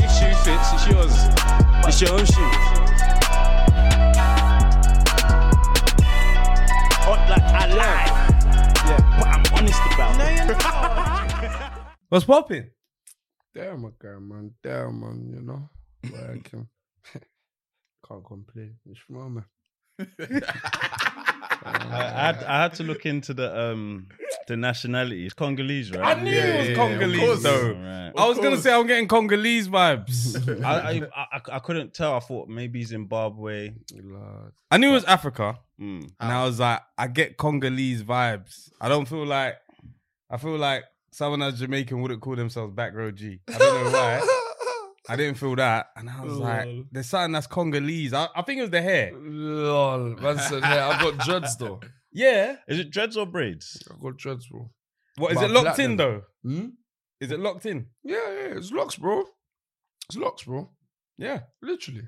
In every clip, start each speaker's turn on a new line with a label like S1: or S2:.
S1: box. It's yours. It's your own shoe.
S2: Hot like I lie,
S1: Yeah.
S2: but I'm honest about it.
S3: What's popping?
S4: Damn, okay, man. Damn, man. You know, but I can. Can't complain. It's from man.
S5: I, I, had, I had to look into the um the nationality. It's Congolese, right?
S3: I knew
S4: Yeah,
S3: it was
S4: yeah, of
S3: Congolese
S4: course.
S3: though.
S5: Right.
S3: I was gonna
S4: course.
S3: say I'm getting Congolese vibes.
S5: I, I, I, I couldn't tell. I thought maybe Zimbabwe.
S4: Lord.
S3: I knew it was Africa,
S5: Mm.
S3: and I was like, I get Congolese vibes. I don't feel like, I feel like someone that's Jamaican wouldn't call themselves back row G. I don't know why. I didn't feel that, and I
S4: Oh,
S3: was like,
S4: Lol.
S3: there's something that's Congolese. I, I think it was the hair.
S4: Lol. Man said, yeah, I've got dreads though.
S3: Yeah.
S5: Is it dreads or braids?
S4: I've got dreads, bro.
S3: What is it
S4: But
S3: locked
S4: platinum.
S3: in though?
S4: Hmm?
S3: Is it locked in?
S4: Yeah, yeah. It's locks, bro. It's locks, bro.
S3: Yeah.
S4: Literally.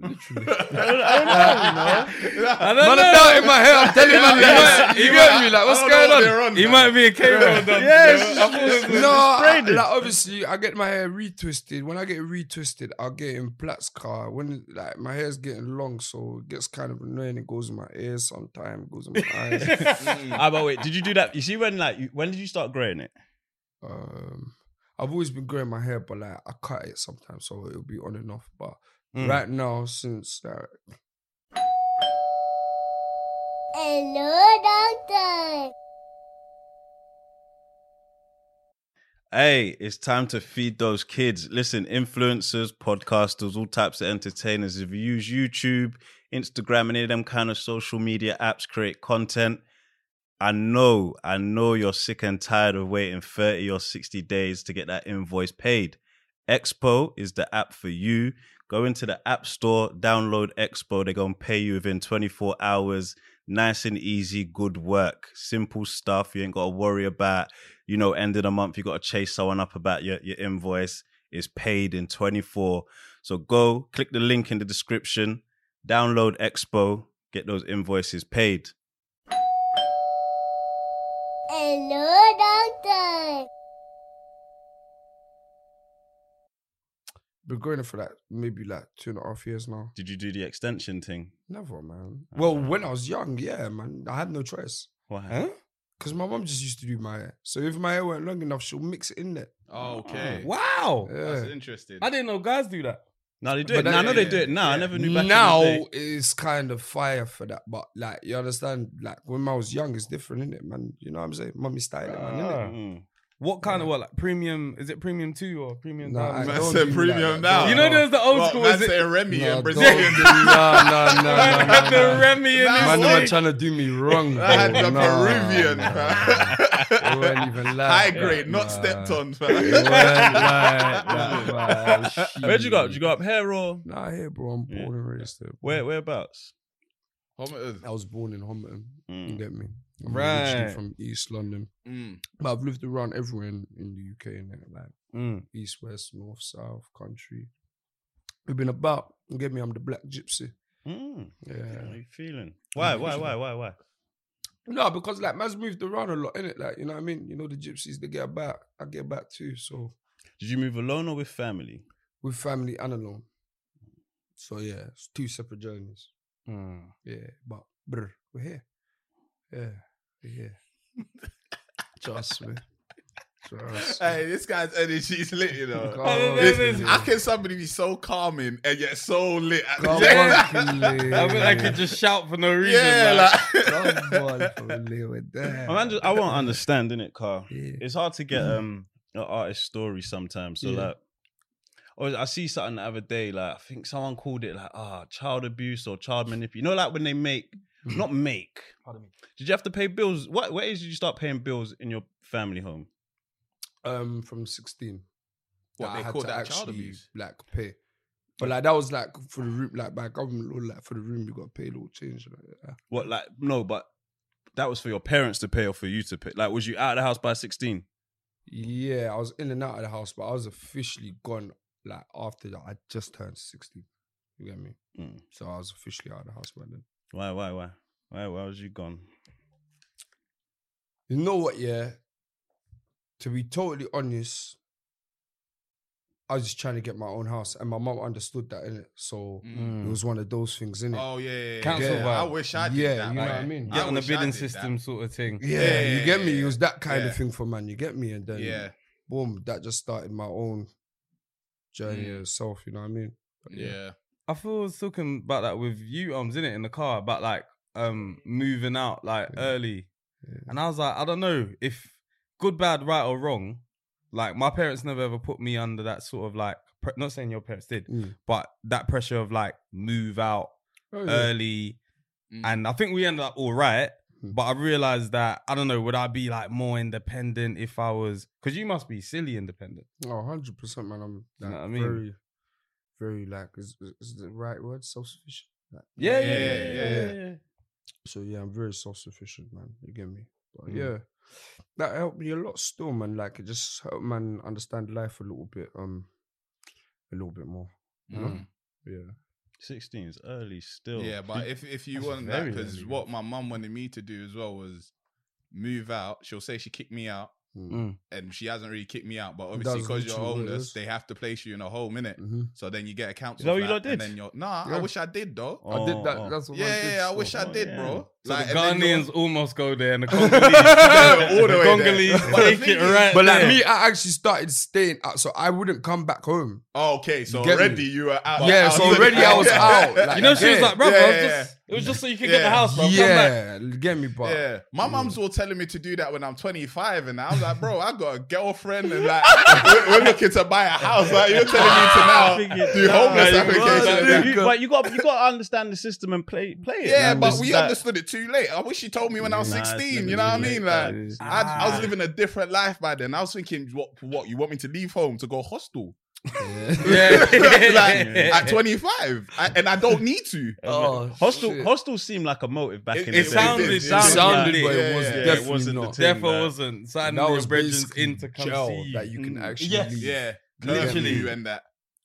S4: Literally.
S3: I
S4: Uh, Man,
S3: don't
S4: I doubt in my head. I'm telling you, man.
S3: Yeah,
S4: You
S3: yeah.
S4: get me? Like, what's
S3: I don't
S4: going
S3: know
S4: on?
S3: what they're He might be a K-Roll done.
S5: Yes.
S3: I thought it was-
S4: no, I,
S5: braided.
S4: like obviously I get my hair retwisted. When I get it retwisted, I'll get it in plaits car. When like my hair's getting long, so it gets kind of annoying. It goes in my ears sometimes, goes in my eyes.
S5: Ah, but wait, did you do that? You see when like you, when did you start growing it?
S4: um, I've always been growing my hair, but like I cut it sometimes, so it'll be on and off. But
S3: Mm.
S4: right now, since like,
S6: Hello, doctor.
S5: Hey, it's time to feed those kids. Listen, influencers, podcasters, all types of entertainers. If you use YouTube, Instagram, any of them kind of social media apps, create content. I know, I know you're sick and tired of waiting 30 or 60 days to get that invoice paid. Expo is the app for you. Go into the App Store, download Expo. They're going to pay you within 24 hours. Nice and easy, good work. Simple stuff. You ain't got to worry about, you know, end of the month, you got to chase someone up about your, your invoice. It's paid in 24. So go click the link in the description, download Expo, get those invoices paid.
S6: Hello, doctor.
S4: been growing it for like maybe like two and a half years now.
S5: Did you do the extension thing?
S4: Never, man. Well, when I was young, yeah, man, I had no choice.
S5: What happened?
S3: Huh?
S4: Cause my mom just used to do my hair. So if my hair weren't long enough, she'll mix it in there.
S2: Oh, Okay.
S4: Oh.
S3: Wow.
S4: Yeah.
S2: That's interesting.
S3: I didn't know guys do that.
S5: No, they do
S4: But
S5: it.
S4: that-
S5: now. I know they
S2: yeah,
S5: do it now. I
S2: yeah.
S5: never knew back in the
S4: now
S5: day.
S4: it's kind of fire for that, but like you understand, like when I was young, it's different, innit, man? You know what I'm saying? Mummy style, it, man, innit?
S3: Ah.
S5: Mm.
S3: What kind of what like premium? Is it premium two or premium?
S4: Nah,
S3: diamond?
S4: I
S2: Man
S4: don't
S2: said
S4: do
S2: premium
S4: that.
S2: now.
S3: you know,
S4: no.
S3: there's the old school.
S2: man
S3: Is
S2: said
S3: it?
S2: Remy
S4: Nah,
S2: and
S4: don't
S2: Brazilian.
S4: do- nah, nah, nah, nah,
S3: Man had
S4: nah,
S3: the
S4: nah.
S3: Remy in
S2: Nah,
S3: his
S4: Man, they were
S3: leg.
S4: trying to do me wrong.
S2: I had
S4: bro.
S2: the
S4: Nah,
S2: Peruvian,
S4: nah,
S2: fam.
S4: They weren't even like
S2: High
S4: that,
S2: grade, not
S4: nah.
S2: stepped on,
S4: They weren't like
S2: fam.
S4: that, man.
S5: Where'd you go? Did you go up here or
S4: Nah, here, bro. I'm
S5: Yeah.
S4: born and raised there. bro.
S5: where? Whereabouts?
S2: Homerton.
S4: I was born in Homerton. You
S5: Mm.
S4: get me? I'm originally
S3: Right.
S4: From East London.
S2: Mm.
S4: But I've lived around everywhere in, in the UK and like
S3: Mm.
S4: east, west, north, south, country. We've been about. You get me? I'm the black gypsy.
S5: Mm. How
S4: Yeah.
S5: you feeling? Why? Why? Why? Why? Why?
S4: No, because like man's moved around a lot, innit? Like, you know what I mean? You know the gypsies, they get about. I get about too. So
S5: Did you move alone or with family?
S4: with family and alone. So yeah, it's two separate journeys. Yeah. But brr, we're here. Yeah. We're here. Trust me. Trust me.
S2: Hey, this guy's energy's lit, you know.
S4: Come on,
S3: This-
S4: kid.
S2: How can somebody be so calming and yet so lit at the
S4: Come
S2: same
S4: on, kid.
S3: I mean, I could just shout for no reason.
S2: Yeah, like.
S4: Come on, Foley, we're there.
S5: I, man, just, I won't understand, innit, Carl?
S4: Yeah.
S5: It's hard to get um an artist story sometimes. So
S4: Mm-hmm. Yeah.
S5: like, or I see something the other day, like I think someone called it like ah child abuse or child manipulation. You know, like when they make
S4: Mm-hmm.
S5: not make. Did you have to pay bills? What what age did you start paying bills in your family home?
S4: um from 16
S2: What,
S4: Like,
S2: they call that child abuse?
S4: like pay but like that was like for the room like by government law like for the room you got to pay a little change like, yeah.
S5: What like no, but that was for your parents to pay or for you to pay. Like, was you out of the house by sixteen?
S4: yeah I was in and out of the house but I was officially gone like after that I just turned 16 you get me
S5: Mm.
S4: so I was officially out of the house by then
S5: Why? Why? Why? Why? Why was you gone?
S4: you know what yeah to be totally honest I was just trying to get my own house, and my mom understood that in it. So
S2: Mm.
S4: it was one of those things in it.
S2: Oh yeah, yeah, yeah.
S3: Council
S2: yeah.
S3: vibe.
S2: I wish I
S4: Mm.
S2: did
S4: Yeah,
S2: that.
S4: you know
S2: man.
S4: what I mean?
S3: Get on the
S2: wish I
S3: bidding
S2: did that.
S3: system sort of thing.
S4: yeah,
S2: yeah,
S4: you get
S2: yeah,
S4: me.
S2: yeah.
S4: It was that kind
S2: Yeah.
S4: of thing for man. You get me, and then
S2: Yeah,
S4: boom, that just started my own journey
S2: Mm.
S4: itself. You know what I mean? But
S2: yeah,
S3: I feel I was talking about that with you, ums, in it, in the car about like um moving out like
S4: Yeah.
S3: early,
S4: Yeah.
S3: and I was like, I don't know if good, bad, right or wrong. Like my parents never ever put me under that sort of like. Pre- not saying your parents did,
S4: Mm.
S3: but that pressure of like move out
S4: Oh, yeah.
S3: early,
S2: Mm.
S3: and I think we ended up all right.
S4: Mm.
S3: But I realized that I don't know. Would I be like more independent if I was? Because you must be silly independent.
S4: Oh, 100%, man. I'm
S3: know
S4: like,
S3: what I mean?
S4: very, very like, is, is- is the right word? Self sufficient. Like,
S3: Yeah, yeah,
S2: Yeah,
S3: yeah, yeah.
S2: yeah,
S3: yeah, yeah.
S4: so, yeah, I'm very self sufficient, man. You get me? But
S3: Mm.
S4: yeah, that helped me a lot still, man. Like, it just helped, man, understand life a little bit, um, a little bit more. You know?
S2: Mm.
S4: Yeah.
S5: 16 is early still.
S2: yeah. But if if you
S3: That's
S2: want that,
S3: very
S2: because
S3: early,
S2: what my mum wanted me to do as well was move out. She'll say she kicked me out,
S4: Mm.
S2: and she hasn't really kicked me out. But obviously,
S4: That's
S2: because you're
S4: literally what it
S2: homeless,
S4: is.
S2: they have to place you in a home, innit?
S4: Mhm.
S2: So then you get a council.
S5: that what you
S2: flat,
S5: lot did?
S2: And then you're, nah, I
S4: Yeah.
S2: wish I did though.
S5: Oh,
S4: I did that.
S5: oh.
S4: That's what
S2: yeah,
S4: I did.
S2: yeah, I
S4: still.
S2: wish I
S5: Oh,
S2: did,
S5: yeah.
S2: bro.
S3: So the
S2: and then you're-
S3: Ghanaians almost go there, and the Congolese,
S2: All the
S3: the
S2: way there.
S3: Congolese
S2: But the
S3: take
S2: thing
S3: it
S2: is-
S3: right.
S4: But like
S3: there.
S4: me, I actually started staying out, so I wouldn't come back home.
S2: Oh, okay, so
S4: You get me?
S2: already you were out.
S4: yeah,
S2: out
S4: so
S2: of the-
S4: already I was out. Like,
S3: you know, she was
S4: yeah.
S3: like, "Bro,
S2: yeah,
S3: I was
S2: yeah,
S3: just, it was just so you could get
S2: Yeah.
S3: the house, bro.
S4: yeah, you get me, but mm.
S2: yeah, my mum's all telling me to do that when I'm 25, and I was like, bro, I got a girlfriend, and like we're, we're looking to buy a house. Like you're
S5: I
S2: telling me
S5: think
S2: to
S5: it-
S2: now do
S5: nah,
S2: homeless
S5: you got-
S2: application.
S5: you- But you got you got to understand the system and play play it.
S2: Yeah,
S5: man.
S2: but
S5: This-
S2: we
S5: that-
S2: understood it too late. I wish you told me when I was
S5: Nah, it's
S2: 16.
S5: never
S2: You know what I
S5: too
S2: mean?
S5: late, that
S2: Like
S5: is-
S2: I, I
S3: Ah.
S2: was living a different life by then. I was thinking, what, what you want me to leave home to go hostel?
S3: Yeah,
S2: like
S5: Yeah.
S2: at 25, I, and I don't need to.
S4: Oh,
S5: Hostel
S4: shit.
S5: hostel seemed like a motive back
S2: It-
S5: in
S2: it
S5: the day.
S3: sounded- it sounded
S4: sounded,
S5: like-
S4: but it
S2: yeah,
S4: was
S2: yeah, it
S4: definitely
S5: wasn't the
S4: not.
S5: thing.
S3: Therefore,
S5: that-
S3: wasn't
S4: And
S3: signing
S4: that
S3: your
S4: was
S3: brethren
S4: basically
S3: in to come
S4: jail
S3: see you.
S4: that you can
S3: Mm.
S4: actually
S3: yes,
S4: leave.
S2: Yeah,
S4: Literally.
S2: literally, and that.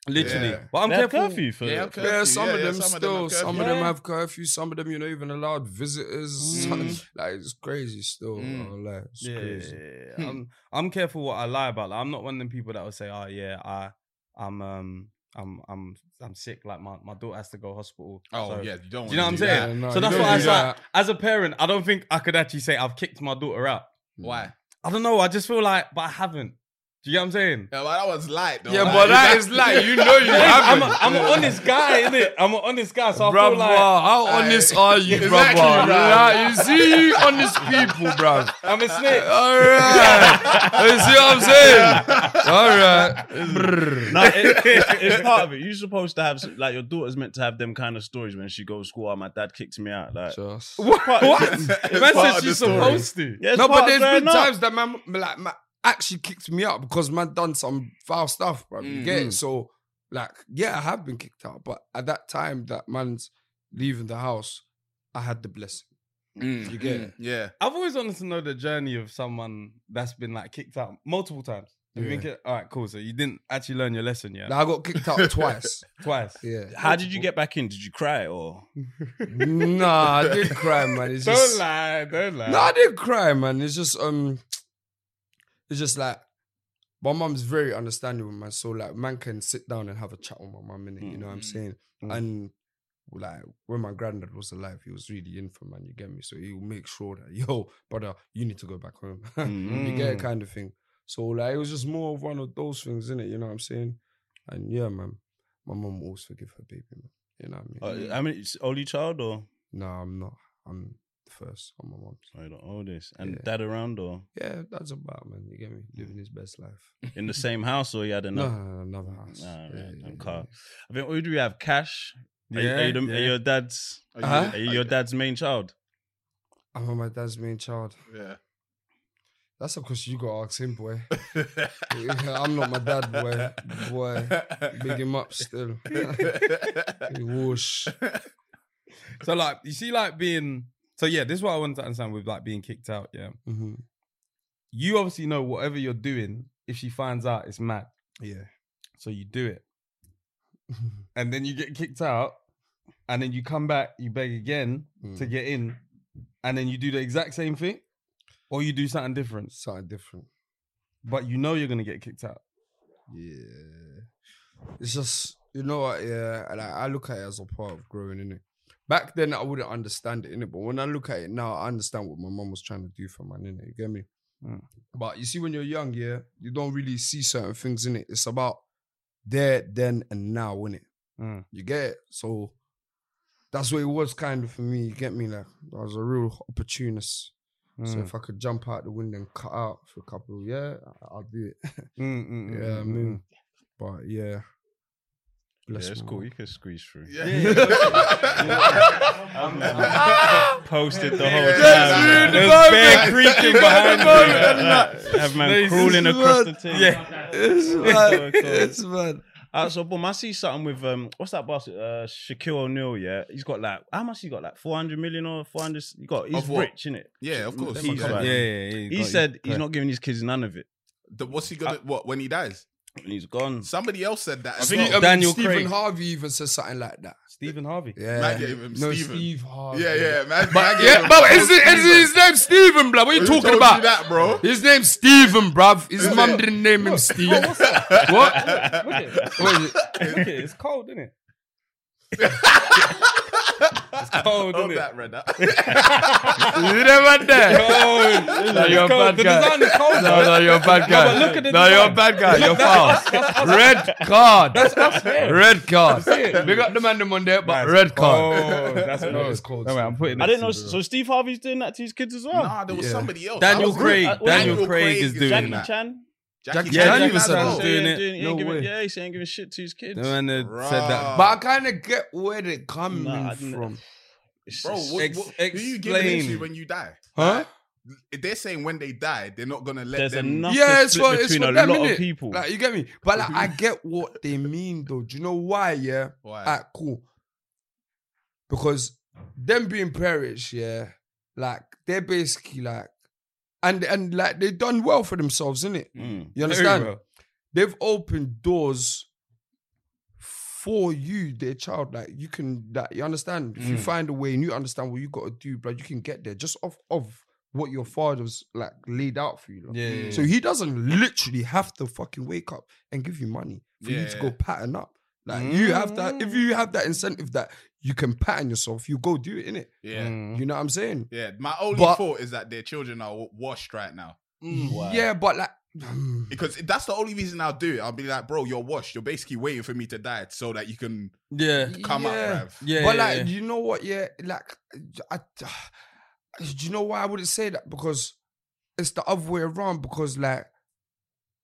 S3: literally.
S2: Yeah.
S3: But I'm
S5: They had
S3: careful.
S5: curfew for
S2: Yeah,
S5: yeah,
S2: curfew.
S4: Yeah, some of
S2: yeah,
S4: them still,
S2: have
S4: some
S2: curfew.
S4: of
S3: Yeah.
S4: them have curfew, some of them you're not even allowed visitors.
S2: Mm.
S4: Like it's crazy still.
S2: Mm.
S4: bro, Like, it's
S3: Yeah,
S4: crazy.
S2: Hmm.
S3: I'm, I'm careful what I lie about. Like, I'm not one of them people that will say, "Oh yeah, I, I'm, um, I'm, I'm, I'm sick. Like my, my daughter has to go hospital."
S2: Oh
S3: So-
S2: yeah, you don't.
S3: Do you know what
S2: wanna
S3: I'm
S2: do
S3: saying?
S2: that.
S4: no,
S3: so
S4: you
S3: that's
S4: don't
S3: what I
S4: do
S3: was like. As a parent, I don't think I could actually say I've kicked my daughter out.
S2: Why?
S3: I don't know. I just feel like, but I haven't. Do you get what I'm saying?
S2: Yeah, but that was light. Though.
S4: Yeah,
S2: Like,
S4: but
S2: it's
S4: that
S2: like-
S4: is like you know you
S3: I'm,
S4: haven't.
S3: a, I'm an honest guy, innit? I'm an honest guy, so I
S4: Brother,
S3: feel like
S4: how honest are you,
S2: Exactly,
S4: brother?
S2: bruv.
S4: Yeah, you see, you honest people, bruv.
S3: I'm
S5: Uh,
S3: a snitch.
S4: All right, you see what I'm saying? All right, Brr.
S5: No, it, it's, it's part of it. You're supposed to have s- like your daughter's meant to have them kind of stories when she goes to school. Oh, my dad kicked me out. Like,
S4: Just-
S5: part-
S3: What?
S2: it's
S3: Man
S2: part
S3: said
S2: of the
S3: she's
S2: story.
S3: supposed to.
S5: yeah, it's
S4: no,
S5: part
S4: but
S5: of
S4: there's
S5: growing
S4: been
S5: up.
S4: times that man like man actually kicked me out because man done some foul stuff, bro. You
S3: Mm-hmm.
S4: get it? So like, yeah, I have been kicked out, but at that time that man's leaving the house, I had the blessing.
S2: Mm,
S4: You get
S2: mm,
S4: it?
S2: Yeah.
S3: I've always wanted to know the journey of someone that's been like kicked out multiple times. Have you been
S4: Yeah.
S3: kicked? All right, cool. So you didn't actually learn your lesson yet.
S4: Now I got kicked out twice.
S3: Twice.
S4: Yeah.
S5: How did you get back in? Did you cry or?
S4: Nah, I did cry, man. It's
S3: Don't
S4: just,
S3: lie. Don't lie.
S4: No, I didn't cry, man. It's just um, it's just like my mom's very understanding with man. So like, man can sit down and have a chat with my mom in it. You know what I'm
S2: Mm.
S4: saying?
S3: Mm.
S4: And like when my granddad was alive, he was really in for man. You get me? So he'll make sure that yo, brother, you need to go back home. you get
S3: Mm.
S4: it, kind of thing. So like, it was just more of one of those things, in it. You know what I'm saying? And yeah, man, my mom will always forgive her baby. Man. You know what I mean?
S5: Uh, I mean, it's only child or?
S4: no, I'm not. I'm the first on my mom's.
S5: I don't know this. And
S4: Yeah.
S5: dad around or
S4: Yeah, that's about man. You get me? Living his best life.
S5: in the same house or you had
S4: No,
S5: another?
S4: another house.
S5: Nah,
S4: Yeah,
S5: right,
S4: yeah,
S5: I'm
S4: yeah.
S5: car. I think who do we have? Cash. Are you-
S3: Yeah,
S5: are you the- are
S3: yeah.
S5: your dad's?
S2: Are you-
S4: Uh-huh.
S5: Are you your dad's main child?
S4: I'm on my dad's main child.
S2: Yeah.
S4: That's a question you gotta ask him, boy. I'm not my dad, boy. Boy, big him up still. Whoosh.
S3: So like, you see, like being. So yeah, this is what I wanted to understand with like being kicked out. Yeah,
S4: hmm
S3: you obviously know whatever you're doing. If she finds out, it's mad.
S4: Yeah.
S3: So you do it, and then you get kicked out, and then you come back, you beg again to
S4: Mm.
S3: get in, and then you do the exact same thing, or you do something different.
S4: Something different.
S3: But you know you're gonna get kicked out.
S4: Yeah. It's just you know what, yeah. Like I look at it as a part of growing, innit? Back then I wouldn't understand it, innit? But when I look at it now, I understand what my mum was trying to do for man, innit? You get me?
S3: Mm.
S4: But you see, when you're young, yeah, you don't really see certain things in it. It's about there, then, and now, innit?
S3: Mm.
S4: You get it? So that's what it was kind of for me. You get me? Like I was a real opportunist. So
S3: Mm.
S4: if I could jump out the window and cut out for a couple of yeah, I- I'll do it.
S3: Mm, mm, mm,
S4: yeah, I
S3: mm,
S4: mean, but yeah. Bless
S5: yeah, it's
S4: my
S5: cool.
S4: mum.
S5: You can squeeze through.
S2: Yeah.
S5: Posted the whole
S2: Yeah,
S5: time.
S2: dude, the
S5: There's
S3: moment.
S5: bear
S3: The
S5: creaking behind me.
S3: moment,
S5: Yeah, Have man
S3: This
S5: crawling
S4: is mad.
S5: across the table.
S3: Yeah.
S4: It's
S5: Cool,
S4: mad.
S5: cool.
S4: it's mad.
S5: Uh, so, boom, I see something with um, what's that boss? Uh, Shaquille O'Neal. Yeah, he's got like how much he got like four hundred million or four hundred. He got he's
S2: Of what?
S5: rich, innit?
S2: Yeah, of course.
S5: He's
S2: Yeah.
S5: like-
S3: Yeah, yeah, yeah, you
S5: He
S3: got-
S5: said he's
S3: correct.
S5: not giving his kids none of it.
S2: The- what's he gonna? what when he dies?
S5: And He's gone.
S2: Somebody else said that. as
S3: think-
S2: well.
S4: I mean,
S3: Daniel
S4: Stephen
S3: Craig.
S4: Harvey even said something like that.
S3: Stephen Harvey.
S4: Yeah.
S2: Man gave him
S4: no,
S2: Stephen.
S4: Steve Harvey.
S2: yeah, yeah, man.
S4: But, yeah, but is it, is it his name Stephen, bruv? What are you talking about?
S2: that, bro?
S4: His name's Stephen, bruv. His
S2: Is
S4: mum
S2: it?
S4: didn't name him Steve. What?
S3: Look at it.
S4: What is it?
S3: Look at it. It's cold, isn't it? it's cold, isn't
S2: Hold
S3: it?
S2: that, Reda.
S4: You never there.
S3: Cold.
S4: No, you're a
S3: It's cold.
S4: bad
S3: The
S4: guy.
S3: design is cold.
S4: No, no, you're a bad guy.
S3: but look at the
S4: no, you're a
S3: design.
S4: bad guy. You're foul. Red card. That's
S3: us here.
S4: Red card.
S3: it.
S4: We got the man them on there, but
S3: That's
S4: red card.
S3: cold. Oh, That's
S4: No,
S3: cold.
S4: it's cold.
S3: No, wait, I'm putting
S5: I
S3: it
S5: didn't know.
S3: to-
S5: So Steve Harvey's doing that to his kids as well.
S2: nah, there was
S4: Yeah.
S2: somebody else. I
S3: Daniel
S2: was-
S3: Craig.
S5: I-
S3: Daniel,
S2: Daniel
S3: Craig,
S2: Craig
S3: is
S2: is
S3: doing
S5: Jackie
S3: that.
S5: Chan.
S2: Jackie
S4: Jackie Chan
S2: Chan
S4: even said
S2: that,
S4: I
S2: bro.
S4: was
S3: doing it.
S5: He ain't
S3: No
S5: giving,
S3: way.
S5: Yeah, he ain't giving shit to his kids.
S3: The man that said that.
S2: Bruh.
S4: But I kind of get where they're coming
S5: Nah, I didn't-
S4: from.
S5: It's
S2: Bro,
S5: just-
S2: what,
S3: Ex-
S2: what, who you giving it
S3: explain.
S2: to when you die?
S4: Huh?
S2: Like, they're saying when they die, they're not gonna let
S5: there's
S2: them.
S5: enough
S4: Yeah,
S5: yeah,
S4: it's for, it's
S5: between
S4: for
S5: a
S4: them,
S5: lot
S4: innit?
S5: of people.
S4: Like, you get me? But like, I get what they mean, though. Do you know why, yeah?
S2: Why?
S4: Alright, cool. Because them being perish, yeah, like they're basically like, and and like they've done well for themselves, innit?
S5: Mm.
S4: You
S3: Very
S4: understand?
S3: well.
S4: They've opened doors for you, their child. Like you can, like you understand.
S3: Mm.
S4: If you find a way and you understand what you got to do, but you can get there just off of what your father's like laid out for you. like.
S3: Yeah, yeah,
S4: So he doesn't literally have to fucking wake up and give you money for you to
S2: Yeah.
S4: go pattern up. Like you have that if you have
S3: Mm.
S4: that incentive that you can pattern yourself, you go do it in it.
S2: yeah,
S4: You know what I'm saying?
S2: yeah. My only
S4: Mm. But-
S2: thought is that their children are wa- washed right now.
S3: Mm.
S4: Yeah, but like mm.
S2: Because that's the only reason I'll do it. I'll be like, bro, you're washed. You're basically waiting for me to die so that you can
S3: Yeah.
S2: come
S4: yeah.
S2: up, bruv.
S3: Yeah.
S4: but
S3: yeah,
S4: like,
S3: yeah.
S4: you know what? Yeah, like, I, do you know why I wouldn't say that? Because it's the other way around. Because like,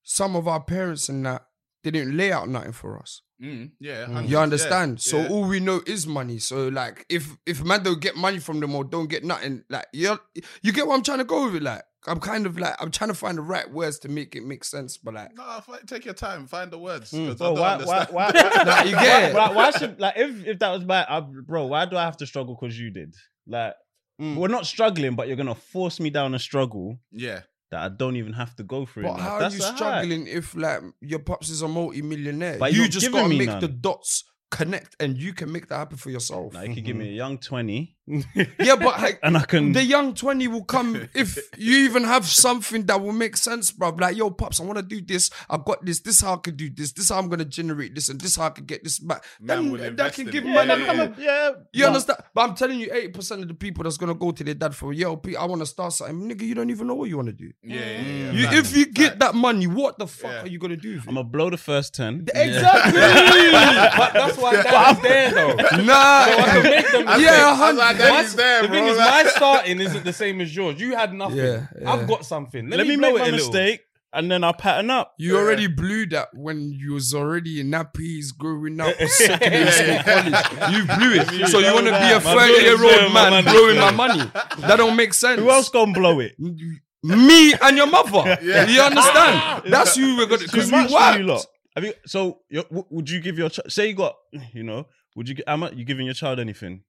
S4: some of our parents and that they didn't lay out nothing for us.
S2: Mm, yeah,
S4: You
S2: 100%,
S4: understand?
S2: yeah,
S4: so
S2: yeah.
S4: all we know is money. So like, if if man don't get money from them or don't get nothing, like you you get what I'm trying to go with it. Like, I'm kind of like I'm trying to find the right words to make it make sense. But like,
S2: No, fi- take your time. Find the words.
S5: Mm.
S2: 'cause I
S4: Oh,
S5: Bro,
S2: don't
S5: why, why,
S2: understand.
S5: why,
S4: Nah, you get it.
S5: why, why should like if, if that was my uh, bro? Why do I have to struggle because you did? Like
S3: Mm.
S5: we're not struggling, but you're gonna force me down a struggle
S2: Yeah.
S5: that I don't even have to go through. in
S4: But
S5: life.
S4: how are
S5: That's
S4: you
S5: a hack.
S4: struggling if like your pops is a multi-millionaire?
S5: But
S4: you
S5: you're
S4: just
S5: giving
S4: gotta
S5: me
S4: make
S5: none.
S4: the dots connect, and you can make that happen for yourself.
S5: Like you could give me a young twenty,
S4: yeah, but like,
S5: and I can.
S4: the young twenty will come if you even have something that will make sense, bruv. Like, yo, pops, I want to do this. I've got this. This how I could do this. This how I'm gonna generate this, and this how I could get this back.
S2: Man
S4: Then
S2: will
S4: that
S2: invest
S4: can
S2: in
S4: give
S2: it.
S4: man a
S2: Yeah,
S4: little
S2: yeah,
S5: yeah,
S4: you understand? But I'm telling you, 80% of the people that's gonna go to their dad for, yo, Pete, I wanna start something. Nigga, you don't even know what you wanna do.
S2: Yeah, yeah, yeah.
S4: You,
S2: Fact.
S4: if you get that money, what the fuck
S2: Yeah.
S4: are you gonna do? with it?
S5: I'm gonna blow the first ten.
S4: Exactly.
S3: but that's why dad's there though.
S4: Nah.
S3: So I can make them.
S4: Yeah,
S3: think-
S4: a hundred.
S2: That's why
S3: My-
S2: Daddy's there,
S3: the
S2: bro.
S3: thing is,
S2: Like-
S3: my starting isn't the same as yours. You had nothing.
S4: Yeah, yeah.
S3: I've got something. Let,
S5: Let, me
S3: blow
S5: make
S3: it
S5: my
S3: a little.
S5: mistake, and then I'll pattern up.
S4: You already blew that when you was already in nappies growing up
S3: Yeah,
S4: secondary
S3: yeah.
S4: school college. You blew it. So you
S5: blow
S4: want to be a
S5: that. My
S4: 30
S5: money's
S4: year
S5: there,
S4: old man
S5: my money's
S4: blowing my
S5: there.
S4: money. That don't make sense.
S5: Who else gonna blow it?
S4: Me and your mother.
S2: Yeah.
S4: You understand? That's you we're gonna
S5: It's
S4: because
S5: too
S4: we
S5: much for you
S4: worked.
S5: lot. Have you, so, you- w- would you give your child? Say you got, you know, would you? gi- How much you giving your child anything?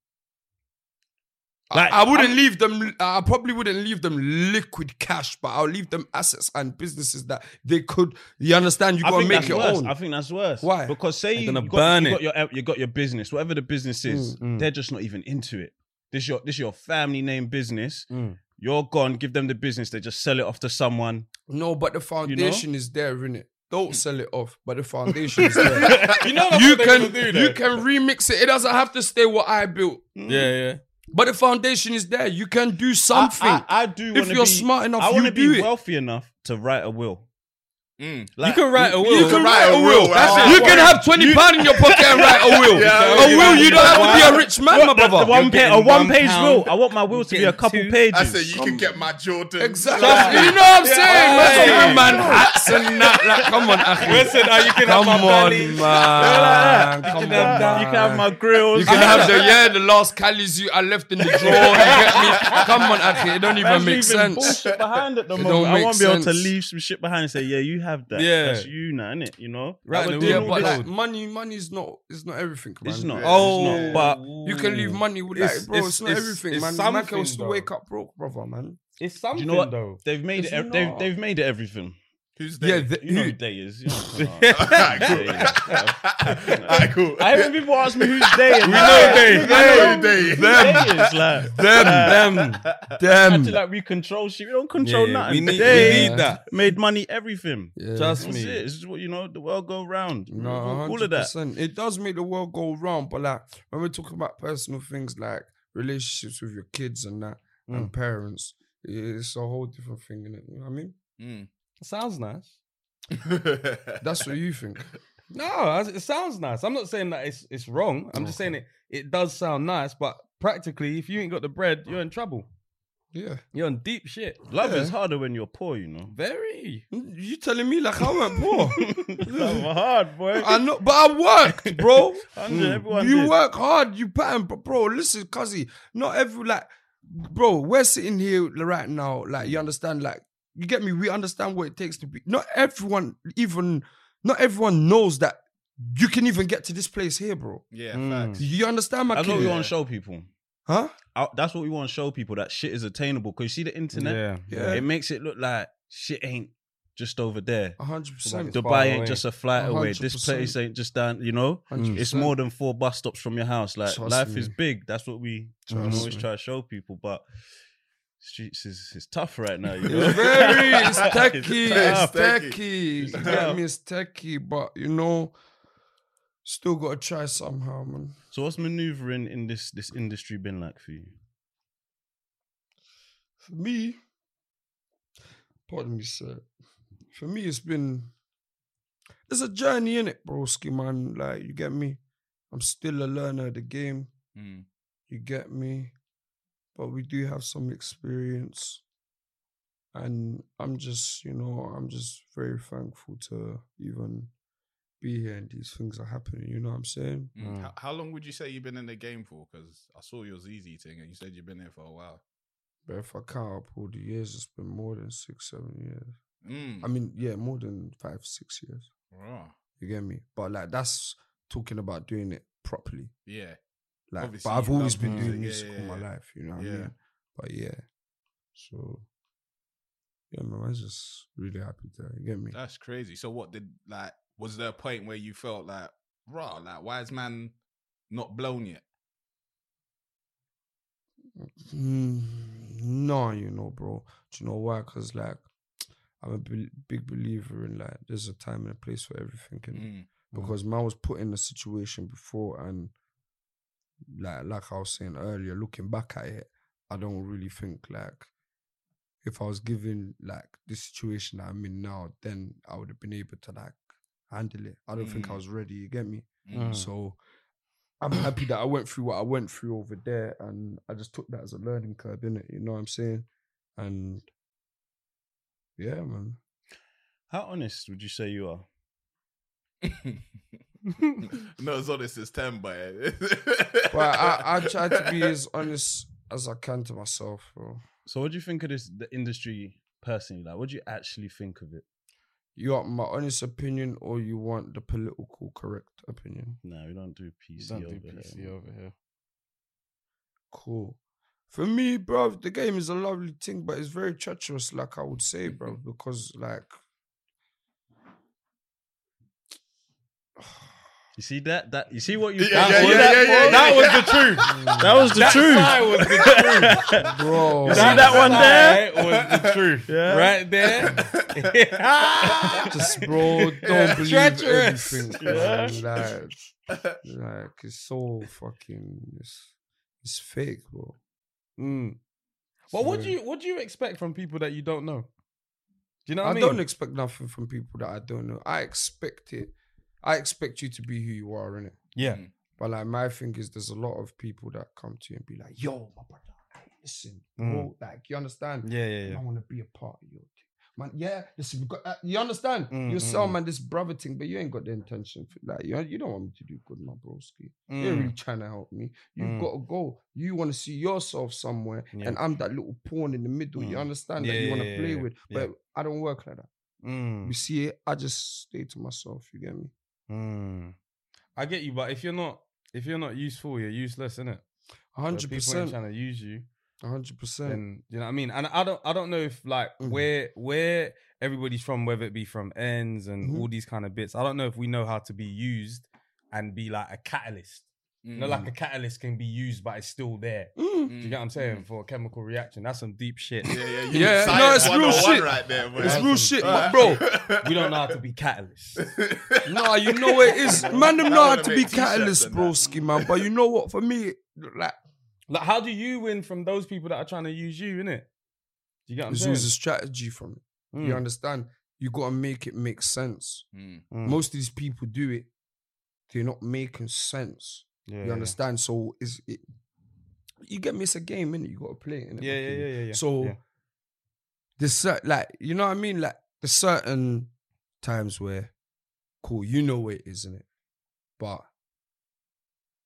S5: Like,
S4: I wouldn't leave them. I probably wouldn't leave them liquid cash, but I'll leave them assets and businesses that they could. You understand? You
S5: I
S4: gotta
S5: think
S4: make
S5: that's
S4: your
S5: worse.
S4: own.
S5: I think that's worse.
S4: Why?
S5: Because say you
S3: gonna
S5: got,
S3: burn
S5: you
S3: it.
S5: got your eh, you got your business, whatever the business is, they're just not even into it. This your this your family name business.
S3: Mm.
S5: You're gone. Give them the business. They just sell it off to someone.
S4: No, but the foundation is there, isn't it? Don't sell it off, but the foundation is there.
S3: you know that's
S4: you
S3: what they're
S4: can
S3: gonna do
S4: you
S3: there.
S4: can remix it. It doesn't have to stay what I built,
S3: Yeah, yeah.
S4: but the foundation is there. You can do
S5: I-
S4: something.
S5: I, I do.
S4: If
S5: wanna
S4: you're
S5: be,
S4: smart enough,
S5: I
S4: you
S5: want to
S4: do
S5: be
S4: it.
S5: wealthy enough to write a will.
S2: Mm.
S5: Like,
S3: you can write a will.
S4: you can write a will.
S2: That's it.
S4: you can have twenty pound in your pocket and write a will.
S2: Yeah,
S4: a
S2: yeah,
S4: will.
S2: yeah.
S4: You don't have to be a rich man, my
S5: The
S4: brother.
S5: one pa- a
S3: getting one
S5: one page
S3: pound.
S5: will. I want my will to be a
S3: Getting
S5: couple
S3: two.
S5: pages.
S2: I said you can get my Jordan.
S4: Exactly. You know what I'm saying? That's what
S3: Hey.
S4: we man hats and that. Like, come on, Akhi.
S3: Listen, now you can
S4: Come
S3: have
S4: on,
S3: my belly.
S4: man. Come
S5: You
S4: on,
S5: can have-
S4: man.
S5: you can have my grills.
S4: You can have the yeah, the last callies you I left in the drawer. You get me? Come on, Akhi. It don't even
S5: Man's
S4: make
S5: leaving
S4: sense.
S5: bullshit behind at the
S4: It
S5: moment.
S4: don't
S5: I
S4: make
S5: want to be able to
S4: sense.
S5: leave some shit behind and say, yeah, you have that.
S3: Yeah.
S5: That's you now, innit? You know?
S3: Right,
S5: I would
S3: and
S5: do
S3: it
S4: Yeah,
S5: all
S4: but
S5: this.
S4: like money, money's not. It's not everything, man.
S5: it's not.
S3: Oh,
S5: it's not. But
S4: You can leave money with
S3: It's-
S4: like, bro. It's,
S3: it's-
S4: not
S3: it's-
S4: everything,
S3: it's
S4: man. Man
S3: something,
S4: can still
S3: though.
S4: wake up broke, brother, man.
S3: It's something
S5: know what?
S3: though.
S5: they've made it.
S4: It's
S5: ev- They've,
S4: not.
S5: they've made it everything.
S2: Who's
S4: Yeah,
S2: there?
S4: the,
S5: You know who
S4: who-
S5: day is. You know what I'm talking about.
S2: cool.
S5: Day is.
S2: Alright, cool.
S5: I hate when people ask me who's day is. We
S3: know day.
S2: I know who Day is.
S5: Day is like.
S3: Them, them,
S5: Acting
S3: them.
S5: like we control shit. We don't control nothing.
S3: we need,
S5: Day
S4: we
S3: we
S4: need
S3: need
S4: that.
S3: that.
S5: made money everything.
S4: yeah.
S3: Trust
S5: That's
S3: me.
S5: it. It's what you know. The world go round.
S4: No,
S5: Mm-hmm. all of that.
S4: 100%. It does make the world go round, but like when we're talking about personal things like relationships with your kids and that
S5: Mm.
S4: and parents, it's a whole different thing, innit? You know what I mean?
S2: Mm.
S3: Sounds nice.
S4: That's what you think.
S3: No, I- it sounds nice. I'm not saying that it's it's wrong. I'm just saying it it does sound nice, but practically, if you ain't got the bread, you're in trouble.
S4: Yeah.
S3: You're in deep shit.
S5: Love is harder when you're poor. You know.
S3: Very.
S4: You telling me like I went poor.
S5: Love are hard, boy.
S4: I know, but I worked, bro.
S5: Hundred, everyone
S4: Mm. you
S5: did.
S4: work hard, you pattern, but bro, listen, cuzzy, not every like, bro, we're sitting here right now, like you understand, like you get me. We understand what it takes to be. Not everyone even, not everyone knows that you can even get to this place here, bro.
S2: yeah,
S3: Mm.
S2: facts.
S4: You understand my
S5: That's what
S4: kid?
S5: we want to show people.
S4: huh?
S5: I- That's what we want to show people that shit is attainable. Cause you see the internet,
S4: Yeah.
S5: it makes it look like shit ain't just over there.
S4: A hundred percent.
S3: Far
S5: Dubai ain't
S3: away.
S5: just a flight away. This
S4: 100%.
S5: place ain't just down. You know, it's more than four bus stops from your house. Like
S4: Trust
S5: life
S4: me.
S5: is big. That's what we try-
S4: Trust
S5: always
S4: me.
S5: try to show people. But streets is, is tough right now. You know?
S4: It's very, it's techie, it's
S2: tough.
S4: techie. You get
S5: tough.
S4: me? It's techie, but you know, still gotta try somehow, man.
S5: So what's maneuvering in this this industry been like for you?
S4: For me, pardon me, sir. For me, it's been it's a journey in it, broski man. Like you get me. I'm still a learner of the game.
S2: Mm.
S4: You get me. But we do have some experience, and I'm just, you know, I'm just very thankful to even be here and these things are happening. You know what I'm saying?
S2: Mm. How, how long would you say you've been in the game for? Because I saw your ZZ thing and you said you've been there for a while.
S4: But if I count up all the years, it's been more than six, seven years.
S2: Mm.
S4: I mean, yeah, more than five, six years.
S2: Raw.
S4: You get me? But like that's talking about doing it properly.
S2: Yeah.
S4: Like,
S2: Obviously,
S4: but I've
S2: you
S4: always
S2: love
S4: been
S2: music,
S4: doing
S2: yeah,
S4: music all
S2: yeah,
S4: my
S2: yeah.
S4: life. You know what I
S2: Yeah.
S4: mean? But yeah, so yeah, man, I'm just really happy to you get me.
S2: That's crazy. So what did like was there a point where you felt like raw, like why is man not blown yet?
S4: Mm, no, you know, bro. Do you know why? Because like I'm a bel- big believer in like there's a time and a place for everything. And
S2: Mm.
S4: because man was put in a situation before and like like I was saying earlier, looking back at it, I don't really think like if I was given like the situation that I'm in now, then I would have been able to like handle it. I don't think I
S2: Mm.
S4: was ready, you get me?
S2: Mm.
S4: So I'm happy that I went through what I went through over there and I just took that as a learning curve, innit? You know what I'm saying? And yeah, man.
S5: How honest would you say you are?
S2: no, it's honest as ten, but
S4: But I, I try to be as honest as I can to myself, bro.
S5: So what do you think of this the industry personally? Like, what do you actually think of it?
S4: You want my honest opinion or you want the political correct opinion?
S5: No, we don't do PC over here. man.
S3: over here.
S4: Cool. For me, bro, the game is a lovely thing, but it's very treacherous, like I would say, bro, because like
S5: You see that? That you see what you
S2: Yeah, yeah,
S5: that, was-
S2: yeah, yeah, yeah, yeah,
S5: that
S2: yeah.
S5: was the truth. That was the
S3: That
S5: truth.
S3: sigh was the truth.
S4: Bro.
S5: You see that one there?
S3: That was the truth.
S5: Yeah.
S3: Right there.
S4: Just bro, don't believe
S3: Treacherous.
S4: everything.
S5: Yeah.
S4: man. Like, like it's so fucking it's, it's fake, bro.
S3: Mm. But what
S4: So-
S3: do you what do you expect from people that you don't know? Do you know what
S4: I,
S3: I mean?
S4: don't expect nothing from people that I don't know. I expect it. I expect you to be who you are, innit?
S3: yeah.
S4: But like my thing is, there's a lot of people that come to you and be like, "Yo, my brother, hey, listen,
S3: Mm.
S4: bro, like you understand?
S3: Yeah, yeah, yeah.
S4: I want to be a part of your thing, man. Yeah, listen, we got, uh, you understand?
S3: Mm,
S4: you
S3: mm,
S4: sell
S3: mm.
S4: man this brother thing, but you ain't got the intention for like you. You don't want me to do good, my broski. You ain't
S3: Mm.
S4: really trying to help me. You've
S3: Mm.
S4: got to go. You want to see yourself somewhere,
S3: Yeah.
S4: and I'm that little pawn in the middle. You
S3: Mm.
S4: understand
S3: Yeah,
S4: that you
S3: yeah,
S4: want to
S3: yeah,
S4: play
S3: yeah,
S4: with,
S3: yeah.
S4: but I don't work like that. You
S3: Mm.
S4: see it? I just stay to myself. You get me?
S3: Mm. I get you, but if you're not if you're not useful, you're useless, innit?
S4: A Hundred percent.
S3: trying to use you.
S4: a Hundred percent.
S3: Then you know what I mean? And I don't I don't know if like
S4: Mhm.
S3: where where everybody's from, whether it be from ends and
S4: Mhm.
S3: all these kind of bits. I don't know if we know how to be used and be like a catalyst. You know, Mm. like a catalyst can be used, but it's still there.
S4: Mm.
S3: Do you get what I'm saying? For a chemical reaction. That's some deep shit.
S2: Yeah, yeah, you
S4: Yeah,
S2: science
S4: no, it's real
S2: 101
S4: shit.
S2: right there, boy.
S4: It's
S3: That's
S4: real
S3: some-
S4: shit,
S2: Alright.
S4: but bro.
S3: We don't know how to be catalysts.
S4: Nah, you know what it is. Man, them
S2: That
S4: know how
S2: would've
S4: to be
S2: made t-shirts
S4: catalyst,
S2: and
S4: bro,
S2: that.
S4: ski man. But you know what? For me, like,
S3: Like, how do you win from those people that are trying to use you, innit? Do you get what I'm
S4: there's
S3: saying?
S4: always a strategy from it.
S3: Mm,
S4: You understand? You gotta make it make sense.
S3: mm.
S4: Most of these people do it. They're not making sense.
S3: Yeah,
S4: You understand? So is it? You get me? It's a game, innit? You gotta play it. innit?
S3: Yeah, yeah, yeah, yeah. yeah.
S4: So
S3: yeah.
S4: there's certain, like, you know what I mean? Like, there's certain times where, cool, you know it, isn't it? But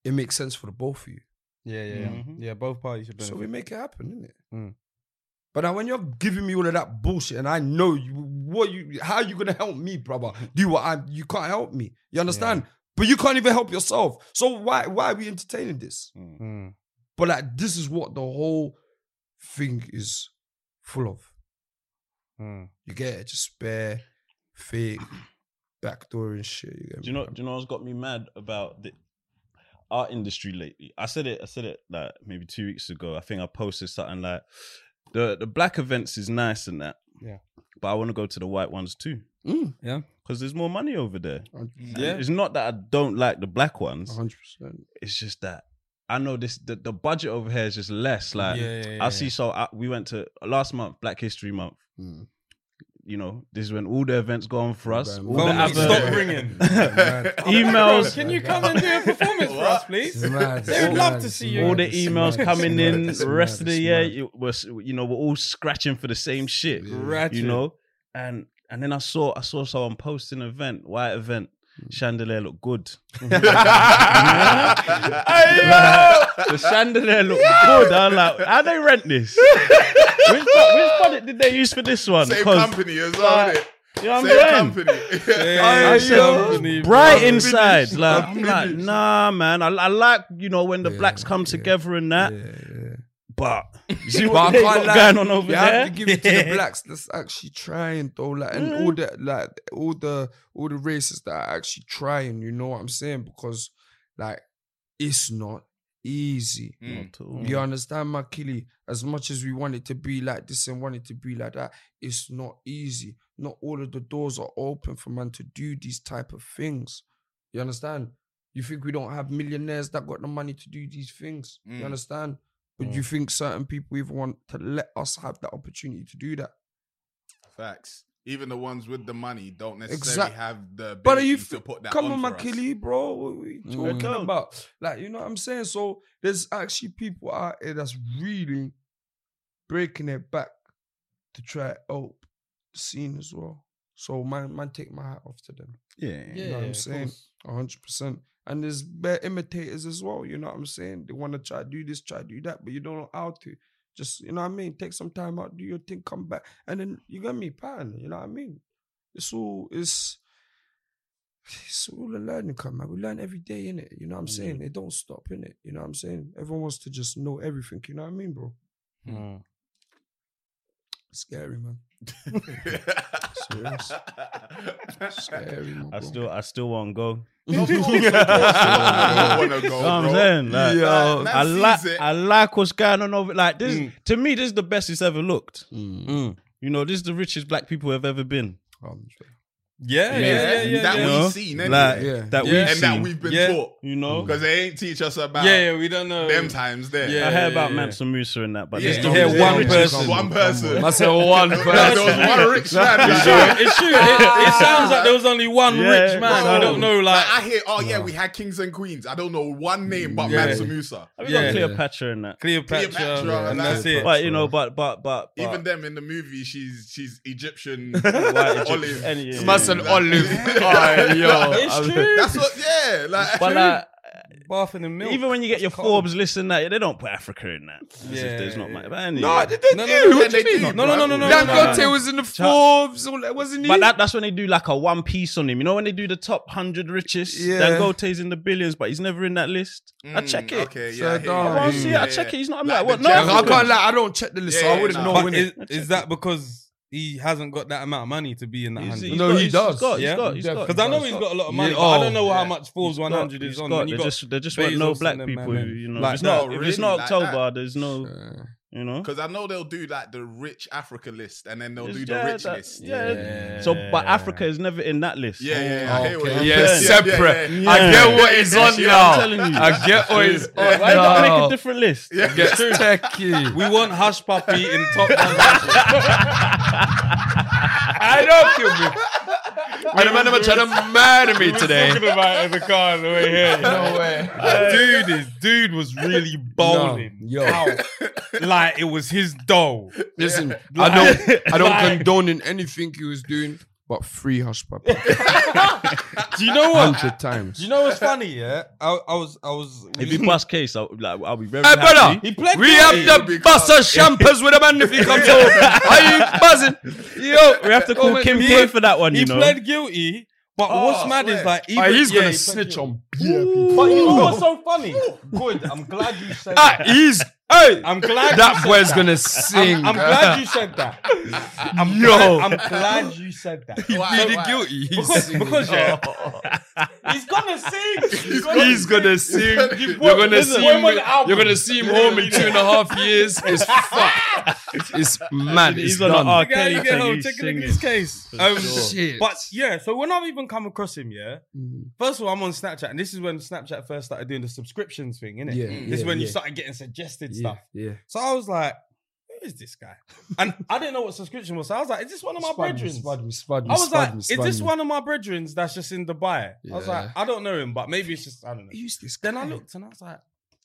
S4: it makes sense for the both of you.
S3: yeah, yeah, yeah.
S5: Mhm.
S3: Yeah, both parties should
S4: So
S3: benefit.
S4: we make it happen, isn't it?
S3: Mm.
S4: But now when you're giving me all of that bullshit, and I know you, what you, how you gonna help me, brother? Do what I, you can't help me. You understand? But you can't even help yourself. So why, why are we entertaining this?
S3: Mm.
S4: But like, this is what the whole thing is full of.
S3: Mm.
S4: You get it? Just spare, fake, backdoor and shit. You get
S5: Do you know? Do you know what's got me mad about the art industry lately? I said it. I said it like maybe two weeks ago. I think I posted something like the the black events is nice and that.
S3: Yeah.
S5: But I want to go to the white ones too
S4: Mm,
S5: because there's more money over there.
S3: Yeah. Uh-huh.
S5: It's not that I don't like the black ones.
S4: 100%. percent
S5: It's just that I know this. The, the budget over here is just less. Like
S3: yeah, yeah, yeah,
S5: I see. So I, we went to last month Black History Month.
S4: Mm.
S5: You know, this is when all the events go on for us.
S4: Bang,
S5: all
S3: Phone
S5: the
S3: numbers
S5: other-
S3: stop ringing.
S5: Emails.
S3: Can you come and do a performance for us, please? They would love to see you.
S5: all the
S4: It's
S5: emails
S4: mad, it's
S5: coming
S4: mad,
S5: in
S4: it's
S5: the rest of
S4: mad,
S5: the
S4: it's
S5: year
S4: mad.
S5: you, we're, s- you know we're all scratching for the same shit
S3: Ratchet.
S5: you know and and then i saw i saw someone post an event white event
S4: Mm.
S5: chandelier look good the chandelier look good i'm like how they rent this which, bu- which budget did they use for this
S3: Mm.
S5: one
S2: Same
S5: 'Cause,
S2: company as well,
S5: like,
S2: innit?
S5: you know what
S2: Same
S5: i'm saying
S2: company.
S5: I
S3: Yeah,
S5: said,
S3: company, bro.
S5: bright inside, like I'm
S2: I'm
S5: like,
S2: finished.
S5: nah, man. I, I like you know when the
S4: Yeah,
S5: blacks come
S4: yeah,
S5: together and that.
S4: Yeah, yeah.
S5: But you see
S4: But I
S5: what they
S4: can't
S5: got
S4: lie,
S5: going on over
S4: You
S5: there?
S4: have to give it to the blacks that's actually trying though, like and
S5: Mm.
S4: all the like all the all the races that are actually trying. You know what I'm saying? Because like it's not easy.
S5: Not at all.
S4: Mm. You understand, Makili? As much as we want it to be like this and want it to be like that, it's not easy. Not all of the doors are open for man to do these type of things. You understand? You think we don't have millionaires that got the money to do these things? You
S2: Mm.
S4: understand? But you think certain people even want to let us have that opportunity to do that?
S2: Facts. Even the ones with the money don't necessarily
S4: Exact-
S2: have the
S4: But are you
S2: ability to put that
S4: Come
S2: on,
S4: on,
S2: for us.
S4: Makili, bro. What are we
S5: Mm.
S4: talking
S5: Don't.
S4: about? Like, you know what I'm saying? So there's actually people out here that's really breaking their back to try to help the scene as well. So man, man, take my hat off to them.
S5: Yeah.
S4: You know what I'm saying? hundred percent. And there's bare imitators as well. You know what I'm saying? They want to try to do this, try to do that, but you don't know how to. Just you know what I mean. Take some time out, do your thing, come back, and then you got me pattern. You know what I mean? It's all it's it's all a learning curve, man. We learn every day, in it. You know what I'm
S5: Mm.
S4: saying? It don't stop, in it. You know what I'm saying? Everyone wants
S5: Mm.
S4: to just know everything. You know what I mean, bro?
S3: Mm.
S4: It's scary, man. Serious. Scary, my bro.
S5: I still, I still want to go.
S2: Of course, of course, I wanna go,
S5: You know what I'm
S2: bro.
S5: saying? Like,
S2: Yo,
S5: I
S2: man
S5: like,
S2: sees it.
S5: I like what's going on over. Like this,
S3: Mm.
S5: to me, this is the best it's ever looked.
S4: Mm,
S5: You know, this is the richest black people have ever been.
S4: um,
S3: Yeah, yeah,
S2: Yeah,
S3: yeah, yeah. yeah,
S2: that
S5: You
S2: we've
S5: know?
S2: seen, innit?
S5: like,
S4: Yeah.
S5: that
S3: Yeah.
S5: we've
S2: and that
S5: seen.
S2: we've Mm. been
S3: Yeah.
S2: taught
S5: you know,
S2: because they ain't teach us about
S3: yeah, yeah, we don't know.
S2: them times there.
S3: Yeah.
S5: I hear about Mansa Musa and that, but
S2: Yeah.
S5: this is the
S3: You hear
S5: richest-
S3: one
S5: richest-
S3: person.
S2: One person.
S4: I said one
S2: No, there was
S4: person.
S2: one rich man.
S3: It's
S2: like-
S3: true. It's true. It, it sounds like there was only one
S5: Yeah,
S3: rich man.
S5: no.
S3: I don't know, like.
S2: Like, I hear, oh yeah, we had kings and queens. I don't know one name
S5: Mm,
S2: but
S3: Yeah.
S2: Mansa Musa.
S5: Have you
S3: Yeah.
S5: got Cleopatra and that?
S3: Cleopatra,
S2: Cleopatra,
S3: and
S2: and
S3: that's
S2: that's
S3: it.
S5: But you know, but but but, but
S2: Even them in the movie, she's she's Egyptian
S5: White Egyptian,
S2: olive.
S5: any- yeah, yeah.
S2: Must
S7: Must an
S2: an yeah.
S7: olive.
S3: It's true.
S2: That's what, yeah. Like,
S5: But like,
S3: Bath in the milk.
S5: even when you get your Forbes list and that, they don't put Africa in that. As if
S3: Yeah,
S5: there's not
S3: yeah.
S5: much. But anyway.
S7: No, they
S3: No, no,
S7: do.
S3: no,
S7: What do
S2: they
S7: you
S2: do,
S7: mean?
S3: No, no, no, no, no,
S2: bro.
S3: no, no, no.
S7: Dangote was in the Forbes, all that, wasn't he?
S5: But that, that's when they do like a one piece on him. You know when they do the top hundred richest,
S7: Yeah.
S5: Dangote's in the billions, but he's never in that list. I
S2: Mm,
S5: check it.
S2: Okay,
S4: So
S2: yeah. I hear you,
S4: dumb.
S5: I wanna
S2: hear
S5: see
S2: you,
S5: it. I
S2: yeah,
S5: check it.
S2: yeah.
S5: He's not. I'm
S2: Like
S5: like,
S2: the
S5: what?
S2: general-
S5: No,
S4: I can't lie, I don't check the list, so
S2: Yeah,
S4: I wouldn't
S2: nah.
S4: know
S3: But
S4: when
S3: is,
S4: it.
S3: is that because he hasn't got that amount of money to be in the
S5: He's-
S3: hundred?
S5: he's
S4: No,
S5: got-
S4: he
S5: he's-
S4: does.
S5: He's got.
S3: Yeah?
S5: He's got. He's got.
S3: Because I know he's got a lot of money,
S4: Yeah,
S3: but I don't
S4: oh,
S3: know how
S2: yeah.
S3: much Forbes
S5: He's
S3: 100
S5: got-
S3: is
S5: he's
S3: on.
S5: got-
S3: When you
S5: there
S3: got
S5: just there just weren't
S3: Bezos
S5: no
S3: and
S5: black
S3: them
S5: people.
S3: man,
S5: You know,
S3: like
S5: if it's not
S2: that.
S5: if it's not
S2: Really, like that.
S5: October, there's no. You know.
S2: Because I know they'll do like the rich Africa list, and then they'll
S5: It's-
S2: do the
S5: yeah,
S2: rich
S5: that-
S2: list.
S5: Yeah. So, but Africa is never in that list.
S2: Yeah, yeah, yeah. I hear what
S4: Okay.
S2: you're
S7: yeah,
S2: saying.
S7: separate.
S2: yeah,
S7: I
S5: Yeah.
S7: get what is on
S5: Yeah,
S7: now.
S5: I'm telling you.
S7: I get what is on
S5: Why you gotta make
S7: now.
S5: a different list?
S2: yeah. Yeah.
S7: Gets techie.
S3: We want Hush Puppy in top 100.
S7: I don't give me. And the man never trying to murder me today.
S3: Talking about it in the car on the way here.
S4: No way.
S3: dude, is, dude was really bowling.
S4: No, yo.
S3: out. like it was his doll.
S4: Listen, I don't, I don't condone in anything he was doing, but free hush puppy,
S3: Do you know what?
S4: hundred
S3: Do
S4: times.
S3: you know what's funny? Yeah, I, I was, I was.
S5: If you pass case, I'll, like, I'll be very
S7: Hey,
S5: happy.
S7: brother.
S3: he played.
S7: We
S3: guilty.
S7: have the buster champers with a man if he comes over. Are you buzzing? Yo,
S5: We have to call
S7: wait,
S5: Kim
S3: he-
S5: K for that one.
S3: He
S5: You know.
S3: pled guilty. But what's mad is like
S7: Ah,
S3: even-
S7: he's
S3: yeah,
S7: gonna
S3: he pled
S7: snitch
S3: guilty.
S7: on.
S3: Oh, But you know what's so funny? Good. I'm glad you said
S7: Ah,
S3: that.
S7: he's hey.
S3: I'm glad you
S7: That
S3: said
S7: boy's
S3: that.
S7: gonna sing.
S3: I'm, I'm glad you said that. I'm
S7: Yo.
S3: glad, I'm glad you said that.
S2: Why-
S7: pleaded
S2: Ah, why?
S7: guilty. Oh. He's,
S3: Because, Oh.
S7: singing.
S3: because yeah, he's gonna sing. He's gonna,
S7: he's gonna sing. You're
S3: Well,
S7: gonna
S3: listen,
S7: see
S3: when
S7: him.
S3: will the album-
S7: You're gonna see him home in two and a half years. It's fucked. It's mad.
S5: He's
S7: It's
S5: on
S7: done.
S3: Look
S5: an
S3: how
S5: arcade.
S3: you get home.
S5: He's
S3: Take a look
S5: singing.
S3: at this case. Um,
S4: Shit.
S3: But yeah, so when I've even come across him, yeah. First of all, I'm on Snapchat, and this is when Snapchat first started doing the subscriptions thing, innit?
S4: Yeah,
S3: This is
S4: yeah,
S3: when you
S4: yeah.
S3: started getting suggested
S4: yeah,
S3: stuff.
S4: yeah.
S3: So I was like, who is this guy? And I didn't know what subscription was. So I was like, is this one of my
S4: Spud me,
S3: brethren?
S4: spud me, spud me,
S3: I was
S4: spud
S3: like,
S4: me,
S3: is
S4: spud
S3: this
S4: me.
S3: one of my brethren that's just in Dubai? I was like,
S4: Yeah.
S3: I don't know him, but maybe it's just I don't know.
S4: Who's this?
S3: Then
S4: guy?
S3: I looked and I was like,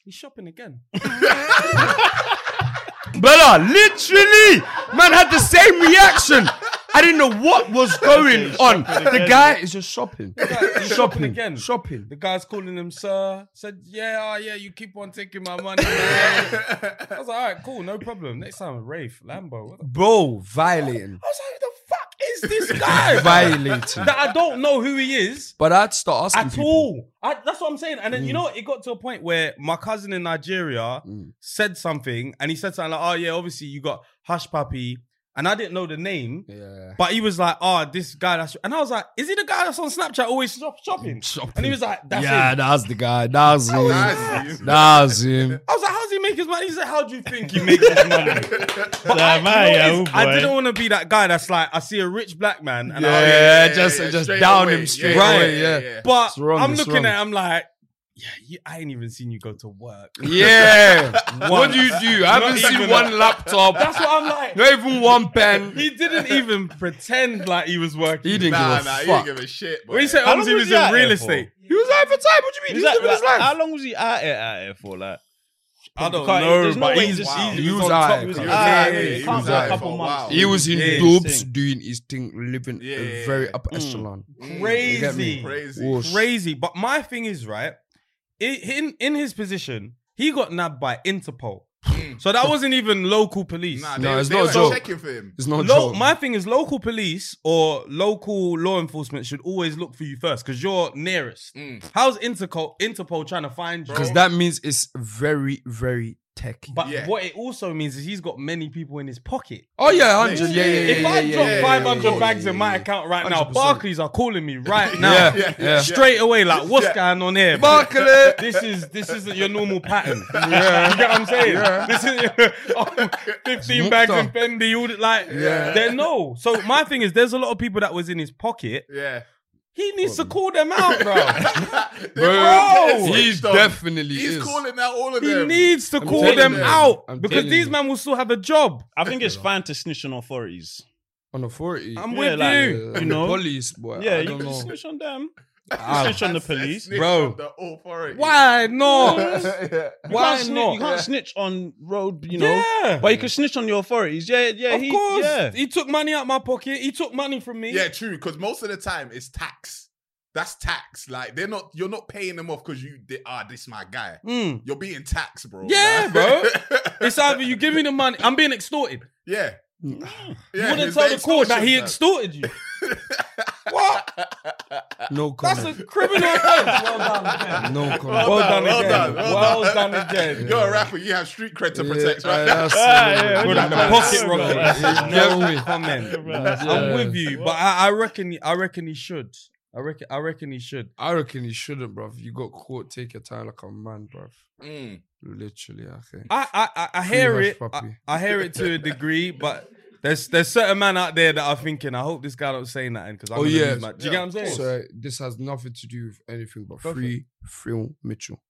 S3: he's shopping again.
S7: Brother, literally, man had the same reaction. I didn't know what was going on.
S4: The guy is just shopping.
S3: He's shopping again.
S4: Shopping.
S3: The guy's calling him sir. Said, yeah, oh, yeah, you keep on taking my money. man." I was like, all right, cool, no problem. Next time, Rafe, Lambo. What the-
S4: Bro, violating.
S3: I was like, who the fuck is this guy?
S4: Violating.
S3: that I don't know who he is
S4: But I'd start asking
S3: at
S4: people.
S3: all. I, that's what I'm saying. And then you know, what? it got to a point where my cousin in Nigeria
S4: Mm.
S3: said something, and he said something like, "Oh yeah, obviously you got Hush Puppy," and I didn't know the name.
S4: Yeah.
S3: But he was like, "Oh, this guy that's," and I was like, "Is he the guy that's on Snapchat always shop- shopping?"
S4: Shopping.
S3: And he was like, "That's
S4: yeah,
S3: him."
S4: that's the guy. That's him.
S2: Nice.
S4: That's him.
S3: I was like, "How does he make his money?" He said, "How do you think he makes his money?"
S2: Oh,
S3: But I, you know
S5: man,
S3: what
S5: yeah,
S3: it is?
S5: oh
S3: I
S5: boy.
S3: didn't want to be that guy that's like, I see a rich black man, and I,
S7: Yeah,
S2: yeah,
S7: just
S2: yeah,
S7: just
S2: straight
S7: down
S2: away.
S7: him straight
S3: Right.
S7: away. Yeah, yeah.
S3: but
S4: It's wrong,
S3: I'm
S4: it's
S3: looking
S4: wrong.
S3: at, it, I'm like, "Yeah, you, I ain't even seen you go to work."
S7: What do you do? I haven't seen
S3: even
S7: one laptop.
S3: That's what I'm like.
S7: Not even one pen.
S3: He didn't even pretend like he was working.
S4: He didn't
S2: Nah,
S4: give a
S2: nah, you
S4: fuck.
S2: don't give a shit.
S3: When
S2: boy.
S3: he said
S5: How long
S3: obviously he
S5: was
S3: was
S5: he out
S3: in
S5: there
S3: real
S5: for?
S3: estate.
S7: He was out for time. What do you
S5: Is
S7: mean? He's
S5: that-
S7: living his
S5: like,
S7: life.
S5: How long was he out here, out here for? Like,
S3: I don't
S5: Can't-
S3: know,
S5: there's no
S3: but
S5: way
S3: he's
S5: he's
S3: just
S5: just-
S3: he
S4: He
S3: was
S4: was
S3: on
S4: out
S3: top.
S4: here,
S3: He was
S4: cuz.
S3: out
S5: Ah,
S3: here.
S5: yeah,
S3: He
S5: he
S3: can't
S5: was
S3: be a
S5: out here
S3: couple
S2: for a
S3: months.
S2: while.
S4: He was in
S5: Yeah,
S4: dopes
S5: same.
S4: doing his thing, living
S2: Yeah,
S4: a
S2: yeah,
S4: very
S2: yeah.
S3: Mm.
S4: upper echelon.
S2: Mm,
S4: get
S3: Crazy.
S4: me?
S2: Crazy.
S4: Whoosh.
S3: Crazy. But my thing is, right? i- In in his position, he got nabbed by Interpol. So that wasn't even local police.
S2: Mm. Nah,
S4: No,
S2: they,
S4: it's
S2: they
S4: not a
S2: were
S4: joke.
S2: checking for him.
S4: It's not a
S3: Lo-
S4: joke.
S3: my thing is local police or local law enforcement should always look for you first because you're nearest.
S2: Mm.
S3: How's Interpol Interpol trying to find you?
S4: Because that means it's very, very techie.
S3: But
S2: Yeah.
S3: what it also means is he's got many people in his pocket.
S4: oh yeah, hundred.
S2: Yeah,
S4: Yeah, yeah, yeah.
S3: if I
S4: yeah,
S3: drop
S4: yeah,
S3: 500
S4: yeah, yeah,
S3: bags
S4: yeah,
S3: in my
S4: yeah.
S3: account right now,
S4: 100%.
S3: Barclays are calling me right now.
S4: Yeah, yeah, yeah.
S3: Straight away, like, what's
S2: Yeah.
S3: going on here?
S4: Barclay.
S3: This is this isn't your normal pattern. You get what I'm saying? This is oh, 15 bags
S4: Mukta.
S3: and Fendi. All the- like,
S2: Yeah.
S3: they no. So my thing is, there's a lot of people that was in his pocket.
S2: Yeah.
S3: He needs to call them out, bro.
S2: Bro,
S4: He's definitely
S2: He's
S4: is.
S2: calling out all of
S3: He
S2: them.
S3: needs to call
S4: telling
S3: them
S2: you.
S3: out
S4: I'm
S3: because
S4: telling
S3: these
S4: you.
S3: men will still have a job.
S5: I think it's fine to snitch on authorities.
S4: on the forty.
S3: I'm
S5: Yeah,
S3: with
S5: like-
S3: you.
S4: yeah, uh,
S5: you
S4: you
S5: know.
S4: know, police boy.
S5: Yeah,
S4: I
S5: you
S4: don't
S5: can
S4: know.
S5: snitch on them.
S4: Oh. Ah.
S5: snitch on the
S2: That's- that's
S5: police.
S2: Nick
S3: Bro.
S2: of The authority.
S3: Why not?
S2: Yeah.
S3: Why
S5: can't snitch-
S3: not?
S5: You can't snitch on road, you know.
S3: Yeah.
S5: But you can snitch on your authorities. Yeah, yeah.
S3: of
S5: he,
S3: course.
S5: Yeah.
S3: He took money out my pocket. He took money from me.
S2: Yeah, true. Because most of the time it's tax. That's tax. Like they're not. You're not paying them off because you. They are. this my guy.
S3: Mm.
S2: You're being taxed, bro.
S3: Yeah,
S2: Like-
S3: bro. It's either you give me the money. I'm being extorted.
S2: yeah. yeah.
S3: You wouldn't
S2: it's
S3: tell the court that he
S2: extortion,
S3: extorted you. what?
S4: No
S3: That's
S4: comment.
S3: a criminal offense. Well done. again.
S4: No comment.
S2: Well done, well
S3: again.
S2: done, well
S3: Well
S2: done.
S3: done again.
S2: man. You're a rapper. You have street cred to
S4: Yeah,
S2: protect,
S4: aye,
S2: right?
S4: that's-
S5: Yeah,
S3: We're
S5: yeah,
S3: like the
S5: yeah.
S3: pocket
S5: Yeah,
S3: rocket.
S5: bro.
S4: Yeah,
S3: There's
S4: we-
S3: no comment. I'm
S4: Yeah.
S3: with you, but I, I reckon I reckon he should. I reckon I reckon he should.
S4: I reckon you shouldn't, bruv. You got caught. Take your time like a man, bruv.
S2: Mm.
S4: Literally, I think.
S3: I I, I, I hear
S4: much,
S3: it. I,
S4: puppy.
S3: I hear it to a degree, but there's there's certain man out there that are thinking. I hope this guy don't say nothing because I'm
S4: Oh,
S3: gonna
S4: yeah.
S3: lose my-" Do you get what I'm saying?
S4: So this has nothing to do with anything but
S3: Go for
S4: free Phil Mitchell.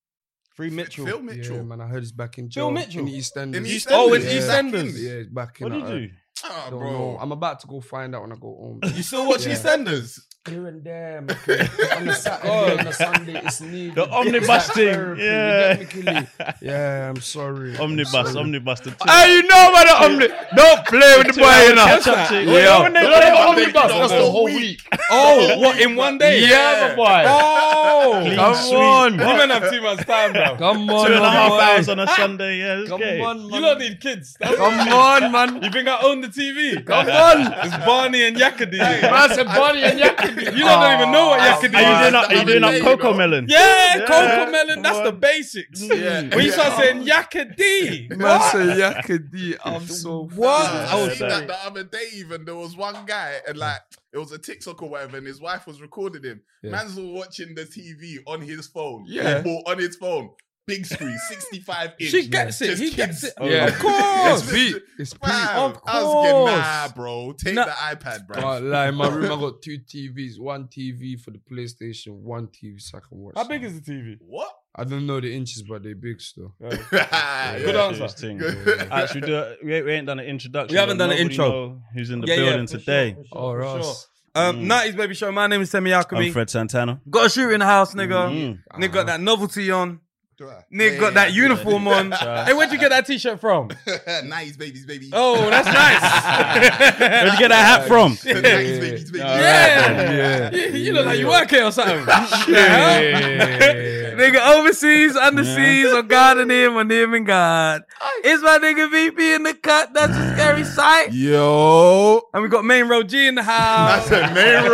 S3: Free Mitchell.
S2: Phil
S4: Yeah,
S2: Mitchell.
S4: man, I heard he's back in
S3: Phil
S4: jail.
S3: Mitchell?
S4: in the EastEnders.
S2: In
S3: East-
S2: EastEnders.
S3: oh, in
S2: Yeah.
S3: EastEnders.
S4: yeah, he's back in.
S5: What
S4: I
S5: did
S4: heard.
S5: you do?
S2: Ah,
S4: I don't
S2: bro.
S4: know. I'm about to go find out when I go home.
S2: You still watch E
S4: Yeah.
S2: EastEnders?
S4: Here and there, man. on a Saturday, on a Sunday, it's needed.
S5: The
S4: It's
S5: omnibus
S4: like
S5: thing,
S4: therapy, you
S5: yeah.
S4: get me, Killy? yeah. I'm sorry. I'm
S5: Omnibus,
S4: sorry.
S5: omnibus. The
S7: Hey, you know about the omnibus. Don't play with the boy, you know.
S5: Catch up to-
S7: Yeah.
S5: When they
S7: Yeah.
S5: play
S7: Yeah.
S5: on the
S7: Yeah.
S5: bus,
S7: Yeah.
S5: that's
S7: Yeah.
S5: the whole
S7: Yeah.
S5: week.
S3: Oh, what in one day?
S7: Yeah, my boy.
S3: Oh,
S5: Clean
S7: Come
S5: sweep.
S7: on.
S3: you men have too much time, bro.
S4: Come on,
S5: Two and a
S4: my
S5: half
S4: boy.
S5: hours on a Sunday. Yeah, let's
S4: Come
S5: get it.
S4: on, man.
S3: You don't need kids. That's
S4: Come on, man.
S3: You think I own the TV?
S4: Come on.
S3: It's Barney and Yakadi.
S4: Man said Bonnie and Yakadi.
S3: You lot don't even know what Yakadi
S5: Are you
S3: is.
S5: doing up? Are you doing up cocoa melon?
S3: Yeah,
S5: Yeah.
S3: Coco Melon, that's the basics.
S2: Yeah.
S3: When you start
S2: Yeah.
S3: saying Yakadi,
S4: Man said Yakadi. I'm so
S3: What?
S2: Nah,
S5: Oh,
S2: I seen
S5: sorry.
S2: that the other day. Even there was one guy, and like it was a TikTok or whatever, and his wife was recording him.
S4: Yeah.
S2: Man's was watching the TV on his phone.
S4: Yeah.
S2: or on his phone, big screen, sixty-five inch.
S3: she gets it.
S2: Just
S3: He
S2: kids.
S3: gets it.
S4: Yeah.
S3: Of course.
S4: It's beat. It's beat.
S2: Fam,
S3: Of
S2: I was getting, nah,
S3: course.
S2: bro. Take
S3: Nah.
S2: the iPad, bro.
S4: Can't lie, in my room I got two TVs, one TV for the PlayStation, one TV so I can watch.
S3: How big
S4: something.
S3: is the TV?
S2: What?
S4: I don't know the inches, but they're big still.
S3: Good
S2: yeah.
S3: on-
S5: Serious
S3: answer.
S5: thing.
S4: Yeah.
S5: Alright, should we do a- we, we ain't done an introduction.
S3: We haven't
S5: but
S3: done an
S5: nobody
S3: intro.
S5: know Who's in the
S3: Yeah, yeah,
S5: building
S3: for sure,
S5: today?
S3: for sure,
S4: Oh,
S3: for sure.
S4: Ross.
S3: Um,
S5: Mm.
S3: 90s Baby Show. My name is Semi
S5: I'm
S3: Alchemy.
S5: Fred Santana.
S3: Got a shooting house, nigga.
S5: Mm.
S4: Ah.
S3: Nigga got that novelty on. Nigga
S2: Yeah,
S3: got that
S2: yeah,
S3: uniform on.
S5: Yeah.
S3: Hey, where'd you get that t-shirt from?
S2: yeah. nice babies, baby.
S3: Oh, that's nice.
S5: Where'd you get that hat from?
S2: nice babies, baby.
S3: yeah.
S4: Yeah.
S3: You, you look like you work here or something.
S4: Yeah.
S3: Nigga, overseas, underseas, I'm God and him, I'm him and God. It's my nigga VP in the cut. That's a scary sight.
S2: Yo,
S3: And we got main road G in the house.
S2: that's a main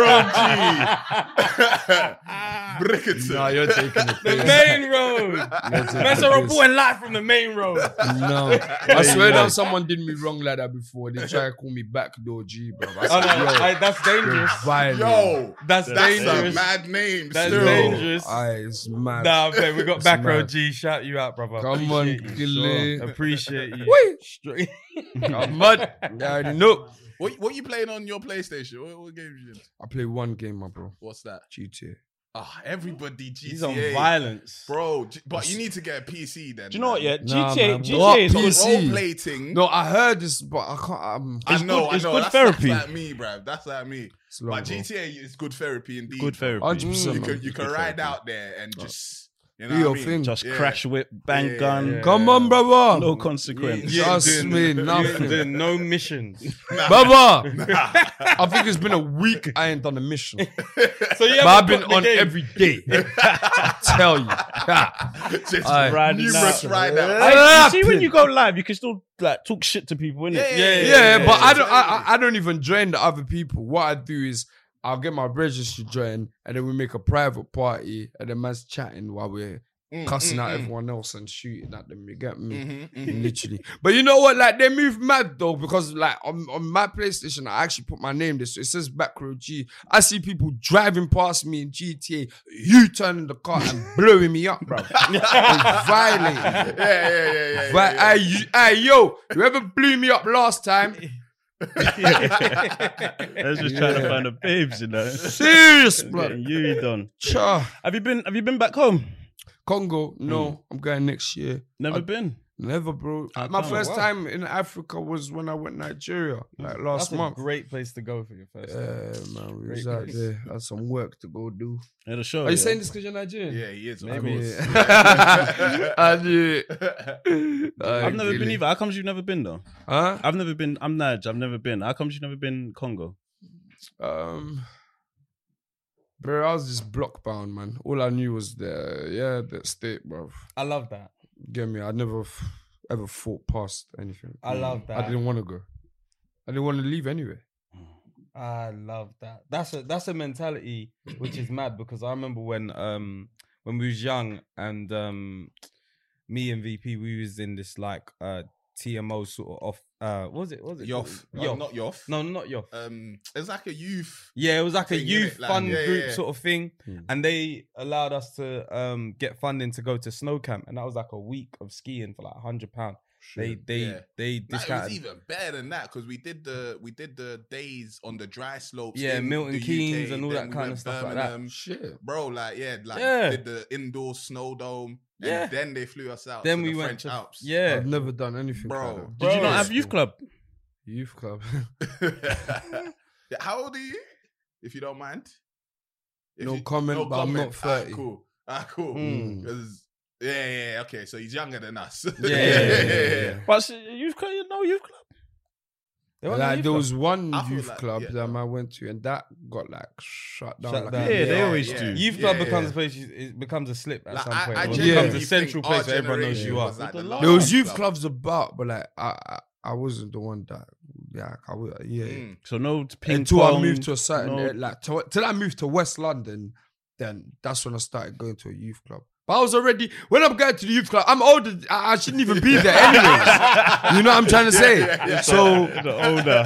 S2: room G. Brickerton.
S4: Nah, you're taking the
S3: the
S4: piss.
S3: main road.
S4: You're taking
S3: That's
S4: the
S3: a
S4: piss.
S3: reporting live from the main road.
S4: No, I swear that someone did me wrong like that before. They try to call me backdoor G, bro. I
S3: Oh,
S4: said,
S3: no, I, that's
S4: yo,
S3: dangerous.
S4: you're violent.
S2: Yo,
S3: That's,
S2: that's a
S3: dangerous.
S2: mad name.
S3: That's
S2: still.
S3: dangerous.
S4: Aye, it's mad.
S3: Nah, okay, we got
S4: It's
S3: back row
S4: mad.
S3: G. Shout you out, brother.
S4: Come on,
S3: Appreciate you.
S4: Gilly.
S3: Appreciate you.
S4: Wait.
S3: Straight-
S4: I'm mad. I already know.
S2: What, what you playing on your PlayStation? What, what game you in?
S4: I play one game, my bro.
S2: What's that?
S4: GTA.
S2: Ah, everybody GTA.
S3: He's on violence.
S2: Bro, j- but you need to get a PC then.
S5: Do you know what? Yeah,
S4: Nah,
S5: GTA,
S4: man.
S5: GTA is
S4: What?
S5: on-
S4: Peace.
S2: Role play thing.
S4: No, I heard this, but I can't. I'm
S2: I
S5: It's
S2: know,
S5: good-
S2: I
S5: it's
S2: know.
S5: good
S2: that's,
S5: therapy.
S2: That's like me, bruv. That's like me.
S4: it's long,
S2: but
S4: bro.
S2: GTA is good therapy indeed.
S5: good
S2: bruv.
S5: therapy.
S4: 100%,
S2: You
S4: man.
S2: can you
S5: It's
S2: can
S5: good
S2: ride
S5: therapy.
S2: out there and just you
S4: Do
S2: know
S4: your
S2: what I mean?
S4: thing.
S5: Just
S2: Yeah.
S5: crash whip, bang
S2: Yeah,
S5: gun,
S2: yeah.
S4: Come on, brother.
S5: no consequence.
S3: You ain't
S4: Just
S3: doing-
S4: me,
S3: you ain't
S4: nothing.
S3: doing no missions.
S4: Brother. I think it's been a week I ain't done a mission.
S3: So you haven't
S4: but I've been
S3: got the
S4: on
S3: game.
S4: every day. I tell you.
S2: Just
S4: Aye.
S5: Riding
S2: numerous
S5: out.
S2: ride out.
S5: Hey,
S4: Yeah.
S5: you see, when you go live, you can still like talk shit to people, innit?
S2: Yeah,
S4: Yeah, but I don't I, I- I don't even join the other people. What I do is I'll get my brothers to join and then we make a private party and then man's chatting while we're
S2: Mm,
S3: Mm,
S4: cussing out everyone else and shooting at them. You get
S3: Mm-hmm.
S4: me?
S2: mm,
S4: Literally. But you know what? Like they move mad though, because like on, on my PlayStation, I actually put my name there. So it says back row G. I see people driving past me in GTA, you turning the car and blowing me up, bro. Violent.
S2: Yeah, yeah, yeah, yeah.
S4: But I, you- I, yo, whoever blew me up last time,
S5: I was just trying to find the babes, you know.
S4: serious, bro.
S5: Getting you done.
S4: Cha.
S5: Have you been? Have you been back home?
S4: Congo,
S3: Hmm.
S4: no, I'm going next year.
S5: Never been.
S4: Never, bro.
S5: I
S4: My
S5: can't.
S4: first
S3: Ah, Wow. Hmm.
S4: time in Africa was when I went Nigeria, like last
S3: That's a
S4: month.
S3: great place to go for your first.
S4: Yeah,
S3: time.
S4: man, we
S3: Great
S4: was out
S3: place.
S4: there. Had some work to go do.
S5: At a
S4: Are
S5: show. Oh, yeah.
S4: you saying this because you're Nigerian?
S2: yeah, he is.
S5: Maybe.
S4: Yeah. I knew it.
S5: I've never been either. How comes you've never been though?
S4: Huh?
S5: I've never been. I'm Nige. I've never been. How comes you've never been Congo?
S4: Um, bro, I was just block bound, man. All I knew was the yeah, the state, bro.
S3: I love that.
S4: Get me? I never f- ever thought past anything.
S5: Ah,
S3: I love that.
S4: I didn't want to go. I didn't want to leave anyway.
S3: I love that. That's a that's a mentality which is mad because I remember when um when we was young and um me and VP we was in this like uh TMO sort of off uh what was it what was it called?
S2: Yoff.
S3: Yoff.
S2: Not Yoff.
S3: no not Yoff
S2: Um, it's like a youth.
S3: yeah it was like a
S2: thing, innit?
S3: youth
S2: Like,
S3: fund
S2: yeah, yeah,
S3: group
S2: yeah.
S3: sort of thing and they allowed us to um get funding to go to snow camp and that was like a week of skiing for like a hundred pound they they
S2: yeah.
S3: they
S2: Nah, it was
S3: discounted
S2: even better than that because we did the we did the days on the dry slopes.
S3: Yeah,
S2: in
S3: Milton
S2: the UK,
S3: Keynes and all
S2: then
S3: that
S2: we
S3: kind
S2: went
S3: of stuff like that.
S2: Birmingham.
S4: Shit.
S2: bro. Like yeah, like
S3: Yeah.
S2: did the indoor snow dome. And
S3: Yeah.
S2: Then they flew us out.
S3: then
S2: to
S3: we
S2: the
S3: went
S2: French
S3: to
S2: Alps.
S3: yeah
S4: I've never done anything,
S2: Bro.
S4: Like that.
S2: Bro.
S5: Did you not
S2: Bro.
S5: have youth club?
S4: Youth club.
S2: Yeah, How old are you? If you don't mind.
S4: No comment, but I'm not
S2: Alright,
S4: 30.
S2: cool. Ah, cool.
S4: Mm.
S2: 'Cause- Yeah, yeah, yeah, okay. So he's younger than us.
S3: Hmm. Yeah, yeah, yeah,
S4: yeah.
S5: But s- youth club, you know youth club.
S3: They weren't
S4: like
S3: youth
S4: there
S3: club.
S4: was one
S2: I feel
S4: youth
S2: like-
S4: club
S2: yeah.
S4: that I went to, and that got like shut down.
S3: Shut
S4: like,
S3: down.
S4: a
S5: Yeah, they
S4: year.
S5: always
S2: yeah.
S5: do.
S3: Youth
S2: Yeah,
S3: club
S2: yeah.
S3: becomes a place. you- It becomes a slip at
S2: Like,
S3: some
S2: I-
S3: point.
S2: I
S3: or it
S4: genuinely
S3: becomes a
S2: think
S3: central
S2: our
S3: place where everyone knows
S2: generation
S3: you are.
S2: was like the
S5: There
S4: There
S2: last
S4: was youth
S2: club.
S4: clubs about, but like I, I, I wasn't the one that, yeah, I, wa- yeah.
S2: Mm.
S5: So no t- ping
S4: Until
S5: pong.
S4: I moved to a certain
S5: no-
S4: area, like to, till I moved to West London, then that's when I started going to a youth club. But I was already when I'm going to the youth club, I'm older. I, I shouldn't even be there anyways. you know what I'm trying to say? So
S5: the older.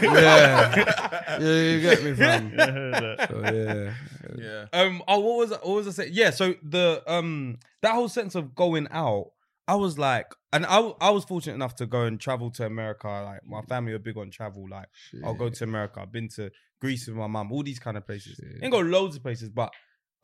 S4: yeah, yeah, you get me, fam.
S5: I heard that.
S4: So, yeah,
S2: Yeah.
S3: Um. Oh, what was I- what was I saying? Yeah. So the um that whole sense of going out, I was like, and I w- I was fortunate enough to go and travel to America. Like my family were big on travel. Like I'll go to America. I've been to Greece with my mum. All these kind of places.
S4: Shit.
S3: Ain't got loads of places, but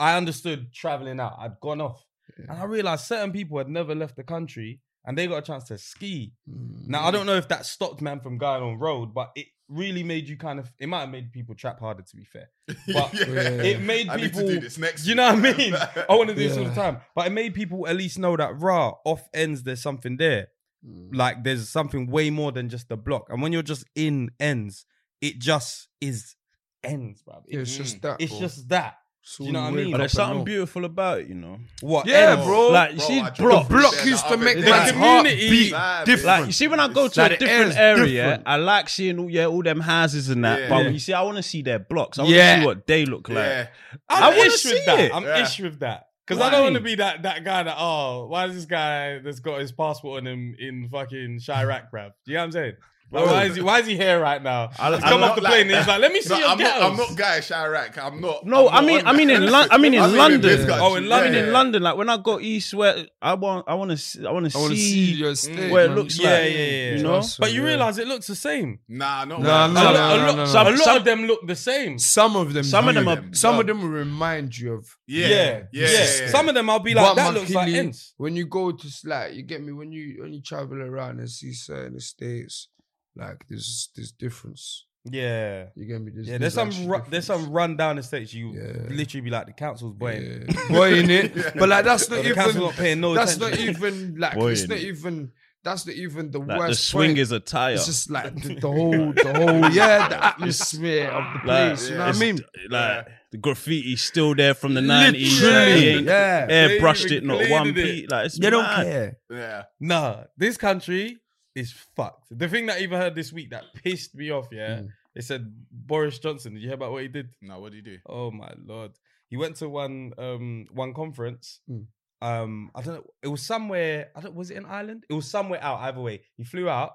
S3: I understood traveling out. I'd gone off, and I realized certain people had never left the country, and they got a chance to ski.
S4: Mm.
S3: Now I don't know if that stopped man from going on road, but it really made you kind of. It might have made people trap harder. To be fair, but it made
S2: I need to
S3: people.
S2: do this next
S3: You
S2: week.
S3: know what I mean? I want to do this all the
S4: Yeah.
S3: time, but it made people at least know that rah off ends. There's something there.
S4: Mm.
S3: Like there's something way more than just the block. And when you're just in ends, it just is ends, bruv. It-
S4: Yeah, it's just that.
S3: Mm. it's
S4: bro.
S3: just that.
S4: So
S3: you know
S4: when
S3: what I
S4: wake
S3: mean?
S5: But
S4: up
S5: there's
S4: and
S5: something
S4: all-
S5: beautiful about it, you know.
S3: What?
S4: Yeah,
S3: ends?
S4: bro.
S5: Like you see,
S2: I dropped
S5: block.
S2: it
S4: block
S2: there
S4: used
S2: the
S4: to
S2: other
S4: make
S2: day.
S4: man's
S3: community
S4: heart
S3: is
S4: beat
S2: vibe,
S4: different.
S5: Like you see, when I go
S2: It's
S5: to
S4: like
S5: a
S4: the
S5: different
S4: air is
S5: area,
S4: different.
S5: I like seeing all yeah all them houses and that.
S2: Yeah.
S5: But
S3: Yeah.
S5: you see, I want to see their blocks. I want to
S4: Yeah.
S5: see what they look like.
S2: Yeah.
S5: I
S3: I'm
S5: wanna
S3: ish
S5: see
S3: with that.
S5: it.
S3: I'm
S2: Yeah.
S3: ish with that. Because I don't
S5: Why?
S3: want to be that that guy that oh why is this guy that's got his passport on him in fucking Chirac, bruv? Do you know what I'm saying? Like, why is he why is he here right now?
S5: I-
S3: He's
S5: I'm
S3: come
S2: not
S3: off the
S2: like
S3: plane and
S2: that.
S3: he's like, let me see
S2: No,
S3: your
S2: I'm not, I'm
S3: girls."
S2: not Guy Chirac. I'm not.
S5: No,
S2: I'm
S5: I mean,
S2: not
S5: I
S2: on
S5: mean
S2: that.
S5: in Lon- I mean in
S2: I'm
S5: London.
S2: this country.
S3: Oh, in
S2: Yeah,
S5: I mean
S3: London,
S2: yeah,
S5: in
S2: yeah.
S5: London, like when I go east, where I want, I want to, I want to
S4: I want to see
S5: see
S3: Mm.
S4: your state.
S5: where it
S4: man.
S5: looks
S3: Yeah,
S5: like.
S3: yeah, yeah.
S5: You know,
S4: Trust
S3: but
S4: me,
S3: you
S4: yeah.
S3: realize it looks the same.
S2: Nah,
S4: Nah,
S2: not really.
S3: a
S4: no, no,
S3: lot, a
S4: no,
S3: lot,
S4: no, no.
S3: a lot
S5: Some-
S3: of them look the
S5: Mm.
S3: same.
S4: Some of them.
S5: Some of
S4: do.
S5: them are-
S4: Some of them will remind you of.
S2: Yeah,
S3: Yeah,
S2: yeah, yeah.
S3: Some of them I'll be like,
S4: what
S3: that looks like
S4: Makili-
S3: ends.
S4: When you go to like, you get me. When you when you travel around and see certain states, like there's there's difference.
S3: Yeah.
S4: You get me? There's,
S3: Yeah, there's some
S4: actually
S3: ru- there's some
S4: difference.
S3: run down estates you
S4: Yeah.
S3: literally be like the council's boy.
S4: Yeah. boy in it, but like that's not
S3: The council's
S4: even
S3: not paying no
S4: that's
S3: attention.
S4: not even like
S5: Boy
S4: it's
S5: in
S4: not
S5: it.
S4: even that's not even the
S5: like
S4: worst.
S5: the swing
S4: point.
S5: is a tire.
S4: It's just like the, the whole the whole yeah the atmosphere of the
S5: Like,
S4: place. you know what I
S5: it's-
S4: mean?
S5: like the graffiti's still there from the nineties.
S4: Literally,
S5: They ain't
S4: yeah.
S5: airbrushed
S3: They
S5: it,
S3: even
S5: not
S3: cleaned
S5: one
S3: it.
S5: beat. Like it's
S4: They don't
S5: mad.
S4: care.
S2: yeah.
S3: Nah, this country is fucked. The thing that I even heard this week that pissed me off, yeah, they said Boris Johnson. Did you hear about what he did?
S2: No, what do you do?
S3: Oh my lord, he went to one um one conference
S4: Mm.
S3: Um, I don't know. It was somewhere. I don't. Was it in Ireland? It was somewhere out. Either way, he flew out.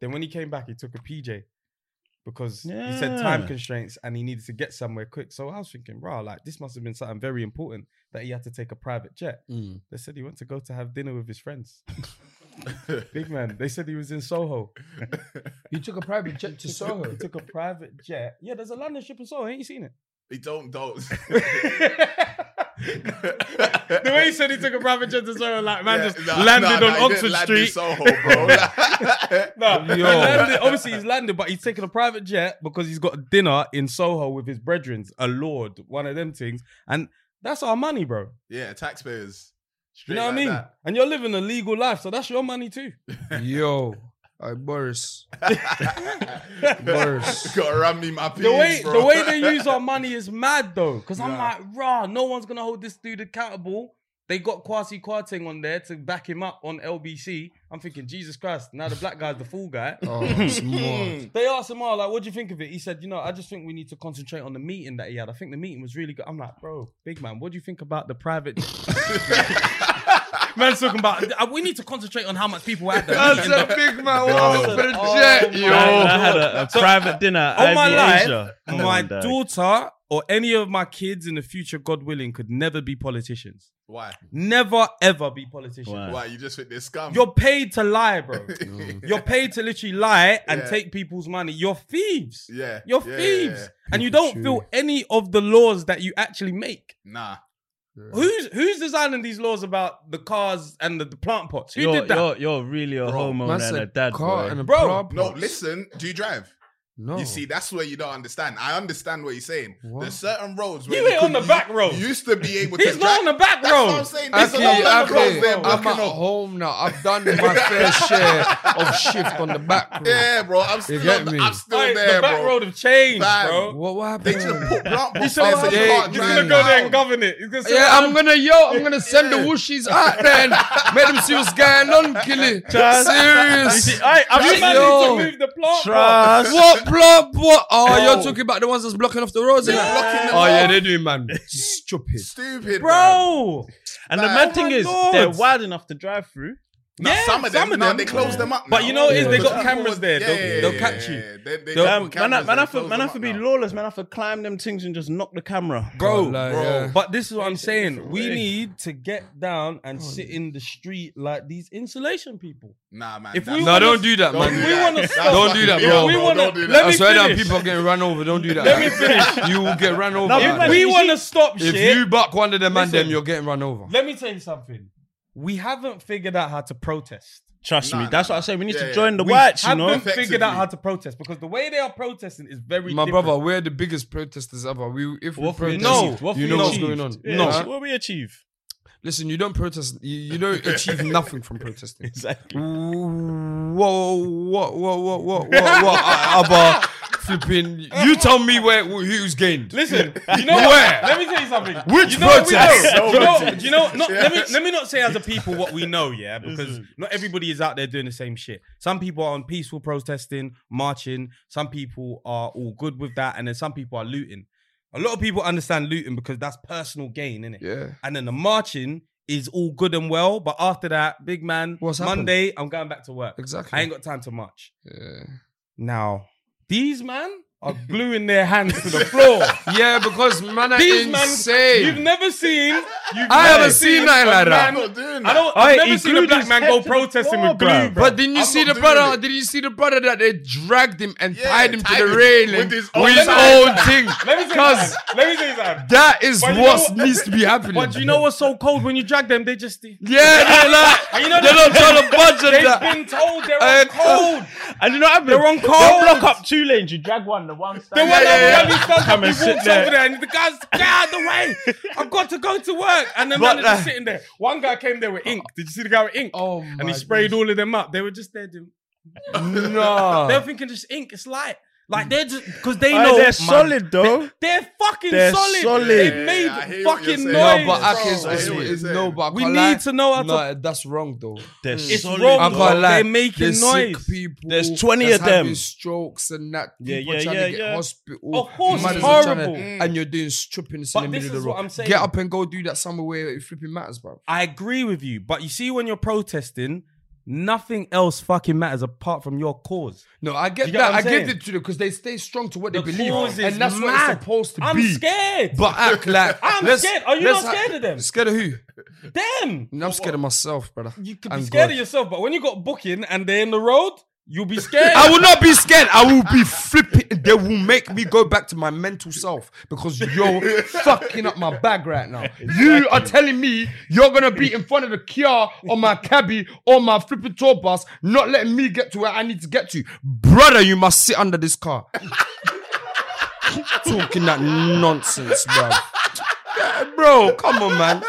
S3: Then when he came back, he took a PJ because he said time
S5: Yeah.
S3: constraints and he needed to get somewhere quick. So I was thinking, bro, like this must have been something very important that he had to take a private jet.
S4: Mm.
S3: They said he went to go to have dinner with his friends. Big man. They said he was in Soho.
S4: You took a private jet to Soho.
S3: He took a private jet. Yeah, there's a London ship in Soho. Ain't you seen it?
S2: He don't don't.
S3: the way he said he took a private jet to Soho, like man,
S2: Yeah,
S3: just
S2: nah,
S3: landed
S2: nah,
S3: on
S2: nah, he
S3: Oxford
S2: didn't land
S3: Street.
S2: in Soho, bro.
S3: No, he
S4: Yo.
S3: landed- obviously he's landed, but he's taking a private jet because he's got a dinner in Soho with his brethren, a lord, one of them things, and that's our money, bro.
S2: yeah, taxpayers.
S3: You
S2: Straight
S3: know what I
S2: like
S3: mean?
S2: that.
S3: And you're living a legal life, so that's your money too.
S4: Yo, I Boris. Worse.
S2: Gotta run me my peas,
S3: The way
S2: bro.
S3: the way they use our money is mad though, because I'm
S2: Yeah.
S3: like, rah, no one's gonna hold this dude accountable. They got Kwasi Kwarteng on there to back him up on LBC. I'm thinking, Jesus Christ, now the black guy's the fool guy.
S4: Oh, it's more.
S3: They asked him, all like, what do you think of it? He said, you know, I just think we need to concentrate on the meeting that he had. I think the meeting was really good. I'm like, bro, big man, what do you think about the private? Man's talking about, "Uh, we need to concentrate on how much people were at the meeting. though."
S4: big man.
S3: Bro. for the Oh jet, my yo.
S5: I, I had a, a private dinner at
S3: on my
S5: Ivy
S3: life,
S5: Asia. Come
S2: Oh,
S3: my
S2: uh,
S5: on, dog.
S3: daughter or any of my kids in the future, God willing, could never be politicians.
S2: Why?
S3: Never ever be politicians.
S5: Why?
S2: Why you just with this scum?
S3: You're paid to lie, bro. You're paid to literally lie and
S2: Yeah.
S3: take people's money. You're thieves.
S2: yeah,
S3: You're
S2: yeah, yeah,
S3: thieves.
S2: yeah.
S3: And you don't feel any of the laws that you actually make.
S2: Nah,
S3: Who's who's designing these laws about the cars and the, the plant pots? Who
S5: you're,
S3: did that?
S5: You're, you're really a
S2: Bro,
S5: homo
S4: Man
S5: and a
S4: said
S5: dad,
S4: car
S5: boy.
S4: and a
S3: Bro,
S4: prop.
S2: no. Listen, do you drive?
S4: No.
S2: You see, that's where you don't understand. I understand what you're saying.
S4: What?
S2: There's certain roads where
S3: You ain't on the
S2: could-
S3: back road.
S2: You used to be able to.
S3: He's not on
S2: drive.
S3: the back
S2: That's what
S3: road.
S2: I'm saying. There's
S4: Actually,
S2: a lot of roads
S4: actually,
S2: there
S4: I'm at
S2: blocking off.
S4: home now. I've done my fair share of shift on the back road.
S2: Yeah, bro. I'm still,
S4: get
S2: on the-
S4: me?
S2: I'm still
S3: Oi,
S2: there,
S3: the back
S2: bro.
S3: road have changed,
S2: Fam.
S3: bro.
S4: What, what happened?
S2: They just put plant boxes
S4: said,
S2: so you
S4: "Hey,
S2: can't
S4: you
S3: You're
S2: drive.
S3: gonna go there
S2: around."
S3: and govern it. He's gonna say,
S4: Yeah,
S3: "Oh,
S4: I'm gonna yo, I'm gonna send the whooshies out there and make them see what's going on, Killy. Serious.
S5: I,
S3: I'm
S4: Yo.
S3: managing to move the plant. bro."
S5: trust.
S4: What blob? What? Oh,
S3: Yo.
S4: you're talking about the ones that's blocking off the roads.
S2: They're
S4: innit?
S2: blocking the
S4: oh yeah,
S2: road.
S4: they do, man. Stupid.
S2: Stupid, bro.
S3: Bro,
S5: And the
S2: Like,
S5: mad
S3: oh
S5: thing
S3: my
S5: is,
S3: lord.
S5: they're wide enough to drive through.
S2: Nah,
S3: Yeah,
S2: some of them,
S3: some of
S2: nah,
S3: them.
S2: they close them up.
S3: But
S2: now.
S3: you know what it is? They
S2: Because
S3: got
S2: people
S3: cameras
S2: was-
S3: there. They'll- they'll catch you.
S2: They, they
S3: They'll-
S2: got
S5: Man, man,
S2: cameras
S5: man,
S2: and
S5: I feel-
S2: close
S5: man, I
S2: them
S5: have to
S2: up
S5: be
S2: now.
S5: lawless. Man, I have to climb them things and just knock the camera.
S3: bro,
S4: Like,
S2: bro.
S4: yeah.
S3: But this is what I'm saying. We need to get down and sit in the street like these insulation people.
S2: Nah, man.
S3: If
S2: that's-
S3: we
S4: No, don't do that,
S2: Don't
S4: man.
S2: do
S3: we
S2: that.
S3: wanna
S2: That's
S3: stop-
S4: Don't do that,
S2: fucking
S4: bro.
S2: evil,
S3: We wanna-
S2: don't do
S3: let
S2: that.
S4: I
S3: me
S4: swear that
S3: finish.
S4: people are getting run over. Don't do that.
S3: Let me
S4: man.
S3: finish.
S4: You will get run over.
S5: No,
S4: man.
S3: If
S5: man,
S3: we
S5: you
S3: want
S5: see-
S3: to stop
S4: If
S3: shit,
S4: you buck one of them and
S3: Listen.
S4: them, you're getting run over.
S3: let me tell you something. We haven't figured out how to protest.
S5: Trust
S2: Nah,
S5: me. That's
S2: nah,
S5: what I say. We need
S2: yeah,
S5: to
S2: yeah.
S5: join the
S3: We
S5: whites, you
S3: haven't
S5: know?
S3: figured out
S2: Effectively.
S3: how to protest because the way they are protesting is very.
S4: My
S3: different.
S4: brother, we're the biggest protesters ever. We, if we
S5: What we
S4: protest,
S3: No.
S5: achieved? What
S4: you
S5: we
S4: know what's
S5: achieved?
S4: going on.
S5: Yeah,
S4: No.
S5: What we achieve?
S4: Listen, you don't protest. You, you don't achieve nothing from protesting.
S5: Exactly.
S4: Whoa, whoa, whoa, whoa, whoa, whoa, whoa! Abba, flipping. You tell me where who's gained.
S3: Listen, you know
S4: Where?
S3: what? Let me tell you something.
S4: Which
S3: you know what we
S4: protest?
S3: know?
S2: No
S3: You know,
S2: protest.
S3: you know not, let, me, let me not say as a people what we know, yeah, because not everybody is out there doing the same shit. Some people are on peaceful protesting, marching. Some people are all good with that, and then some people are looting. A lot of people understand looting because that's personal gain, innit?
S4: Yeah.
S3: And then the marching is all good and well, but after that, big man,
S4: What's happened?
S3: Monday, I'm going back to work.
S4: Exactly.
S3: I ain't got time to march.
S4: yeah.
S3: Now, these man are gluing their hands to the floor.
S4: yeah, because man are
S3: These man,
S4: insane.
S3: you've never seen. You've
S4: I
S3: never
S4: haven't seen
S3: a
S4: nothing like
S2: I'm
S4: that.
S3: man-
S2: not doing
S3: I
S2: that.
S3: don't. I've
S5: Oi,
S3: never
S5: he
S3: seen a
S5: glued
S3: black
S5: his
S3: man
S5: head
S3: go
S5: to the
S3: protesting
S5: floor,
S3: with glue,
S5: bruv.
S3: bro.
S4: But didn't you
S2: I'm
S4: see
S2: not
S4: the
S2: doing
S4: brother?
S2: it.
S4: Did you see the brother that they dragged him and
S2: Yeah,
S4: tied him
S2: tied
S4: to
S2: him
S4: the railing
S2: with his own hand.
S4: own thing?
S3: let me tell you
S4: Because
S3: something. Let me tell you something.
S4: that is
S3: But you
S4: what
S3: know-
S4: needs to be happening.
S3: But you know what's so cold when you drag them? They just they
S4: Yeah, they're like,
S3: And you know
S4: they're
S3: the-
S4: not trying to budge on
S3: have
S4: that.
S3: been told they're
S4: Uh,
S3: on cold.
S5: And you know what happened?
S3: They're on
S5: They
S3: cold.
S5: block up two lanes. You drag one, the one
S3: The
S5: standing.
S3: one
S4: yeah, yeah.
S3: that really stands
S5: Come
S3: up,
S5: and
S3: he
S5: sit
S3: walks
S5: there.
S3: over there, and the guy's get out of the way. I've got to go to work, and the
S4: What
S3: man is just
S4: the-
S3: sitting there. One guy came there with ink. Did you see the guy with ink?
S4: Oh
S3: and he sprayed all of them up. They were just there doing.
S4: No.
S3: They were thinking just ink. It's light. Like they're just because they
S5: Aye,
S3: know
S5: they're
S3: man.
S5: solid, though.
S3: They're fucking
S5: They're
S3: solid.
S5: solid.
S3: They
S5: Yeah,
S3: made
S2: I hear what you're
S3: fucking noise.
S2: saying.
S4: No,
S2: No,
S4: but
S2: Bro,
S4: Aki is,
S2: I hear what you're
S4: is-
S2: saying.
S4: no, but I
S3: We
S4: can't
S3: need
S4: lie.
S3: to know how to-
S4: No, that's wrong though.
S5: They're
S3: it's
S5: solid.
S3: wrong.
S4: I
S5: though.
S3: bro.
S4: can't lie.
S3: They're making
S4: There's sick
S3: noise.
S4: people.
S5: There's 20
S4: that's
S5: of them.
S4: having strokes and that.
S5: Yeah,
S4: People
S5: yeah,
S4: trying
S5: yeah,
S4: to get
S5: yeah.
S4: hospital.
S3: Of course,
S4: man
S3: it's
S4: is trying
S3: horrible.
S4: to- Mm. and you're doing strippings
S3: But
S4: in the
S3: this
S4: middle of
S3: is
S4: the
S3: what
S4: road.
S3: I'm saying.
S4: Get up and go do that somewhere where it flipping matters, bro.
S3: I agree with you, but you see, when you're protesting, nothing else fucking matters apart from your cause.
S4: No, I get,
S3: You get
S4: that.
S3: what
S4: I
S3: I'm
S4: give
S3: saying?
S4: it to them because they stay strong to what
S3: The
S4: they believe,
S3: cause is
S4: and that's what
S3: mad.
S4: it's supposed to
S3: I'm
S4: be.
S3: scared.
S4: But act like
S3: I'm
S4: let's-
S3: scared. Are you
S4: let's
S3: not
S4: ha-
S3: scared of them?
S4: Scared of who?
S3: Damn.
S4: No, I'm scared of myself, brother.
S3: You could be
S4: And
S3: scared
S4: God.
S3: of yourself, but when you got booking and they're in the road, you'll be scared.
S4: I will not be scared. I will be flipping. They will make me go back to my mental self because you're fucking up my bag right now. You are telling me you're gonna be in front of the Kia or my cabbie or my flipping tour bus, not letting me get to where I need to get to, brother. You must sit under this car. Talking that nonsense, bro. Bro, come on, man.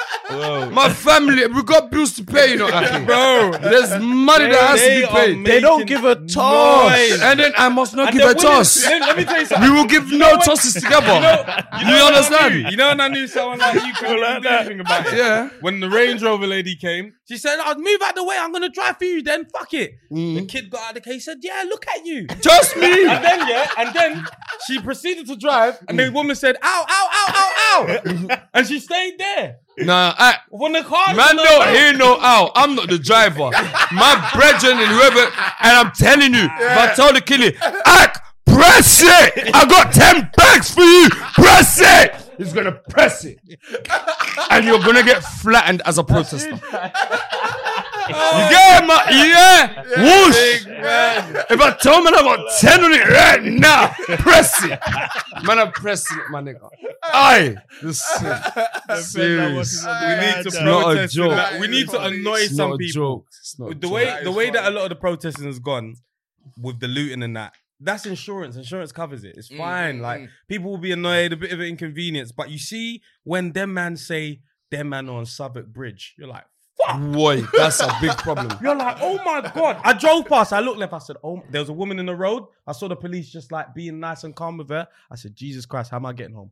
S4: My family, we got bills to pay, you know, Aki. bro. There's money that has
S3: They
S4: to be
S3: are
S4: paid.
S5: They don't
S3: making
S5: give a toss.
S4: And then I must not
S3: And
S4: give
S3: they're
S4: a
S3: willing-
S4: toss.
S3: Let, let me tell you something.
S4: We will give no tosses together. You,
S3: when I
S4: understand?
S3: knew- you know when I knew someone like you couldn't do anything about it?
S4: Yeah.
S3: When the Range Rover lady came, she said, I'll move out the way. I'm going to drive for you then. Fuck it.
S4: Hmm?
S1: Mm.
S3: The kid got out of the car. He said, yeah, look at you.
S4: Trust me.
S3: And then, yeah, and then she proceeded to drive and
S4: Hmm.
S3: the woman said, ow, ow, ow, ow, ow. and she stayed there.
S4: Nah, I,
S3: When the car...
S4: man don't hear no out. I'm not the driver. My brethren and whoever, and I'm telling you, if I tell the killer, act, press it. I got 10 bags for you. Press it. He's going to press it. And you're going to get flattened as a protester. yeah, ma- yeah. Whoosh. If I tell man I got 10 on it right now, press it. Man, I'm pressing it, my nigga. Aye. This is serious.
S3: We need to
S4: It's not a
S3: protest.
S4: joke.
S3: that. We need to annoy
S4: It's
S3: some
S4: not a
S3: people.
S4: joke. It's not a
S3: the
S4: joke.
S3: way
S2: That
S3: the
S2: is
S3: way that a
S2: funny.
S3: lot of the protesting has gone with the looting and that. That's insurance. Insurance covers it. It's
S2: Mm,
S3: fine. like people will be annoyed, a bit of an inconvenience. But you see, when them man say them man on Southwark Bridge, you're like, fuck.
S4: Boy, that's a big problem.
S3: You're like, oh my god. I drove past. I looked left. I said, oh, there was a woman in the road. I saw the police just like being nice and calm with her. I said, Jesus Christ, how am I getting home?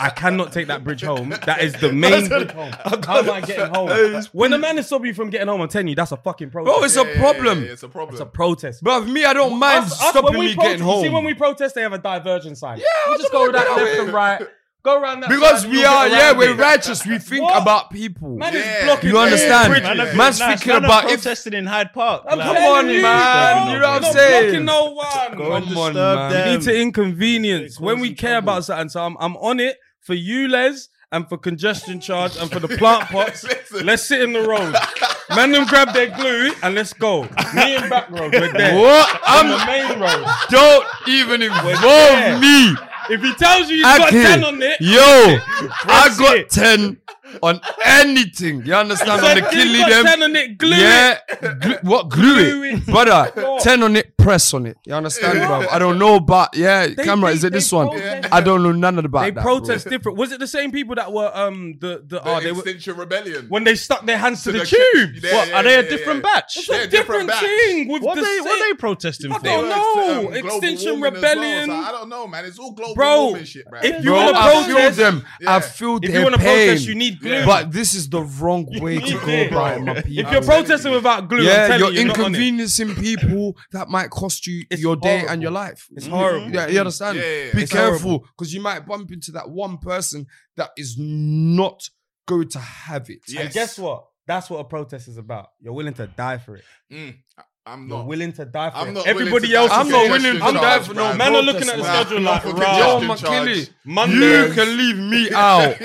S3: I cannot take that bridge home. That is the main bridge home. How am I getting home? When a man is stopping you from getting home, I'm telling you, that's a fucking problem.
S4: Bro, it's a problem.
S2: It's a problem.
S3: It's a protest.
S4: Bruv, me, I don't mind
S3: Us- us, when
S4: stopping
S3: we
S4: me
S3: protest-
S4: getting
S3: you
S4: home.
S3: See, when we protest, they have a diversion sign. Yeah,
S4: I
S3: we just
S4: don't
S3: go
S4: like
S3: that
S4: that
S3: left
S4: way.
S3: and right. Go around that
S4: because
S3: side,
S4: we
S3: you'll get
S4: are, yeah,
S3: around
S4: we're
S3: it.
S4: righteous. We think
S3: What?
S4: about people.
S3: Man is
S2: Yeah.
S3: blocking
S4: You
S3: the
S4: understand?
S3: bridge.
S4: Man, man's thinking about if-
S5: protesting in Hyde Park.
S3: I'm
S5: like-
S3: telling
S4: on, man.
S3: bro.
S4: You know what I'm
S3: Not
S4: saying?
S3: Blocking no one.
S5: Go and
S4: Come on,
S5: disturb
S4: man.
S5: them.
S3: We need to inconvenience when we
S5: causing
S3: care about something. So I'm, I'm on it for you, Les, and for congestion charge and for the plant pots.
S2: Listen.
S3: let's sit in the road. Man, them grab their glue and let's go. Me and back road, we're there.
S4: What?
S3: On the
S4: I'm
S3: main road.
S4: don't even involve
S3: there.
S4: me.
S3: If he tells you he's got
S4: Aki.
S3: ten on it,
S4: Yo, I
S3: Press
S4: got
S3: it.
S4: 10 on anything. You understand?
S3: so
S4: On the
S3: if he's
S4: killie
S3: got
S4: them.
S3: ten on it, glue it.
S4: Yeah, glu- what glue,
S3: Glue
S4: it,
S3: it.
S4: brother? Ten on it, press on it. You understand, bro? I don't know, but yeah, camera.
S3: they-
S4: is it
S3: they
S4: this one?
S3: protest-
S4: I don't know none about
S3: They
S4: that. bro.
S3: protest different. Was it the same people that were um the the,
S2: The
S3: oh they were
S2: Extinction Rebellion.
S3: when they stuck their hands to, the,
S2: To the
S3: tube?
S2: ki- yeah,
S5: What,
S2: yeah,
S5: are they a
S2: yeah,
S5: different
S2: yeah.
S5: batch?
S3: It's a
S2: They're
S3: different
S2: different batch.
S3: thing with
S5: What
S3: the
S5: they,
S3: same.
S5: what they protesting
S3: I
S5: for?
S2: They
S3: don't
S2: were,
S3: know.
S2: um, global
S3: Extinction
S2: warming as well,
S3: Rebellion.
S2: so I don't know, man. It's all global
S3: Bro,
S2: warming shit, bro.
S3: if you
S4: Bro,
S3: wanna
S4: I feel
S3: protest-
S4: them.
S2: Yeah.
S4: I feel
S3: If
S4: their
S3: you want to
S4: pain.
S3: protest, you need glue.
S4: But this is the wrong way to
S3: need
S4: go
S3: glue.
S4: about it, my people.
S3: if you're protesting uh, without glue, I'm
S4: yeah,
S3: telling
S4: you're
S3: you, you're not on it.
S4: inconveniencing people that might cost you
S3: It's
S4: your day
S3: horrible.
S4: and your life.
S3: It's horrible.
S4: Yeah, you understand?
S2: Yeah, yeah, yeah.
S4: Be
S3: It's
S4: careful because you might bump into that one person that is not going to have it.
S2: Yes.
S3: And guess what? That's what a protest is about. You're willing to die for it.
S2: Mm, I'm
S3: You're
S2: not.
S3: willing to die for
S2: I'm
S3: it.
S2: not willing
S3: Everybody
S2: to die
S3: else,
S2: for
S3: is
S4: I'm not
S3: saying-
S4: willing to
S3: I'm not-
S4: die for no
S3: Man are looking at the
S4: protest, man.
S3: schedule
S2: Nah,
S3: like,
S2: for
S4: Yo,
S3: rah.
S2: congestion
S4: Makili,
S2: charge.
S4: you
S3: Monday.
S4: can leave me out.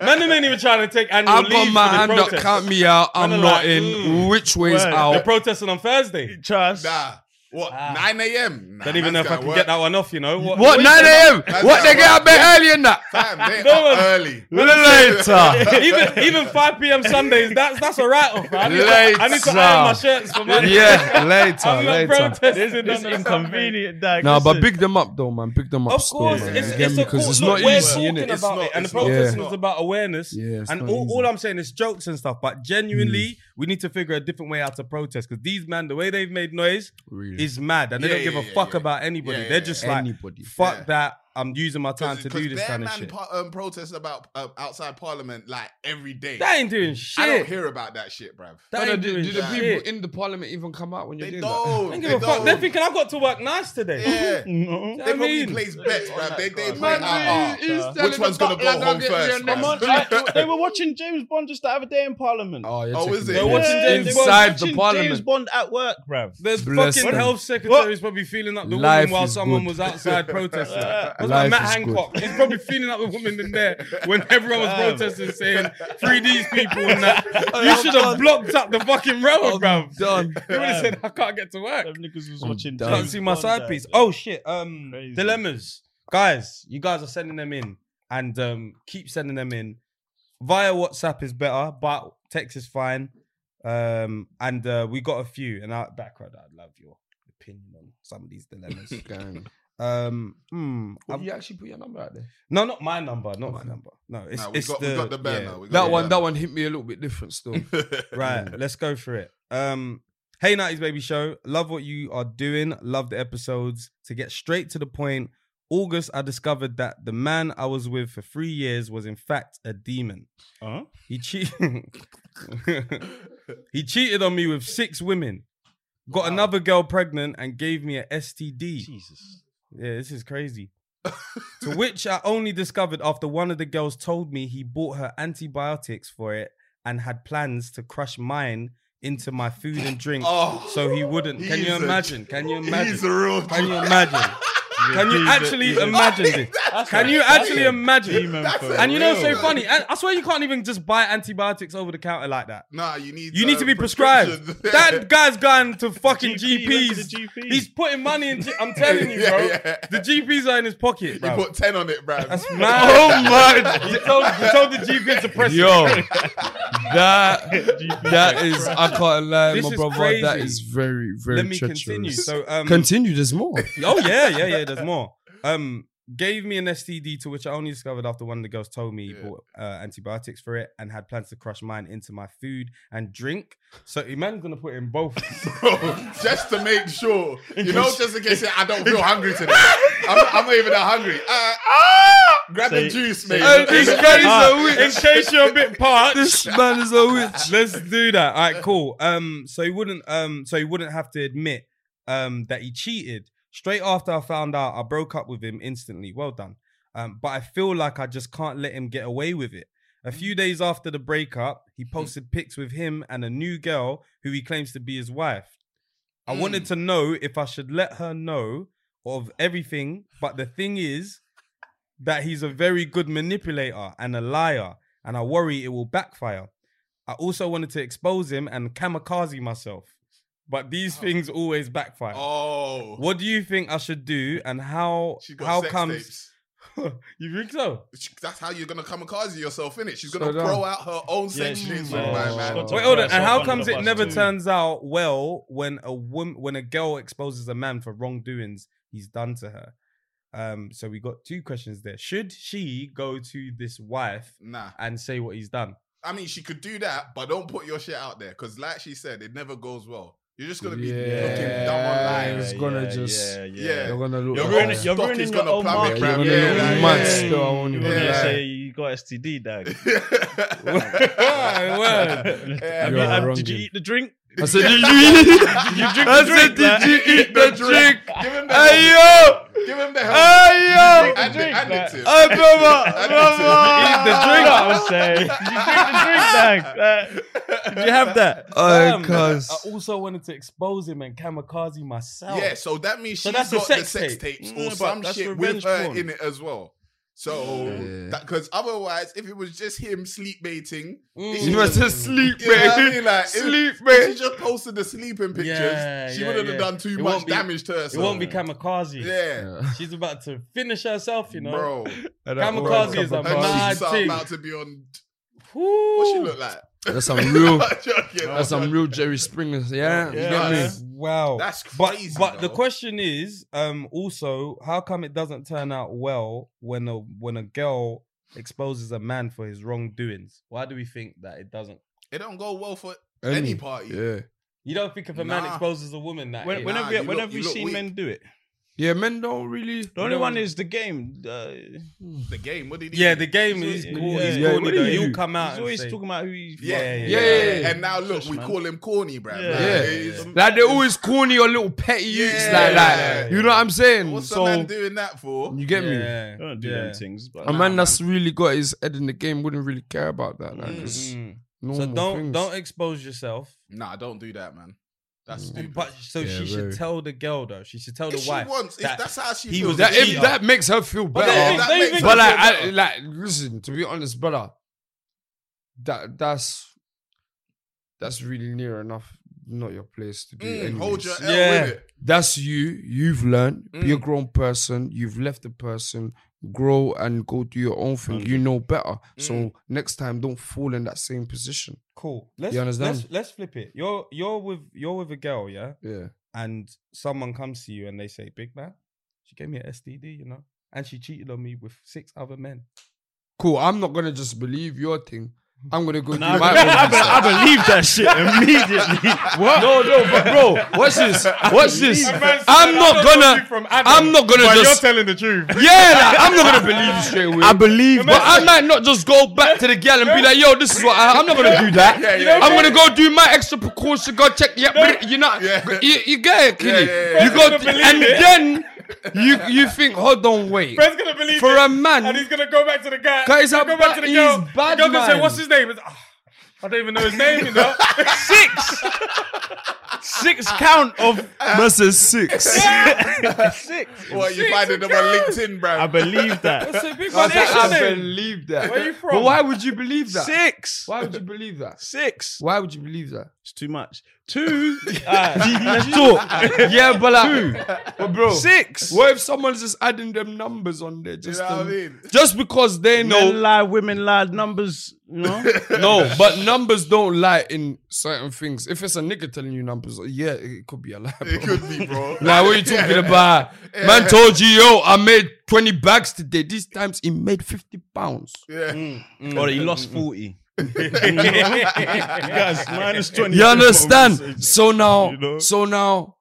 S3: Man, them ain't even trying to take annual
S4: I've got
S3: leave
S4: my
S3: for the
S4: hand up.
S3: protest.
S4: Count me out. I'm
S3: Man are
S4: not
S3: like,
S4: in.
S3: mm.
S4: Which way is
S5: Word.
S3: They're
S4: out?
S3: protesting on Thursday.
S5: Trust.
S2: Nah. What?
S3: Ah.
S2: 9 a.m. Nah,
S3: Don't even know
S2: man's
S3: if I
S2: gotta
S3: can
S2: work.
S3: get that one off, you know.
S4: What 9 a.m.
S2: That's
S4: What they
S2: not
S4: get out bed early and that?
S2: Fam, they
S3: No
S2: are
S3: one-
S2: early.
S4: Later.
S3: even even 5 p.m. Sundays, that's that's a write off, man. I need, to- I need to
S4: Later.
S3: iron my shirts for my
S4: yeah, later,
S3: I'm not
S4: later.
S3: protesting.
S5: It's
S3: on the Sunday.
S5: inconvenient, Dag.
S4: No, but
S5: Listen.
S4: big them up though, man. Big them up.
S3: Of
S4: still,
S3: course,
S4: man.
S3: it's,
S4: You
S3: it's,
S4: get
S3: a
S4: me? 'Cause
S3: cause
S4: it's
S3: look,
S4: not
S3: we're
S4: easy,
S3: talking
S4: innit?
S2: It's
S3: about
S2: not-
S3: it, and the
S2: it's not-
S3: protest
S4: Yeah.
S3: was about awareness.
S4: Yeah, it's Mm.
S3: and
S4: not
S3: all,
S4: easy.
S3: all I'm saying is jokes and stuff, but genuinely, We need to figure a different way out to protest because these man, the way they've made noise
S4: Really.
S3: is mad, and they
S2: Yeah,
S3: don't give
S2: yeah,
S3: a
S2: yeah,
S3: fuck
S2: yeah.
S3: about anybody.
S2: Yeah,
S3: They're
S2: yeah,
S3: just like,
S4: anybody.
S3: fuck
S2: Yeah.
S3: that. I'm using my time to do this
S2: their
S3: kind of
S2: man
S3: shit.
S2: pa- um, protests about uh, outside parliament like every day.
S3: that ain't doing
S2: I don't
S3: shit.
S2: hear about that shit, bruv.
S3: that
S4: Brother,
S3: ain't
S4: do,
S3: doing
S4: do the
S3: shit.
S4: people in the parliament even come out when you're
S2: They
S4: doing
S2: don't.
S3: I don't
S2: they
S3: give a fuck. They're
S2: don't.
S3: thinking I've got to work nice today.
S2: Yeah.
S3: no.
S2: They probably place bets, bruv. They they
S4: that?
S2: play out. Ah, Which one's gonna go home first?
S5: Come on,
S2: bruv?
S5: I- they were watching James Bond just the other day in Parliament.
S4: Oh, you're
S2: Oh,
S4: taking
S2: is it?
S4: the
S2: They're
S4: piss.
S3: watching James
S5: they were
S3: Bond.
S4: inside the
S5: watching James
S4: parliament.
S5: Bond at work, bruv.
S3: There's
S4: Bless
S3: fucking
S4: them.
S3: health secretaries probably feeling up the
S4: Life
S3: woman while
S4: is
S3: someone
S4: good.
S3: was outside protesting.
S5: Yeah.
S3: What's
S4: Life
S3: like Matt
S4: is
S3: Hancock? He's probably feeling up the woman in there when everyone was
S5: Damn.
S3: protesting, saying free these people and that. You should have blocked up the fucking road, bruv.
S4: Done.
S3: You would have
S5: Damn.
S3: said I can't get to work.
S5: Them niggas was
S4: I'm
S5: watching.
S4: done.
S3: Can't
S5: James
S3: see my
S5: Bond
S3: side
S5: out
S3: piece.
S5: there.
S3: Oh shit. Um,
S5: Crazy.
S3: dilemmas, guys. You guys are sending them in, and um, keep sending them in. Via WhatsApp is better, but text is fine. Um, and uh, we got a few. And out background, I'd love your opinion on some of these dilemmas.
S4: Gang.
S3: um, hmm,
S4: Well,
S3: I've-
S4: you actually put your number out there.
S3: no, not my number, not my number. No, it's
S2: Nah, we
S3: it's
S2: got- we
S3: the,
S2: got the bear
S3: yeah.
S2: now, we got
S4: That
S2: the
S4: one,
S2: bear.
S4: that one hit me a little bit different still.
S3: Right, let's go for it. Um, hey, nineties baby show. Love what you are doing. Love the episodes. To get straight to the point, August, I discovered that the man I was with for three years was in fact a demon.
S5: Huh?
S3: He cheated. he cheated on me with six women. Got another girl pregnant and gave me a STD.
S5: Jesus.
S3: Yeah, this is crazy. to which I only discovered after one of the girls told me he bought her antibiotics for it and had plans to crush mine into my food and drink
S2: Oh,
S3: so he wouldn't. Can you
S2: he's a-
S3: imagine? Can you
S2: He's a
S3: imagine?
S2: real.
S3: Can you imagine? Can you
S5: He's a-
S3: actually
S5: he's a-
S3: imagine this?
S5: That's
S3: Can
S5: a-
S3: you
S5: that's
S3: actually
S5: a
S3: imagine?
S5: demon
S2: That's
S5: for
S2: it.
S5: real.
S3: And you know, it's so
S2: Real.
S3: funny. I I swear you can't even just buy antibiotics over the counter like that.
S2: Nah, you need.
S3: You need
S2: uh,
S3: to be prescribed.
S2: prescriptions.
S3: That guy's gone to fucking
S5: GP, he went to
S3: GPs.
S5: the GP.
S3: He's putting money in. G- I'm telling you, bro.
S2: Yeah, yeah.
S3: The GPs are in his pocket,
S2: He
S3: bro.
S2: put ten on it, bruv.
S3: That's mad.
S7: Oh my!
S3: he, told, he told the GP to press it.
S7: Yo,
S4: that that is I can't lie,
S3: This
S4: my
S3: is
S4: brother. That
S3: crazy.
S4: is very very
S3: Let me
S4: treacherous.
S3: continue. So, um,
S4: Continue, there's more.
S3: oh yeah, yeah, yeah. There's more. Um, gave me an STD to which I only discovered after one of the girls told me he
S2: Yeah.
S3: bought uh, antibiotics for it and had plans to crush mine into my food and drink. So Iman's gonna put in both.
S2: Oh, just to make sure, you know, just in case I don't feel hungry today. I'm, not- I'm not even that hungry. Uh,
S3: Ah!
S2: grab
S5: Say-
S2: the juice,
S5: say-
S2: mate.
S5: Oh,
S3: this
S4: man is
S3: Ah,
S4: a witch.
S3: In case you're a bit parched.
S4: this man is a witch.
S3: Let's do that. All right, cool. Um, so he wouldn't um so he wouldn't have to admit um that he cheated. Straight after I found out, I broke up with him instantly. Well done. Um, but I feel like I just can't let him get away with it.
S2: Mm.
S3: A few days after the breakup, he
S2: Mm-hmm.
S3: posted pics with him and a new girl who he claims to be his wife. I
S2: Mm.
S3: wanted to know if I should let her know of everything, but the thing is that he's a very good manipulator and a liar, and I worry it will backfire. I also wanted to expose him and kamikaze myself, but these things always backfire.
S2: Oh,
S3: What do you think I should do, and how
S2: She got
S3: how
S2: sex
S3: comes
S2: tapes.
S3: you think so?
S2: She- That's how you're gonna kamikaze yourself, innit? She's gonna
S4: So dumb.
S2: throw out her own
S5: Yeah,
S2: sex
S5: she-
S2: tapes,
S5: Oh, yeah,
S2: my
S5: she's
S2: man.
S5: got to
S3: Wait, hold on.
S5: Right,
S3: And
S5: so
S3: how
S5: under
S3: comes
S5: the
S3: it
S5: bus
S3: never
S5: too.
S3: turns out well when a woman, when a girl exposes a man for wrongdoings he's done to her? Um, so we got two questions there. Should she go to this wife
S2: Nah,
S3: and say what he's done?
S2: I mean she could do that, but don't put your shit out there because, like she said, it never goes well. You're just gonna be looking dumb
S4: Yeah,
S2: online.
S4: it's gonna just-
S5: Yeah,
S2: Yeah.
S5: yeah.
S4: You're gonna look.
S2: You're
S4: like
S5: ruining-
S4: that.
S5: you're
S2: Stock
S5: ruining
S2: is
S5: your
S2: gonna
S5: own
S2: plummet,
S5: market.
S4: You're
S2: bruv.
S4: gonna
S2: Yeah,
S4: look
S2: like,
S4: mad
S2: yeah.
S4: still. I won't
S5: You're
S4: even
S5: gonna
S2: Yeah.
S4: lie.
S5: say you got STD, dog.
S3: Word.
S2: Yeah,
S5: Have you,
S4: You are
S5: have-
S4: wrong,
S5: um, did you
S4: dude.
S5: eat the drink?
S4: I said, did you eat?
S5: You drink
S4: I said,
S5: the drink?
S4: did
S5: like?
S4: you eat the drink?
S2: Give him the help.
S4: Ayo,
S2: Give him the help.
S4: ayo,
S2: Addi-
S5: drink,
S2: Additive.
S4: hey brother,
S2: Additive.
S4: brother.
S5: Eat the drink, I'm saying. You drink the drink, dog. Like, did you have that?
S4: Oh,
S3: Um,
S4: cuz.
S3: I also wanted to expose him and kamikaze myself.
S2: Yeah, so that means
S3: So
S2: she's
S3: that's a
S2: got
S3: sex
S2: the sex
S3: tape. Mm,
S2: tapes
S5: Yeah,
S2: or
S5: but
S2: some
S5: that's
S2: shit with
S5: revenge
S2: her
S5: porn.
S2: in it as well. So,
S4: Yeah.
S2: because otherwise, if it was just him sleep baiting,
S3: Mm.
S4: You must just sleep,
S2: You know what I
S4: man.
S2: mean? Like, if-
S4: Sleep,
S2: if she
S4: man.
S2: just posted the sleeping pictures,
S3: Yeah,
S2: she
S3: yeah,
S2: wouldn't
S3: yeah.
S2: have done too
S3: It won't
S2: much
S3: be-
S2: damage to herself.
S3: It won't be kamikaze.
S2: Yeah,
S3: She's about to finish herself, you know.
S2: bro.
S4: And I
S3: Kamikaze is
S4: always-
S3: a
S2: Her
S3: mad
S2: cheeks are
S3: thing.
S2: about to be on.
S3: Woo.
S2: What she look like?
S4: That's some real.
S2: I'm joking, I'm
S4: That's some
S2: joking.
S4: real Jerry Springer. Yeah, you
S5: Yeah.
S4: get me?
S2: Yeah.
S3: Wow.
S2: That's
S3: but
S2: crazy.
S3: but the
S2: though.
S3: question is, um, also, how come it doesn't turn out well when a when a girl exposes a man for his wrongdoings? Why do we think that it doesn't?
S2: it don't go well for Any party.
S4: Yeah.
S3: You don't think if a man
S2: Nah.
S3: exposes a woman that
S5: When,
S3: way-
S5: when
S2: Nah,
S5: have, we,
S2: you
S5: when
S2: look-
S5: have
S2: you
S5: we
S2: look
S5: seen
S2: weak.
S5: men do it?
S4: Yeah, men don't really.
S5: The only one is the game. Uh,
S2: The game. What did he?
S3: yeah,
S2: do?
S3: the game is
S5: Yeah,
S3: corny.
S5: yeah,
S3: He's
S5: yeah,
S3: corny
S4: what are
S3: though.
S4: you?
S3: He'll come out.
S5: he's
S3: and
S5: always
S3: say-
S5: talking about who he.
S3: Yeah, yeah,
S2: yeah,
S3: yeah,
S4: yeah, yeah.
S2: And now look,
S5: Shush,
S2: we
S5: man.
S2: call him corny, bruv.
S5: Yeah.
S2: Like,
S4: Yeah.
S2: it's-
S4: Like they're always corny or little petty utes,
S2: Yeah.
S4: like, like
S2: Yeah.
S4: you know what I'm saying.
S2: What's the
S4: so
S2: man doing that for?
S4: you get me.
S3: Yeah,
S5: Don't do
S3: yeah.
S5: them things. But
S4: A man that's really got his head in the game wouldn't really care about that. Like,
S2: Mm.
S4: it's
S3: Mm. So
S4: normal
S3: don't
S4: things.
S3: don't expose yourself.
S2: Nah, don't do that, man. That's
S4: Mm.
S2: stupid.
S3: But so
S4: Yeah,
S3: she
S4: very.
S3: should tell the girl though. She should tell
S2: if
S3: the
S2: she
S3: wife.
S2: wants, if
S3: that-
S2: that's how she
S3: he
S2: feels,
S3: was
S4: That,
S3: a
S2: then
S3: cheater.
S4: if that makes her feel
S3: But
S4: better.
S3: don't
S2: Yeah,
S3: think-
S2: that
S3: don't
S2: makes
S3: think-
S2: sense.
S4: But like,
S2: Yeah.
S4: I, like, listen. To be honest, brother, that that's that's really near enough. Not your place to do.
S2: Mm,
S4: anyways.
S2: hold your L
S3: Yeah.
S2: with it.
S4: That's you. You've learned. Be a
S2: Mm.
S4: grown person. You've left the person. Grow and go do your own thing. You know better. So next time, don't fall in that same position.
S3: cool. Let's,
S4: You understand?
S3: Let's, let's flip it. You're you're with you're with a girl, yeah,
S4: Yeah.
S3: and someone comes to you and they say, "Big man, she gave me an STD, you know, and she cheated on me with six other men."
S4: Cool. I'm not gonna just believe your thing. I'm gonna go
S5: Nah,
S4: do my
S5: I, be- I
S4: own.
S5: be-
S4: thing.
S5: I believe that shit immediately. what?
S4: No, no, but bro, watch this. Watch this. I'm not gonna. I'm not gonna just.
S3: telling the truth.
S4: Yeah, like, I'm not gonna believe you straight away.
S7: I believe.
S4: But I might not just go back to the gal and be like, yo, this is what I, I'm not gonna do that.
S2: Yeah, yeah,
S4: I'm
S2: yeah.
S4: gonna go do my extra precaution, go check. Yeah, but you know,
S2: Yeah.
S4: you, you get it, Kenny.
S2: Yeah, yeah, yeah.
S4: You go, and then you you think, hold on, wait.
S3: Ben's gonna believe
S4: For
S3: it,
S4: a man,
S3: and he's gonna go back to the guy.
S4: Guys,
S3: He'll
S4: I'm
S3: go back to
S4: ba-
S3: the
S4: he's
S3: girl.
S4: bad
S3: the girl gonna say,
S4: man.
S3: "What's his name?" It's, "Ah, I don't even know his name, you know.
S7: six. six count of versus six.
S2: What you finding them on LinkedIn, bruv?
S5: I believe that.
S3: It's a big
S4: I,
S3: one,
S4: said,
S3: isn't
S4: I
S3: it?
S4: believe that.
S3: Where you from?
S4: But why would you believe that?
S7: Six.
S4: Why would you believe that?
S5: Six.
S4: Why would you believe that?
S5: It's too much. Two. Alright, let's talk.
S4: yeah, but like, but bro,
S7: Six.
S4: what if someone's just adding them numbers on there
S2: you
S4: just
S2: know what
S4: to-
S2: I mean?
S4: just because they know
S5: Men lie, women lie, numbers. No.
S4: No, but numbers don't lie in certain things. If it's a nigga telling you numbers, yeah, it could be a lie.
S2: It could be, bro.
S4: Now, what are you talking about? Man told you, yo, I made 20 bags today. These times he made 50 pounds.
S2: Yeah.
S5: Or he lost 40. Guys, minus 20.
S4: You understand? So now,
S5: You know?
S4: so now,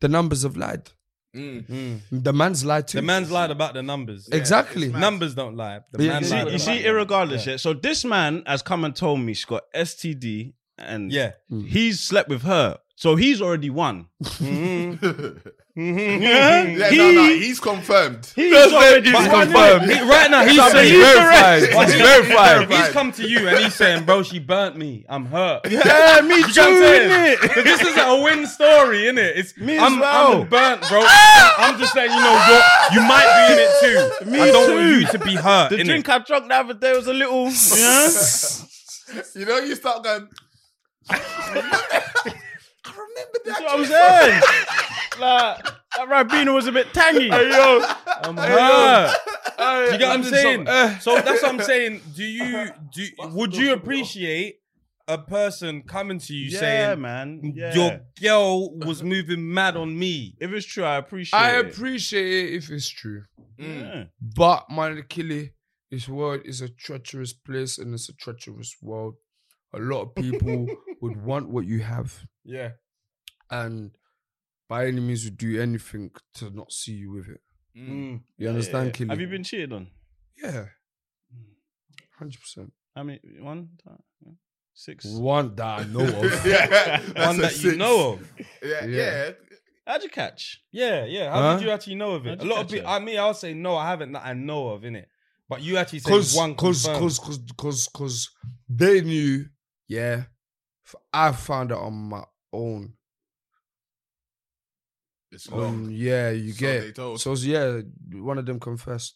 S4: the numbers have lied.
S2: Mm.
S4: The man's lied too.
S3: The man's lied about the numbers.
S4: Exactly.
S2: it's mad.
S3: Numbers don't lie. The
S4: Yeah,
S3: man
S5: You
S3: lied
S4: you
S5: see,
S3: about
S5: you see
S3: it.
S5: irregardless, yeah. So this man has come and told me she's got STD and
S3: Yeah.
S5: he's slept with her. So he's already won.
S2: Yeah, no, no, he's confirmed.
S5: He's
S4: It's
S5: already
S4: confirmed.
S3: He- right now, he's
S4: It's
S3: saying,
S4: verified.
S3: But
S4: It's
S3: he-
S4: verified.
S3: He's come to you and he's saying, "Bro, she burnt me. I'm hurt."
S5: Yeah,
S3: You know
S5: me too.
S3: what I'm saying?
S5: innit?
S3: 'Cause this isn't a win story, innit? It's
S5: Me as
S3: I'm,
S5: well.
S3: I'm burnt, bro. I'm just letting you know you're, you might be in it too.
S5: Me
S3: I don't
S5: too.
S3: want you to be hurt.
S5: The
S3: innit?
S5: drink I drunk the other day was a little. Yeah.
S2: You know, you start going. I remember that.
S5: That's what I'm saying. like, that Ribena was a bit tangy.
S3: I'm hurt. you get what I'm
S4: I'm just-
S3: saying?
S4: uh.
S3: so that's what I'm saying. Do you do? Would you appreciate a person coming to you
S5: yeah,
S3: saying
S5: man. Yeah.
S3: your girl was moving mad on me?
S5: if it's true, I appreciate.
S4: I
S5: it.
S4: appreciate it if it's true.
S2: Mm,
S5: Yeah.
S4: But Manakili, this world is a treacherous place and it's a treacherous world. A lot of people would want what you have,
S3: Yeah.
S4: and by any means would do anything to not see you with it.
S2: mm.
S4: You understand,
S5: Yeah.
S4: Killy?
S5: Have you been cheated on?
S4: Yeah, hundred percent.
S5: I mean, one, two, six.
S4: One that I know of.
S2: Yeah, that's
S3: One
S2: a
S3: that
S2: six.
S3: you know of.
S2: Yeah,
S4: Yeah.
S2: yeah.
S5: How'd you catch?
S3: Yeah, yeah. How
S4: Huh?
S3: did you actually know of
S5: How'd
S3: it? A
S5: you
S3: lot of
S5: catch
S3: people.
S5: that?
S3: I mean, I'll say no, I haven't that I know of, innit? But you actually say
S4: Cause,
S3: one
S4: cause,
S3: confirmed.
S4: cause, cause, cause, cause they knew. Yeah, F- I found it on my own.
S2: It's
S4: Um,
S2: long.
S4: yeah, you
S2: Oh. So
S4: get.
S2: they
S4: it.
S2: told.
S4: So yeah, one of them confessed.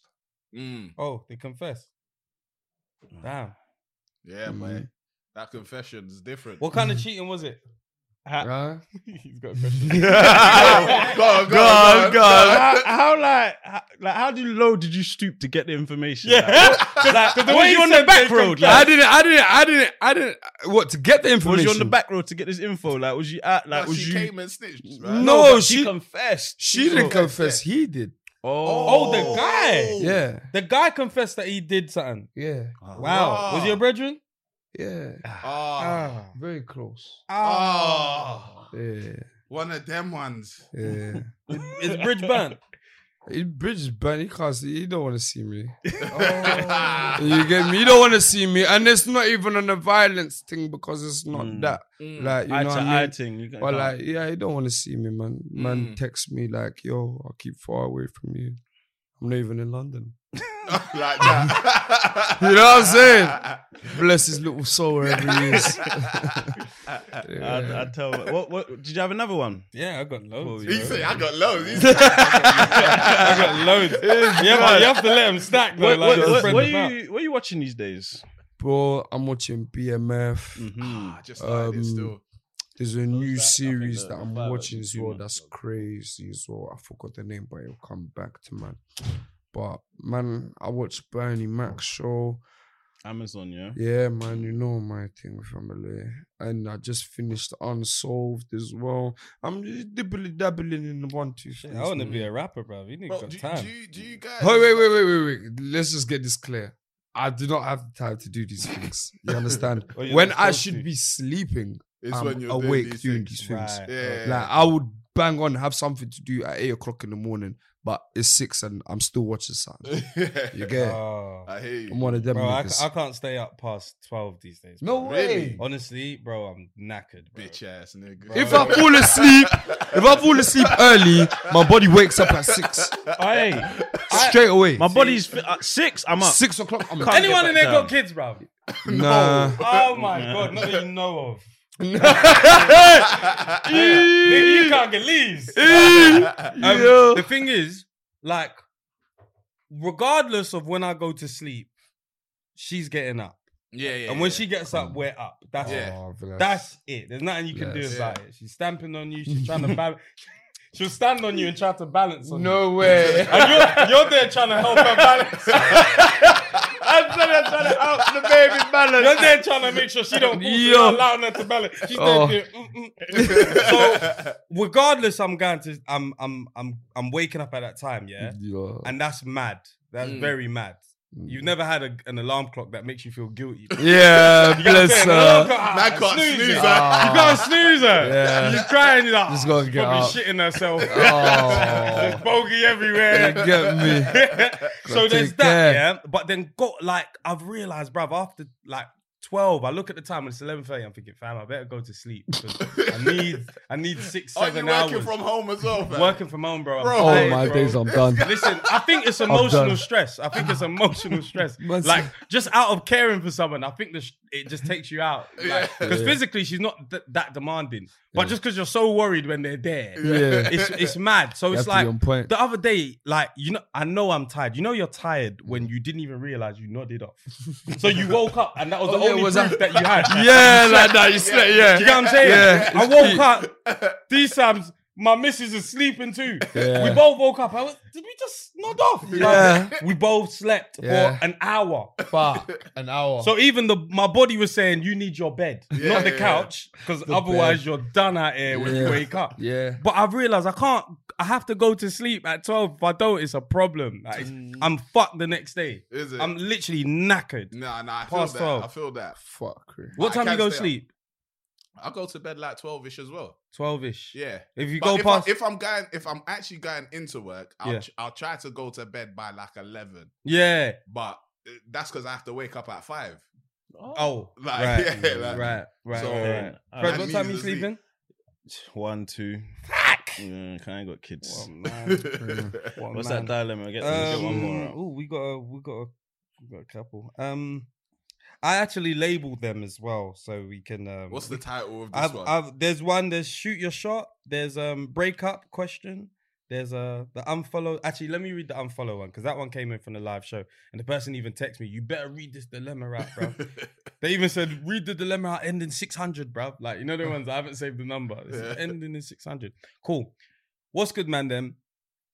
S2: Mm.
S3: Oh, they confess. Damn.
S2: Yeah,
S4: Mm.
S2: man. That confession is different.
S3: What kind of cheating was it?
S4: Huh?
S3: He's got a question.
S2: God, God,
S5: God,
S2: Oh, God,
S5: God. How, how like, how, like, how do low did you stoop to get the information?
S3: Yeah.
S5: Like, like,
S3: the
S5: were
S3: way
S5: you
S3: you
S5: on the
S3: said
S5: back
S3: they
S5: road?
S4: I
S5: Like,
S4: didn't, I didn't, I didn't, I didn't. What to get the
S5: was
S4: information?
S5: you on the back road to get this info? Like, was you at? Like,
S2: Like,
S5: was
S2: she
S5: you?
S2: came and snitched.
S4: No,
S2: Man.
S5: but
S4: she, she,
S5: confessed.
S4: didn't confess. He did.
S3: Oh, the guy.
S4: Yeah,
S3: The guy confessed that he did something.
S4: yeah.
S3: Wow. Was he your brethren?
S4: Yeah,
S1: Ah.
S2: Oh,
S5: Ah.
S4: very close.
S2: oh,
S4: Yeah,
S2: one of them ones.
S4: yeah.
S3: Is bridge burnt?
S4: He bridge is burnt. He can't see. He don't want to see me.
S5: Oh.
S2: Ah.
S4: You get me? You don't want to see me, and it's not even on the violence thing because it's not
S5: Mm.
S4: that. Like you
S5: eye
S4: know what
S5: to
S4: I mean?
S5: eye thing. You
S4: But
S5: can't-
S4: like, yeah, he don't want to see me, man. Man,
S2: Mm.
S4: text me like, "Yo, I'll keep far away from you. I'm not even in London."
S2: like that.
S4: You know what I'm saying? Bless his little soul wherever he is.
S5: I, I tell. What? What? Did you have another one?
S3: Yeah, I got loads.
S2: He
S3: bro.
S2: said, I got loads. He said,
S3: I got loads. yeah, but you have to let them stack though.
S5: What,
S3: like,
S5: what,
S3: just
S5: what,
S3: spread
S5: what
S3: them
S5: are
S3: out.
S5: you? What are you watching these days?
S4: Bro, I'm watching BMF.
S5: Mhm.
S2: I just started it
S4: Um,
S2: still.
S4: There's a new
S5: that? I
S4: series
S5: think
S4: that
S5: the
S4: I'm
S5: pilot's
S4: watching
S5: in
S4: as
S5: two
S4: well.
S5: months
S4: That's
S5: now.
S4: crazy as well. I forgot the name, but it'll come back to man. But man, I watched Bernie Mac show.
S5: Amazon, yeah.
S4: Yeah, man, you know my thing with family. And I just finished Unsolved as well. I'm just dibbly dabbling in the one, two, three.
S3: I want to be a rapper, bro. You need
S2: Bro,
S3: got
S2: do,
S3: time.
S2: do, you- do you guys?
S4: Wait, wait, wait, wait, wait, wait. Let's just get this clear. I do not have the time to do these things. You understand?
S3: Oh, you're
S4: when
S3: not
S4: I
S3: supposed
S4: should
S3: to.
S4: be sleeping,
S2: It's
S4: I'm
S2: when you're
S4: awake
S2: doing these
S4: doing these
S2: things.
S4: things.
S3: Right.
S2: Yeah.
S4: Like I would bang on, have something to do at eight o'clock in the morning, but it's six and I'm still watching something. You get? it?
S3: Oh.
S2: I hear
S4: I'm
S2: you.
S4: one of them.
S3: Bro, I,
S4: niggas.
S3: I can't stay up past 12 these days.
S4: no
S3: bro.
S4: way.
S2: Really?
S3: Honestly, bro, I'm knackered, bro.
S2: Bitch ass nigga.
S4: If I fall asleep, if I fall asleep early, my body wakes up at six
S5: Hey,
S4: straight away.
S5: my body's fi- at six. I'm up.
S4: six o'clock. I'm
S5: Can't
S3: Anyone
S5: get
S3: in there
S5: back
S3: got
S5: down.
S3: kids, bro?
S4: nah.
S3: Oh my god, not that you know of. Nigga, you can't get leaves. Um, The thing is, like, regardless of when I go to sleep, she's getting up,
S2: yeah, yeah.
S3: and when she gets up, we're up. That's
S2: Yeah.
S4: Oh,
S3: that's it. There's nothing you can
S4: Yes.
S3: do about it. She's stamping on you. She's trying to balance. She'll stand on you and try to balance on you.
S4: no way.
S3: And you're, you're there trying to help her balance.
S2: I'm trying to, trying to help the baby
S3: You're
S2: balance.
S3: there trying to make sure she don't fall, so you're
S4: Yo.
S3: not allowing her to balance. She's
S4: Oh.
S3: there. doing, mm-mm. so regardless, I'm going to I'm I'm I'm I'm waking up at that time, yeah,
S4: Yo.
S3: and that's mad. That's
S2: Mm.
S3: very mad. You've never had a, an alarm clock that makes you feel guilty. You
S4: Yeah,
S3: get what I'm
S4: bless
S3: saying? An alarm
S4: her.
S3: clock, ah,
S2: Man can't
S3: snooze
S2: snooze.
S3: it.
S2: ah.
S3: You can't snooze her.
S4: Yeah.
S3: She's crying. You're like,
S4: Just
S3: "Ah,
S4: gotta
S3: she's
S4: get
S3: probably
S4: up."
S3: shitting herself. There's
S4: Oh,
S3: bogey
S4: you
S3: everywhere.
S4: get me.
S3: so there's
S4: take
S3: that,
S4: care.
S3: yeah. But then got like I've realized, bruv, after like 12, I look at the time and it's 11:30. I'm thinking, fam, I better go to sleep because I need I need six,
S2: Are you
S3: seven
S2: working
S3: hours.
S2: from home as well, man?
S3: working from home, bro. I'm
S2: Bro.
S4: Oh
S3: tired,
S4: my
S3: bro.
S4: days, I'm done.
S3: Listen, I think it's
S4: done.
S3: emotional stress. I think it's emotional stress.
S4: Man's-
S3: like just out of caring for someone, I think this it just takes you out. Because
S2: Yeah.
S4: Yeah.
S3: physically, she's not th- that demanding, but just because you're so worried when they're there,
S4: Yeah,
S3: it's it's mad. So
S4: You have
S3: it's
S4: to be
S3: like
S4: on point.
S3: the other day, like you know, I know I'm tired. You know, you're tired when you didn't even realize you nodded off. so you woke up, and that was
S4: Oh,
S3: the
S4: yeah,
S3: only
S4: was
S3: proof
S4: that-
S3: that, you had.
S4: Yeah, like that. You slept.
S3: Do you get
S4: Yeah.
S3: what I'm saying?
S4: Yeah,
S3: I
S4: it's
S3: woke up. These times, my missus is sleeping too.
S4: Yeah.
S3: We both woke up. I was, did we just nod off?
S4: Yeah.
S3: Like, we both slept for
S4: Yeah.
S3: an hour.
S4: Fuck. An hour.
S3: So even the my body was saying, you need your bed,
S2: Yeah,
S3: not the
S2: yeah,
S3: couch, because otherwise you're done out here when
S4: Yeah.
S3: you wake up.
S4: yeah.
S3: But I've realized I can't. I have to go to sleep at twelve. If I don't, it's a problem. Like, it's-
S2: Mm.
S3: I'm fucked the next day.
S2: Is it?
S3: I'm literally knackered.
S2: Nah, nah. I feel
S3: Past
S2: that.
S3: 12.
S2: I feel that.
S4: Fuck. really.
S3: What
S2: Mm. I
S3: time do you go
S2: can't stay up.
S3: sleep?
S2: I go to bed like twelve ish as well.
S3: Twelve ish.
S2: Yeah.
S3: If you
S2: But
S3: go
S2: if,
S3: past,
S2: I, if I'm going, if I'm actually going into work, I'll,
S3: Yeah.
S2: tr- I'll try to go to bed by like eleven.
S3: yeah.
S2: But uh, that's because I have to wake up at five.
S3: Oh,
S2: Like,
S3: right,
S2: yeah, like-
S3: right, right,
S2: So-
S3: right, right.
S5: Uh,
S3: Fred,
S2: I
S3: what time
S2: need
S3: you
S2: to sleep.
S3: sleeping?
S5: One, two. Yeah, I ain't got
S3: Oh,
S5: kids. What's that dilemma? Get, get one more. Out.
S3: oh, we got a, we got a, we got a couple. Um, I actually labeled them as well, so we can. Um,
S2: What's the title of this
S3: I've,
S2: one?
S3: I've, there's one. There's shoot your shot. There's um breakup question. There's uh the unfollow. Actually, let me read the unfollow one because that one came in from the live show, and the person even texted me. You better read this dilemma out, bro. they even said read the dilemma out ending six hundred, bro. Like you know the ones I haven't saved the number. It's
S2: Yeah.
S3: ending in six hundred. Cool. What's good, man? Them.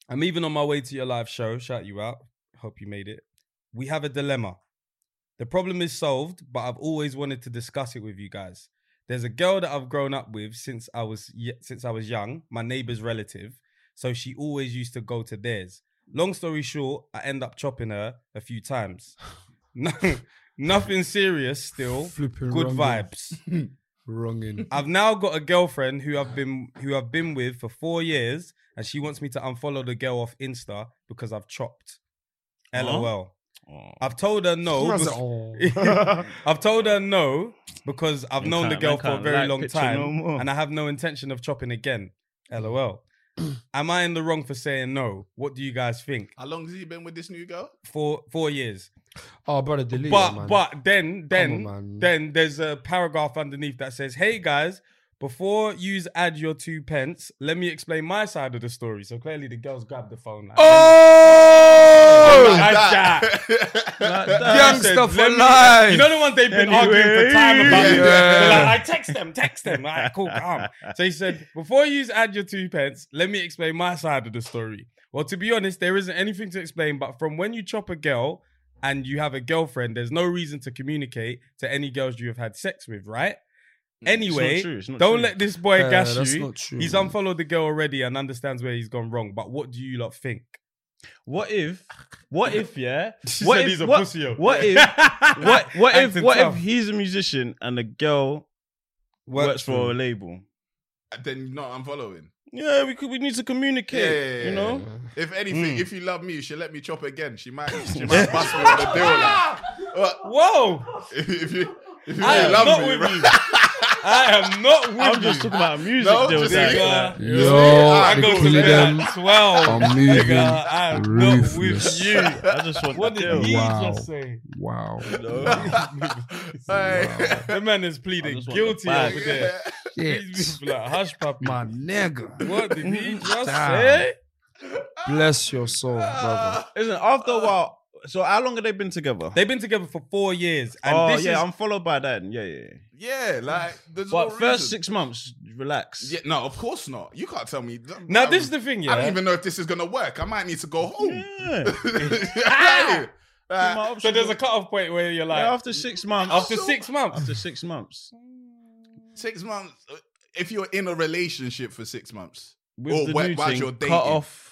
S3: I'm even on my way to your live show. Shout you out. Hope you made it. We have a dilemma. The problem is solved, but I've always wanted to discuss it with you guys. There's a girl that I've grown up with since I was ye- since I was young, my neighbor's relative, so she always used to go to theirs. Long story short, I end up chopping her a few times. No, Nothing serious still.
S4: Flipping
S3: Good
S4: wrong Hmm.
S3: vibes.
S4: Wrong in.
S3: I've now got a girlfriend who I've been who I've been with for four years, and she wants me to unfollow the girl off Insta because I've chopped. LOL.
S5: Oh.
S3: I've told her no.
S4: Man's
S3: bec-
S4: like, "Oh."
S3: I've told her no because I've known the girl
S5: can't- man
S3: for a
S5: can't
S3: very
S5: like
S3: long
S5: picture
S3: time,
S5: no more.
S3: and I have no intention of chopping again. LOL. Am I in the wrong for saying no? What do you guys think?
S2: How long has he been with this new girl?
S3: Four four years.
S4: Oh, brother, delete
S3: but
S4: it, man.
S3: but then then
S4: man.
S3: then there's a paragraph underneath that says, "Hey guys, before you add your two pence, let me explain my side of the story." So clearly, the girls grabbed the phone. Like,
S7: Oh,
S3: like
S2: that.
S3: that.
S7: Young
S3: They Uh, said,
S7: stuff
S3: "Let
S7: for
S3: me-"
S7: life.
S3: You know the ones they've been arguing for time about.
S2: Anyway.
S3: They're Like, I text them, text them. Like, cool, calm. So he said, before you add your two pence, let me explain my side of the story. Well, to be honest, there isn't anything to explain. But from when you chop a girl and you have a girlfriend, there's no reason to communicate to any girls you have had sex with, right? Anyway,
S5: true, it's not
S3: don't
S5: true.
S3: let this boy
S4: Uh,
S3: gas
S4: that's
S3: you.
S4: not true,
S3: he's
S4: man.
S3: unfollowed the girl already and understands where he's gone wrong. But what do you lot think?
S5: What if? What if? Yeah.
S3: She
S5: what
S3: said
S5: if?
S3: he's a
S5: what,
S3: pussy, yo.
S5: what if? What? What if?
S3: Acting
S5: What
S3: tough.
S5: if he's a musician and the girl works, for a label?
S2: Then no, I'm following.
S5: Yeah, we could. We need to communicate.
S2: Yeah.
S5: You know.
S2: If anything, if you love me, she'll let me chop again. She might, she might bust me with a deal. Like, Well,
S3: Whoa!
S2: if, if you, if you
S3: I
S2: really
S3: am
S2: love
S3: not
S2: me,
S3: with
S2: bro.
S3: you. I am not with
S5: I'm
S3: you.
S5: just talking about music.
S2: No,
S5: though,
S2: just
S5: like,
S2: leave it.
S5: like,
S4: Yo,
S3: I go to
S4: include
S3: bed
S4: them.
S3: at 12.
S4: I'm
S3: nigga.
S4: moving
S3: I am not with
S4: Oh, ruthless.
S3: you.
S5: I just want
S3: What
S5: the
S3: did
S5: girl.
S3: he
S4: Wow.
S3: just say?
S4: Wow.
S2: Hey.
S3: The man is
S5: I
S3: pleading
S5: just want the
S3: guilty
S5: bag.
S3: over there. He's
S4: Shit.
S3: just like, hush, puppy.
S4: My nigga.
S3: What did he just
S4: Damn.
S3: say?
S4: Bless your soul, brother.
S3: Ah.
S5: Listen, after a while. So how long have they been together?
S3: They've been together for four years. And
S5: oh
S3: this
S5: yeah,
S3: is,
S5: I'm followed by that. Yeah, yeah. yeah.
S2: Yeah, like there's
S5: But
S2: no
S5: first
S2: reason.
S5: six months, relax.
S2: Yeah, no, of course not. You can't tell me.
S3: now,
S2: I'm-
S3: this is the thing, yeah.
S2: I don't even know if this is gonna work. I might need to go home.
S5: Yeah.
S2: Right? Like,
S5: My
S3: so there's a
S5: options-
S3: cutoff point where you're like,
S5: Yeah, after six months.
S3: after six months.
S5: After six months.
S2: six months. uh, If you're in a relationship for six months,
S5: With
S3: Oh,
S2: Or
S5: the
S2: wh-
S5: new
S2: whilst
S5: thing,
S2: you're dating.
S5: cut off.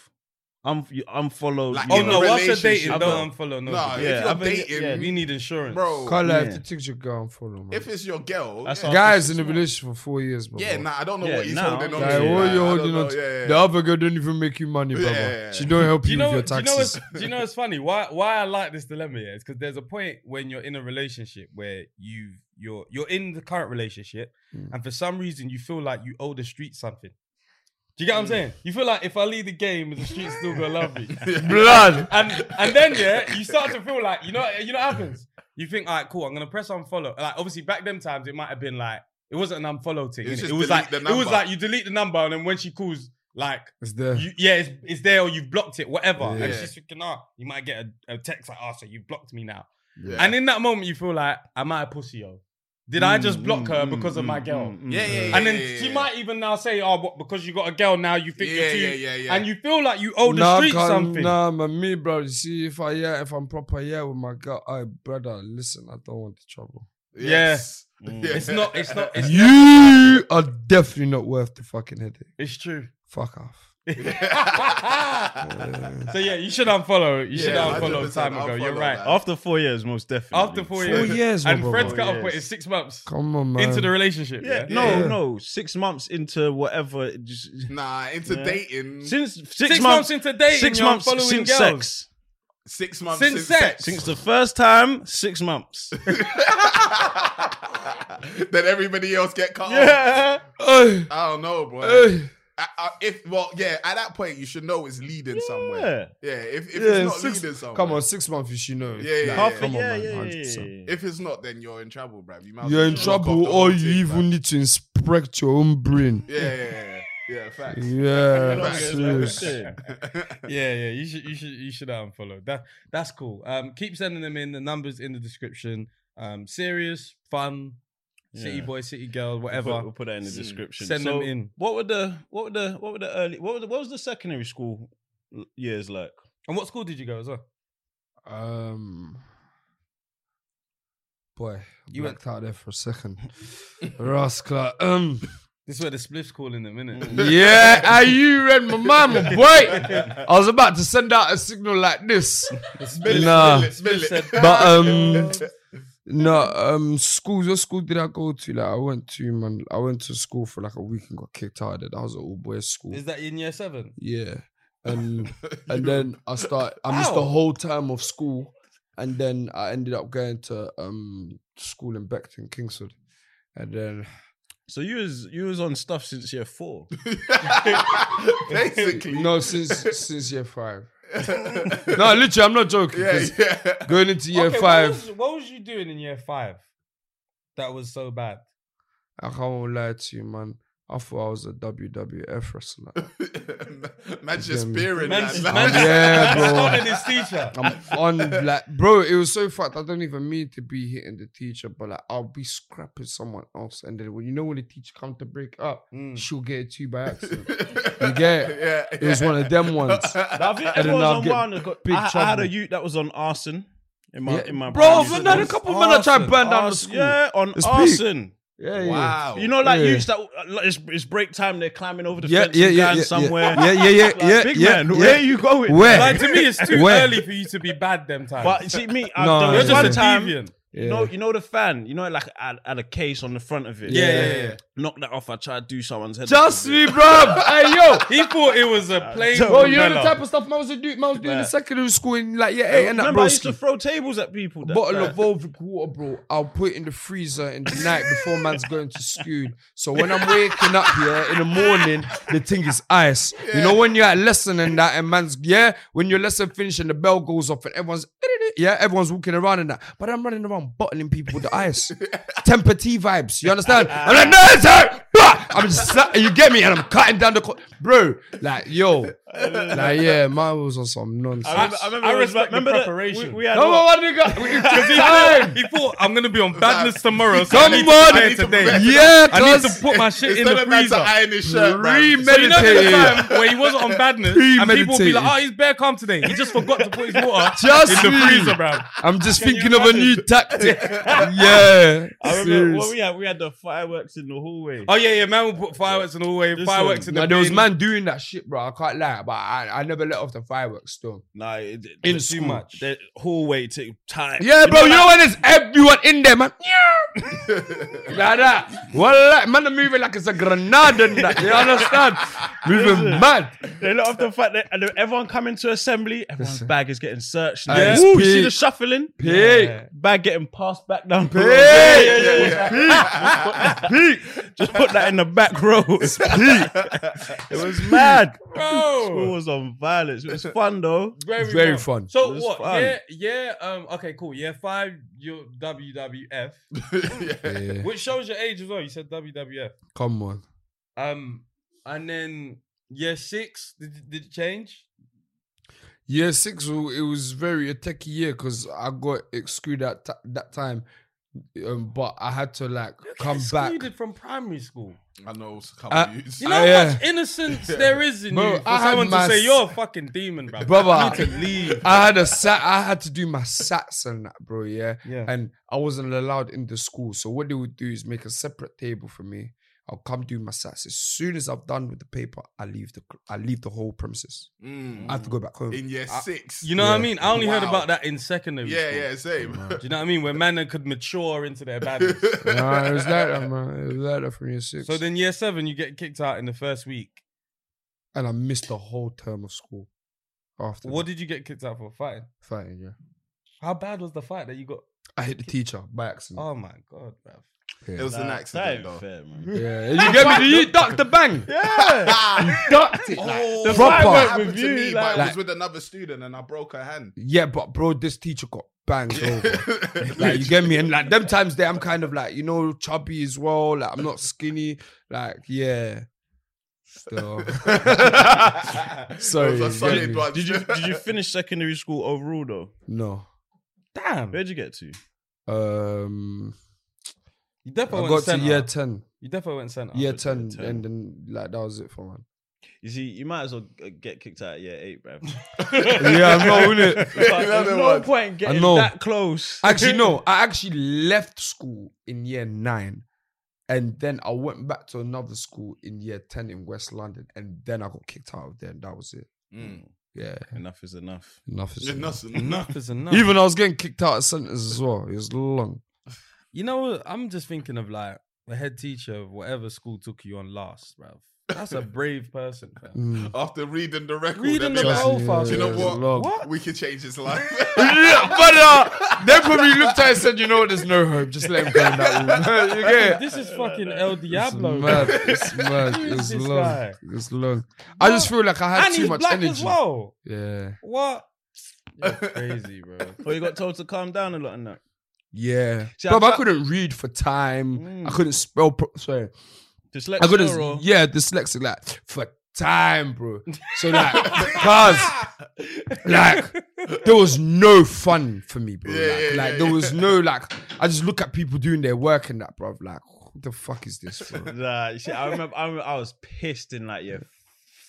S5: I'm you unfollow.
S2: Like,
S5: you
S3: Oh
S2: in a
S3: no,
S5: know.
S3: whilst you're dating,
S2: relationship,
S3: don't unfollow. No,
S2: no,
S3: no
S5: yeah, I've
S2: if you're
S5: been-
S2: dating,
S3: yeah, we need insurance.
S2: bro,
S4: Can't lie,
S5: Yeah.
S4: if the things you go and follow, man.
S2: if it's your girl,
S5: That's
S2: yeah,
S5: all-
S4: Guys in a relationship for four years, bro.
S2: yeah, nah, I don't know
S5: Yeah,
S2: what he's
S5: now-
S2: holding on
S5: Like,
S2: to.
S5: what
S2: like,
S4: you're
S2: I don't
S4: holding on
S2: know,
S4: to-
S2: yeah,
S4: The
S2: yeah.
S4: other girl don't even make you money,
S2: Yeah.
S4: brother. She don't help
S3: Do
S4: you,
S3: you know?
S4: with your
S3: Do you know?
S4: taxes.
S3: It's, do you know? It's funny. Why? Why I like this dilemma yeah, is because there's a point when you're in a relationship where you you're you're in the current relationship,
S4: Mm.
S3: and for some reason you feel like you owe the street something. Do you get what I'm
S2: Mm.
S3: saying? You feel like if I leave the game, the street's still gonna love me.
S7: blood.
S3: And and then yeah, you start to feel like you know you know what happens. You think, all right, cool. I'm gonna press unfollow. Like obviously back them times, it might have been like it wasn't an unfollow thing.
S2: It's
S3: innit?
S2: just
S3: It was
S2: delete
S3: like
S2: the
S3: it was
S2: number.
S3: like you delete the number, and then when she calls, like
S4: It's there.
S3: you, yeah, it's, it's there or you've blocked it, whatever. And
S2: Yeah.
S3: she's thinking, ah, you might get a, a text like, oh, so you blocked me now.
S2: Yeah.
S3: And in that moment, you feel like, am I a pussy, yo? Did I
S5: Mm,
S3: just
S2: Mm,
S3: block her because of my girl?
S2: yeah, yeah, yeah,
S3: And then
S2: mm. yeah, yeah,
S3: she
S2: yeah.
S3: might even now say, oh, what, because you got a girl now, you think
S2: Yeah,
S3: you're too.
S2: yeah, yeah, yeah.
S3: And you feel like you owe Oh, the street
S4: can-
S3: something.
S4: Nah, man, me, bro. You see, if I yeah, if I'm proper yeah with my girl, I brother, listen, I don't want the trouble.
S2: Yes. Mm. Yeah.
S3: It's not, it's not, it's,
S4: You are definitely not worth the fucking headache.
S3: it's true.
S4: Fuck off.
S3: so yeah, you should unfollow. You should
S2: Yeah,
S3: unfollow
S2: 100%
S3: time ago. You're
S2: unfollow
S3: right.
S2: that.
S5: After four years, most definitely.
S3: After four
S5: Four-
S3: years.
S4: years, my
S3: and
S4: brother.
S3: Fred's cut off
S5: Four
S3: point
S5: years.
S3: is six months
S4: Come on, man.
S3: into the relationship.
S5: Yeah,
S3: yeah?
S5: no,
S4: Yeah.
S5: no, six months into whatever. Just,
S2: Nah, into
S5: Yeah.
S2: dating.
S5: since six,
S3: Six months
S5: months,
S3: into dating,
S5: six
S3: you're
S5: months
S3: unfollowing
S5: since
S3: girls.
S5: sex,
S2: six months
S3: Since
S2: since,
S3: sex.
S2: sex.
S5: since the first time, six months.
S2: then everybody else get cut off.
S5: yeah,
S4: Hey,
S2: I don't know, bro.
S4: hey.
S2: I, I, if well, yeah, at that point you should know it's leading somewhere. Yeah, if, if
S4: Yeah,
S2: it's not
S4: six-
S2: leading somewhere,
S4: Come on, six months, you should know.
S2: Yeah, yeah,
S4: Nah,
S2: yeah.
S4: Come on,
S5: yeah,
S4: man.
S5: yeah, yeah,
S4: 100%.
S5: yeah, yeah.
S2: If it's not, then you're in trouble, bruv. You might as
S4: You're
S2: well
S4: in
S2: just knock off
S4: trouble,
S2: the
S4: or
S2: whole
S4: you
S2: thing, bruv.
S4: even need to inspect your own brain.
S2: Yeah, yeah, yeah, yeah. Facts.
S4: Yeah,
S2: Facts.
S4: serious.
S3: yeah, yeah. You should, you should, you should unfollow. That that's cool. Um, keep sending them in. The numbers in the description. Um, serious, fun, city
S5: Yeah.
S3: boy, city girl,
S5: We'll put,
S3: whatever.
S5: we'll put that in the description.
S3: Send them in.
S5: What were the what were the what were the early what were the, what was the secondary school l- years like?
S3: And what school did you go as well?
S4: Um, boy,
S3: You
S4: you blacked out there for a second. Rascal. Um,
S3: This is where the spliff's calling them, innit?
S4: Mm. yeah, are you read my mind, my boy? I was about to send out a signal like this,
S2: Spill it,
S4: Nah.
S2: spill it, spill it.
S4: but um, No, um, schools. What school did I go to? Like, I went to man. I went to school for like a week and got kicked out of it. That was an all boys school.
S3: Is that in year seven?
S4: Yeah, and and then I start. I missed
S3: Ow.
S4: the whole term of school, and then I ended up going to um school in Beckton, Kingsford, and then
S5: So you was you was on stuff since year four.
S2: Basically.
S4: no since since year five.
S7: No, literally, I'm not joking.
S2: Yeah,
S7: 'cause
S2: yeah.
S4: Going into year
S3: Okay,
S4: five,
S3: What was, what was you doing in year five? That was so bad.
S4: I can't lie to you, man. I thought I was a WWF wrestler.
S2: Manchester
S4: Them-
S2: Spearing.
S3: Man's,
S2: man.
S3: man's,
S4: Yeah,
S3: man's
S4: bro.
S3: scolding his teacher.
S4: I'm on like bro, it was so fucked. I don't even mean to be hitting the teacher, but like I'll be scrapping someone else. And then when you know when the teacher comes to break up,
S2: Hmm.
S3: Mm.
S4: she'll get it to you by accident. You get it?
S2: Yeah,
S4: It was
S2: yeah.
S4: one of them ones.
S5: I think
S4: And then
S5: everyone's
S4: I'll
S5: on
S4: get
S5: one. that got-
S4: big
S5: I, I had a
S4: trouble.
S5: youth that was on arson in my
S4: Yeah.
S5: in my
S7: Bro,
S5: primary
S7: I've known a
S5: school.
S7: couple of men that try to
S3: Arson,
S7: burn down the
S5: Arson,
S7: school.
S5: Yeah, on
S4: It's peak.
S5: arson.
S4: Yeah, yeah.
S2: Wow.
S5: You know, like
S4: Yeah.
S5: youths that like, it's, it's break time. They're climbing over the
S4: Yeah,
S5: fence
S4: yeah,
S5: and
S4: yeah,
S5: going
S4: yeah,
S5: somewhere.
S4: yeah, yeah, yeah,
S5: Like,
S4: yeah,
S5: big
S4: yeah,
S5: man,
S4: yeah.
S5: where you going?
S4: Where?
S3: Like to me, it's too
S4: Where?
S3: early for you to be bad them times.
S5: But see me, I,
S4: No,
S5: there
S3: you're
S5: was
S4: yeah.
S3: just
S5: one
S3: a
S5: time.
S3: deviant.
S4: yeah.
S5: You know, you know the fan. You know, like I had a case on the front of it.
S3: Yeah, yeah, yeah.
S5: knock that off. I tried to do someone's head.
S7: Just me, bro. hey, yo.
S3: He thought it was a plain.
S4: Bro, you know the
S5: Umbrella.
S4: type of stuff man was doing. Man was doing in
S5: Yeah.
S4: secondary school in like yeah,
S5: Hey,
S4: eight and that,
S5: remember,
S4: bro.
S5: I used to throw tables at people. That,
S4: bottle
S5: that-
S4: of Volvic water, bro. I'll put it in the freezer in the night before man's going to school. So when I'm waking up here in the morning, the thing is ice. You know when you're at lesson and that, and man's yeah, when your lesson finished and the bell goes off and everyone's yeah, everyone's walking around and that. But I'm running around bottling people with the ice. Temper T vibes. You understand? I'm like, no, sir. Bah! I'm just, sla- you get me, and I'm cutting down the, co- bro. Like, yo, like, yeah, mine was on some nonsense.
S5: I remember, I remember,
S3: I
S5: it was-
S3: respect the
S5: remember that
S3: preparation.
S5: We, we had
S4: Come
S5: what?
S4: on, what do you got?
S3: Because he, thought, he thought I'm gonna be on badness tomorrow. So
S4: Come
S3: I need
S4: on.
S3: to prepare
S4: I need
S2: to
S3: today.
S2: prepare.
S4: Yeah,
S3: I need to
S4: cuz.
S3: put my shit in the
S2: man to
S3: freezer.
S2: iron his shirt, man.
S3: So you know the
S4: Premeditated.
S3: time where he wasn't on badness, and people would be like,
S4: Premeditated.
S3: "Oh, he's bare calm today. He just forgot to put his water
S4: Just
S3: in the
S4: me.
S3: freezer, bro."
S4: I'm just thinking of a new tactic. yeah.
S5: I remember
S4: serious. Uh,
S5: when we had we had the fireworks in the hallway.
S3: Oh yeah, yeah, man will put fireworks in the hallway,
S5: Listen,
S3: fireworks in the.
S4: Nah, there was
S3: bin.
S4: man doing that shit, bro. I can't lie, but I, I never let off the fireworks still.
S5: Nah, it, it-
S4: In
S5: too
S4: school.
S5: much. The hallway took time.
S4: Yeah, bro. You know when there's everyone in there, man. like that. Well, like, man, are moving like it's a grenade and that. You understand? Moving mad.
S5: They let off the fact that and then everyone coming to assembly, everyone's bag is getting searched. now.
S4: Yeah.
S5: Ooh, you see
S4: Peak.
S5: the shuffling?
S4: Pig.
S5: Bag getting passed back down. the road.
S4: Peak.
S5: Yeah, yeah, yeah, yeah. Peak. Just put that in the back row. It's peak. It was mad. School
S3: Bro,
S5: was on violence. It was fun though.
S3: very,
S4: Very
S3: well.
S4: fun.
S3: So
S5: It was
S3: what?
S5: fun.
S3: Yeah, yeah. Um. Okay, cool. Yeah, five. Your WWF,
S4: Yeah.
S3: which shows your age as well. You said WWF.
S4: Come on.
S3: Um. And then year six, did did it
S4: Ah,
S3: change?
S4: Year six, w- it was very a techie year because I got excluded at t- that time, um, but I had to like come back.
S3: Excluded from primary school.
S2: I know a
S4: Uh,
S2: couple of youths.
S3: You know
S4: Ah,
S3: how
S4: yeah.
S3: much innocence there is in
S4: Bro,
S3: you for
S4: I had
S3: someone to
S4: my
S3: say
S4: s-
S3: you're a fucking demon, bro.
S4: Brother.
S3: you need to leave.
S4: I had a sat. I had to do my sats and that, bro. Yeah,
S3: Yeah.
S4: and I wasn't allowed in the school. So what they would do is make a separate table for me. I'll come do my sats. As soon as I've done with the paper, I leave the cl- I leave the whole premises. I have to go back home.
S2: Mm. in year six.
S3: You know what I
S4: Yeah.
S3: mean? I only heard
S2: Wow.
S3: about that in secondary.
S2: yeah,
S3: school.
S2: yeah, same.
S3: Do you know what I mean? Where man could mature into their badness.
S4: nah, it was like that, man. It was like that from year six.
S3: so then year seven, you get kicked out in the first week.
S4: and I missed the whole term of school. After
S3: What
S4: what
S3: did you get kicked out for fighting?
S4: fighting? Yeah,
S3: How bad was the fight that you got?
S4: I hit the teacher by accident.
S3: Oh my god, bruv.
S2: It was an
S5: Nah,
S2: accident,
S5: that ain't
S2: though.
S5: fair, man.
S4: Yeah, you get me? You ducked the bang.
S5: Yeah.
S4: Ducked it. like-
S2: Oh,
S4: The
S2: that
S4: proper-
S2: happened to me, but it
S4: like-
S2: was with another student, and I broke her hand.
S4: Yeah, but bro, this teacher got banged over. Like you get me, and like them times there, I'm kind of like you know chubby as well. Like I'm not skinny. Like yeah, still. Sorry, you
S2: It was a
S4: get
S2: solid
S4: me?
S2: one.
S5: Did you did you finish secondary school overall though?
S4: no.
S3: Damn.
S5: Where'd you get to?
S4: Um,
S3: You
S4: I
S3: definitely
S4: got
S3: went
S4: to
S3: center.
S4: year ten.
S3: you definitely went center.
S4: Year
S5: got to year
S4: ten,
S5: 10.
S4: and then like that was it for man.
S5: You see, you might as well uh, get kicked out at year eight, bro.
S4: yeah, I'm not in it.
S5: there's
S2: Another
S5: no
S2: one.
S5: point getting
S4: know.
S5: that close.
S4: Actually, no. I actually left school in year nine, and then I went back to another school in year ten in West London, and then I got kicked out of there, and that was it. Yeah,
S5: Enough is enough.
S4: enough is enough.
S2: Nothing.
S3: Enough is enough.
S4: Even I was getting kicked out of centers as well. It was long.
S3: You know, I'm just thinking of like the head teacher of whatever school took you on last, bruv. That's a brave person. fam.
S4: Mm.
S2: After reading the record,
S3: Reading the
S2: they'll be like,
S4: Trust me,
S3: profile,
S2: Do you know
S4: yeah,
S2: what?
S4: log.
S3: What?
S2: we could change his life.
S7: but uh, they probably looked at it and said, you know what, there's no hope. Just let him go in that room. you get it?
S3: This is fucking El
S4: It's
S3: Diablo.
S4: mad.
S3: bruv.
S4: It's mad.
S3: Who is
S4: It's
S3: this
S4: long.
S3: guy?
S4: It's long. I just feel like I had
S3: and
S4: too
S3: he's
S4: much
S3: black as
S4: energy.
S3: well.
S4: Yeah.
S3: What? You're crazy, bro.
S5: But you got told to calm down a lot and that.
S4: Yeah.
S5: See, I
S4: Bruv, I
S5: felt-
S4: couldn't read for time.
S5: Mm.
S4: I couldn't spell. Pro- sorry.
S5: Dyslexia
S4: I couldn't.
S5: or
S4: Yeah, dyslexic. Like, for time, bro. So, like, cuz, like, there was no fun for me, bro.
S2: Yeah,
S4: like,
S2: yeah,
S4: like
S2: yeah,
S4: there was no, like, I just look at people doing their work and that, bro. Like, what the fuck is this, bro?
S5: Nah, shit, I remember, I remember I was pissed in like year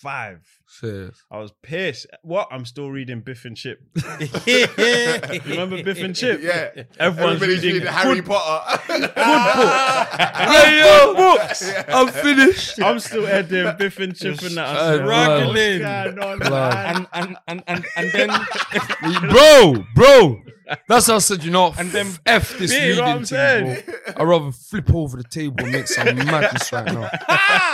S5: five.
S4: So,
S5: I was pissed. What? I'm still reading Biff and Chip.
S3: you
S5: You remember Biff and Chip?
S2: yeah.
S5: Everyone's
S2: Everybody's
S5: reading,
S2: reading Harry Potter.
S4: hey, yo, books. I'm finished.
S5: I'm still editing Biff and Chip and that. I'm
S4: Uh,
S5: still-
S4: Wow.
S3: Struggling.
S5: God, no, no,
S4: Wow.
S5: I-
S3: And, and and and and then
S4: bro, bro. That's how I said, you know,
S3: And
S4: and
S3: then-
S4: then f this
S5: Yeah, you know what
S4: reading
S5: I'm
S4: thing. bro. I'd rather flip over the table and make some madness right now.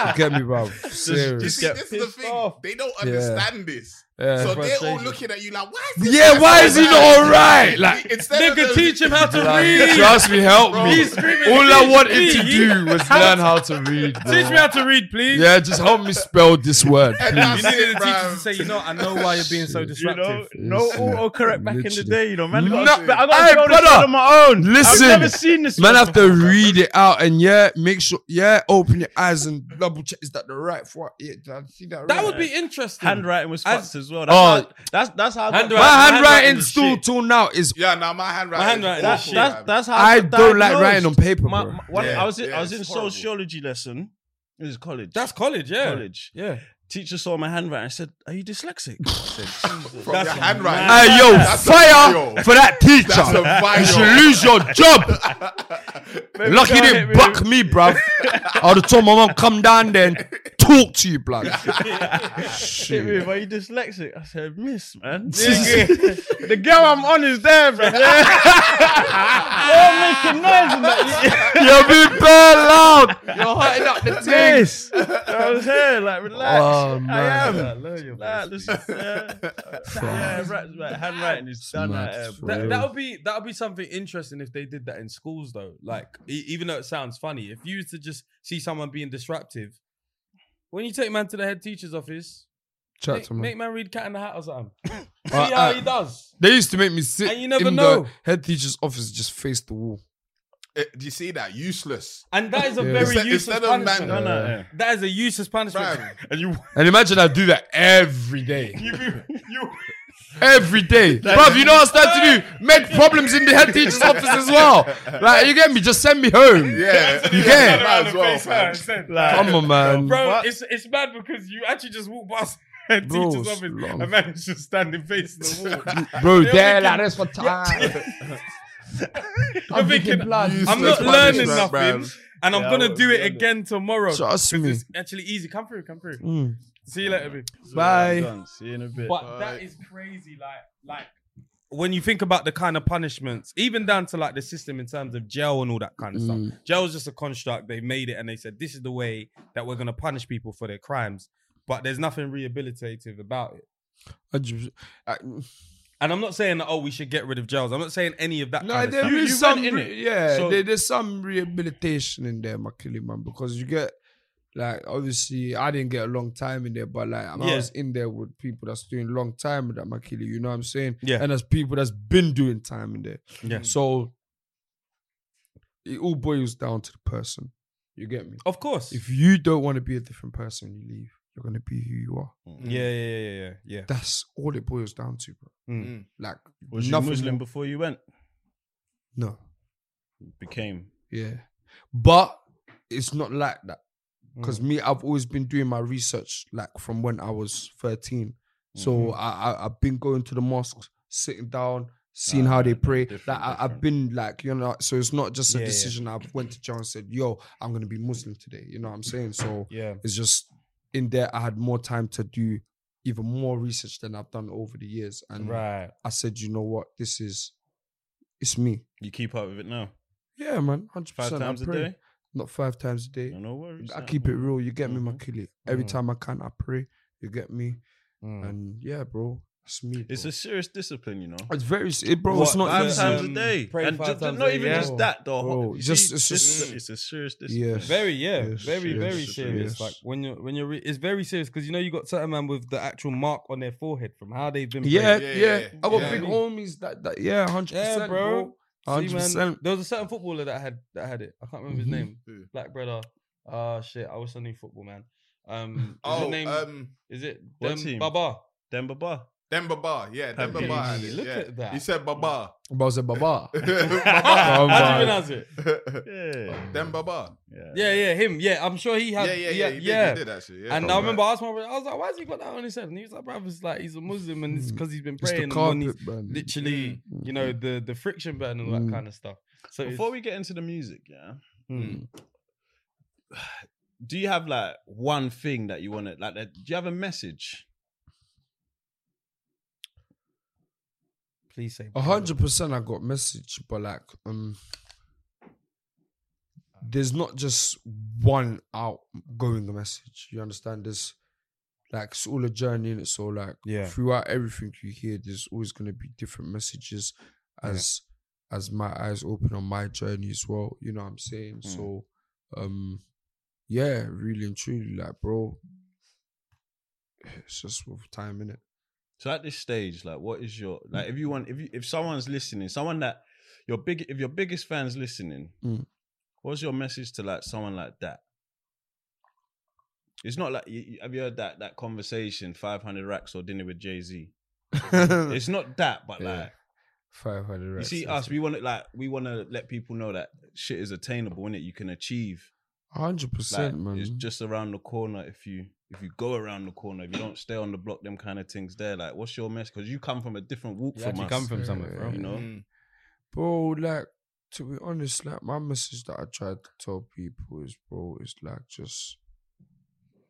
S4: You get me, bro? Serious.
S2: You
S5: just
S2: see,
S5: get
S2: this is the
S3: pissed
S2: thing.
S3: off.
S2: They don't understand this.
S4: Yeah.
S2: So they're all
S3: Frustration.
S2: looking at you like, why is this
S4: yeah,
S2: guy
S4: why
S2: so
S4: is he
S2: bad?
S4: not alright? Like,
S2: Instead of
S3: nigga
S2: the-
S3: teach him how to
S4: like,
S3: read.
S4: trust me, help
S2: Bro.
S4: me.
S2: He's
S3: screaming,
S4: All I
S3: "Read,
S4: wanted to
S3: read."
S4: do was learn how to read. bro.
S3: Teach me how to read, please.
S4: Yeah, just help me spell this word,
S2: And
S4: please.
S2: that's
S3: You needed
S2: it,
S3: the teacher to
S2: bruv.
S3: say, you know, I know why you're being so
S4: Shit.
S5: You
S3: disruptive.
S5: know, no
S4: Listen.
S5: autocorrect back in the
S4: Literally.
S5: day, you know, man. I
S4: No.
S5: gotta spe- I gotta
S4: Hey,
S5: build this
S4: brother.
S5: on my own.
S4: Listen.
S5: I've never seen this.
S4: Man, I have
S5: before.
S4: to read it out and yeah, make sure yeah, open your eyes and double check. Is that the right for Yeah, did I see that?
S3: That
S4: right?
S3: would be interesting.
S5: handwriting was
S3: As-
S5: fucked as
S4: Oh.
S5: well. That's, how, that's that's how I got-
S3: Handwriting-
S4: my handwriting
S5: is
S4: still
S5: shit.
S4: till now is
S2: Yeah, now my handwriting.
S3: My handwriting is
S2: is
S5: That's,
S2: awful,
S3: shit.
S5: that's,
S2: man.
S5: that's how
S4: I
S5: got
S4: don't like
S5: diagnosed.
S4: writing on paper,
S5: My-
S4: bro.
S5: my- one-
S2: Yeah,
S5: I was in,
S2: yeah,
S5: I was in
S2: it's horrible.
S5: sociology lesson. It was college.
S3: That's college, yeah.
S5: college.
S3: Yeah.
S5: Teacher saw my handwriting. I said, "Are you dyslexic?" I said, "Jesus."
S2: From your handwriting.
S4: Hey yo,
S2: That's a
S4: fire
S2: bio.
S4: for that
S2: That's a
S4: teacher. You should
S2: viral.
S4: lose your job. Lucky you
S5: don't
S4: didn't
S5: hit me
S4: buck me, bruv. I would have told my mom, come down there and talk to you, blood.
S5: Shit,
S4: Shit.
S5: babe, are you dyslexic? I said, Miss, man. Nigga, the girl I'm on is there, bro. You're making noise in that.
S4: You're being bad loud.
S5: Miss, I was here, like, relax.
S4: Oh,
S5: I
S4: man.
S5: am. Nah, listen, yeah, yeah, right, right, handwriting is done
S4: mad,
S5: out here,
S4: for
S5: bro.
S3: That,
S4: real.
S3: that would be that would be something interesting if they did that in schools though. Like e- even though it sounds funny, if you used to just see someone being disruptive, when you take man to the head teacher's office,
S4: Chat
S3: make,
S4: to me.
S3: make man read Cat in the Hat or something. see
S4: Uh,
S3: how
S4: uh,
S3: he does.
S4: They used to make me sit
S3: And you never
S4: in
S3: know.
S4: the head teacher's office, just face the wall.
S2: Eh, Do you see that? Useless.
S3: And that is a
S4: Yeah.
S3: very
S2: Instead-
S3: useless
S2: instead of man-
S3: punishment.
S5: Done out
S4: Yeah.
S5: here.
S3: That is a useless punishment.
S2: Bruv.
S5: And you,
S4: And imagine I do that every day.
S5: you, you, you
S4: Every day. Bruv, you know what I start to do? Make problems in the head teacher's office as well. Like, you get me? Just send me home.
S2: Yeah,
S4: You can.
S2: Might as well, fam.
S4: Come on, man.
S3: Bro, it's it's bad because you actually just walk past head
S4: Bro,
S3: teacher's
S4: it's
S3: office
S4: long.
S3: and man is just standing facing the wall.
S4: Bro,
S3: You're
S4: there,
S3: thinking-
S4: like, that's for time.
S3: I'm thinking, I'm
S2: Useless
S3: not learning
S2: punishment,
S3: nothing,
S2: bruv.
S3: and I'm
S5: Yeah, I
S3: gonna
S5: would've
S3: do it
S5: done it.
S3: again tomorrow.
S4: Trust me.
S3: It's actually easy. Come through, come through.
S4: Mm.
S3: See you later. babe.
S4: Bye.
S5: Done. See you in a bit.
S3: But
S4: uh,
S3: that is crazy. Like, like when you think about the kind of punishments, even down to like the system in terms of jail and all that kind of
S4: Mm.
S3: stuff. Jail is just a construct. They made it and they said this is the way that we're gonna punish people for their crimes. But there's nothing rehabilitative about it. And I'm not saying that, oh, we should get rid of jails. I'm not saying any of that.
S4: No,
S3: kind of
S4: there
S3: stuff.
S4: is
S5: you
S4: some,
S5: went in
S4: re- yeah,
S5: So-
S4: there- there's some rehabilitation in there, Makili man, because you get like obviously I didn't get a long time in there, but like I
S3: Yeah.
S4: was in there with people that's doing long time with that Makili, you know what I'm saying?
S3: Yeah.
S4: and there's people that's been doing time in there.
S3: Yeah.
S4: So it all boils down to the person. You get me?
S3: Of course.
S4: If you don't want to be a different person, you leave. You're gonna be who you are.
S3: yeah, yeah, yeah, yeah, yeah.
S4: That's all it boils down to, bro.
S3: Mm.
S4: Like
S5: Was you
S4: nothing
S5: Muslim
S4: more-
S5: before you went?
S4: No.
S5: Became.
S4: Yeah. But it's not like that.
S5: Mm.
S4: Because me, I've always been doing my research like from when I was 13.
S5: Mm-hmm.
S4: So I, I, I've been going to the mosques, sitting down, seeing how they pray.
S5: Ah, different,
S4: like I, I've
S5: different.
S4: been like, you know, so it's not just a
S3: Yeah, yeah.
S4: decision. I went to John and said, yo, I'm going to be Muslim today. You know what I'm saying? So
S3: Yeah.
S4: it's just in there, I had more time to do even more research than I've done over the years. And
S3: Right.
S4: I said, you know what? This is, it's me.
S5: You keep up with it now.
S4: Yeah, man, hundred
S5: Five
S4: percent. I
S5: times a
S4: pray.
S5: day.
S4: Not five times a day.
S5: No, no worries.
S4: I
S5: no
S4: keep it
S5: worries.
S4: real. You get me, my
S5: Mhm.
S4: killie. Every
S3: Mhm.
S4: time I can, I pray. You get me,
S3: Mm.
S4: and yeah, bro, that's me.
S5: It's
S4: bro.
S5: a serious discipline, you know.
S4: it's very, it, bro.
S3: What,
S4: it's not
S5: five
S3: just,
S5: times
S3: um,
S5: a day,
S3: pray
S5: and
S3: five
S5: ju- ju-
S3: times a
S5: not
S3: day,
S5: even
S3: yeah.
S5: just that. The whole
S4: Bro,
S5: you
S4: just-
S5: see,
S4: it's
S5: this-
S4: just-
S5: it's a serious discipline.
S4: yes,
S3: Very yeah,
S4: Yes,
S3: very
S4: yes,
S3: very
S5: yes,
S3: serious.
S4: yes.
S3: Like when you're when you're re- it's very serious because you know you got certain man with the actual mark on their forehead from how they've been.
S4: Yeah,
S3: playing.
S4: yeah,
S2: Yeah, yeah,
S4: I got
S2: yeah.
S4: big homies that, that yeah, hundred
S3: yeah,
S4: percent,
S3: bro.
S4: bro. Hundred
S3: See, man,
S4: percent.
S3: There was a certain footballer that had that had it. I can't remember
S4: Mhm.
S3: his name.
S2: Who?
S3: Black brother. Ah shit, I wish I knew football, man. Um, is
S2: Oh,
S3: it name,
S2: um,
S3: is it
S5: what
S3: Dem-
S5: team?
S3: Baba?
S5: Denver Bar.
S2: Demba Ba. Yeah, Demba
S5: Hey,
S2: Ba. had it,
S3: look
S2: yeah.
S3: at that.
S2: He said Baba.
S4: Bowser Baba.
S2: Baba.
S3: How do you
S4: Baba.
S3: pronounce it?
S5: Yeah,
S2: Demba Ba.
S3: Yeah, yeah, him. Yeah, I'm sure he
S2: Yeah,
S3: had.
S2: yeah, yeah.
S3: he
S2: Yeah,
S3: had-
S2: he,
S3: yeah.
S2: Did, he did actually. Yeah,
S3: And
S2: bro.
S3: I remember I asked my brother, I was like, why has he got that on his head? And he was like, bruv, it's like he's a Muslim and it's
S4: Mm.
S3: because he's been
S4: It's
S3: praying
S4: the
S3: and when he's
S4: carpet, man.
S3: literally, you know, the, the friction burn and all that
S4: Mm.
S3: kind of stuff. So it's-
S5: Before we get into the music, yeah,
S3: Mm.
S5: do you have like one thing that you want to like? that- Do you have a message?
S3: please say
S4: A hundred percent. I got message, but like, um, there's not just one outgoing message. You understand? There's like it's all a journey, and it's all like
S3: Yeah.
S4: Throughout everything you hear, there's always gonna be different messages, as as my eyes open on my journey as well. You know what I'm saying?
S5: Mm.
S4: So, um, yeah, really and truly, like, bro, it's just with time in it.
S5: So at this stage, like, what is your like? If you want, if you, if someone's listening, someone that your big, if your biggest fan's listening,
S4: Mm.
S5: what's your message to like someone like that? It's not like you, you- have you heard that that conversation, five hundred racks or dinner with Jay Z. It's not that, but
S4: Mm. Yeah.
S5: like
S4: Five hundred.
S5: you see us, we want to like we want to let people know that shit is attainable, and it you can achieve.
S4: hundred
S5: Like,
S4: percent, man.
S5: it's just around the corner if you if you go around the corner if you don't stay on the block them kind of things there like what's your message because you come from a different walk
S3: You
S5: from
S3: actually
S5: us
S3: come from somewhere,
S4: Yeah,
S3: bro.
S5: you know
S2: Mm.
S4: bro, like to be honest, like my message that I tried to tell people is, bro, is like just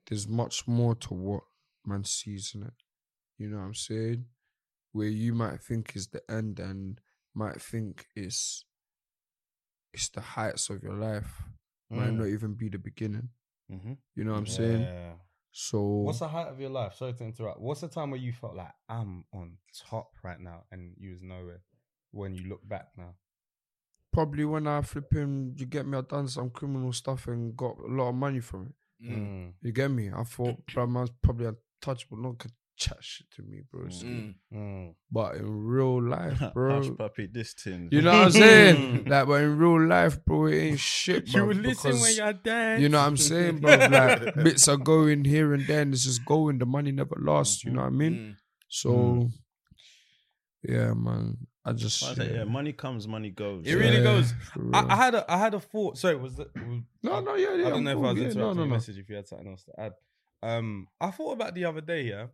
S4: there's much more to what man sees in it. You know what I'm saying? Where you might think is the end and might think it's it's the heights of your life might
S5: Mm.
S4: not even be the beginning.
S5: hmm
S4: You know what I'm saying?
S3: Yeah.
S4: So
S3: What's the height of your life? Sorry to interrupt. What's the time where you felt like I'm on top right now and you was nowhere when you look back now?
S4: probably when I flip him, you get me, I done some criminal stuff and got a lot of money from it.
S2: Mm.
S4: You get me? I thought, bro, man's probably untouchable. No one could chat shit to me, bro. So-
S2: Mm.
S3: Mm.
S4: But in real life,
S5: Hush
S4: bro.
S5: puppy, this tin.
S4: you know what I'm saying? like, but in real life, bro, it ain't shit, bro. because-
S3: dead.
S4: You know what I'm saying, bro? Like, bits are going here and there, and it's just going. The money never lasts. You know what I mean?
S3: Mm-hmm.
S2: Mm.
S4: So, yeah, man. I just.
S5: I was
S4: yeah,
S5: like, yeah, money comes, money goes.
S3: It really
S4: yeah,
S3: goes.
S4: for
S3: I,
S4: real.
S3: I had a I had a thought. Sorry, was that was-
S4: no,
S3: I-
S4: no, yeah, yeah.
S3: I don't know if I was
S4: yeah,
S3: interrupting
S4: no, no,
S3: your
S4: no.
S3: message if you had something else to add. Um, I thought about the other day, yeah,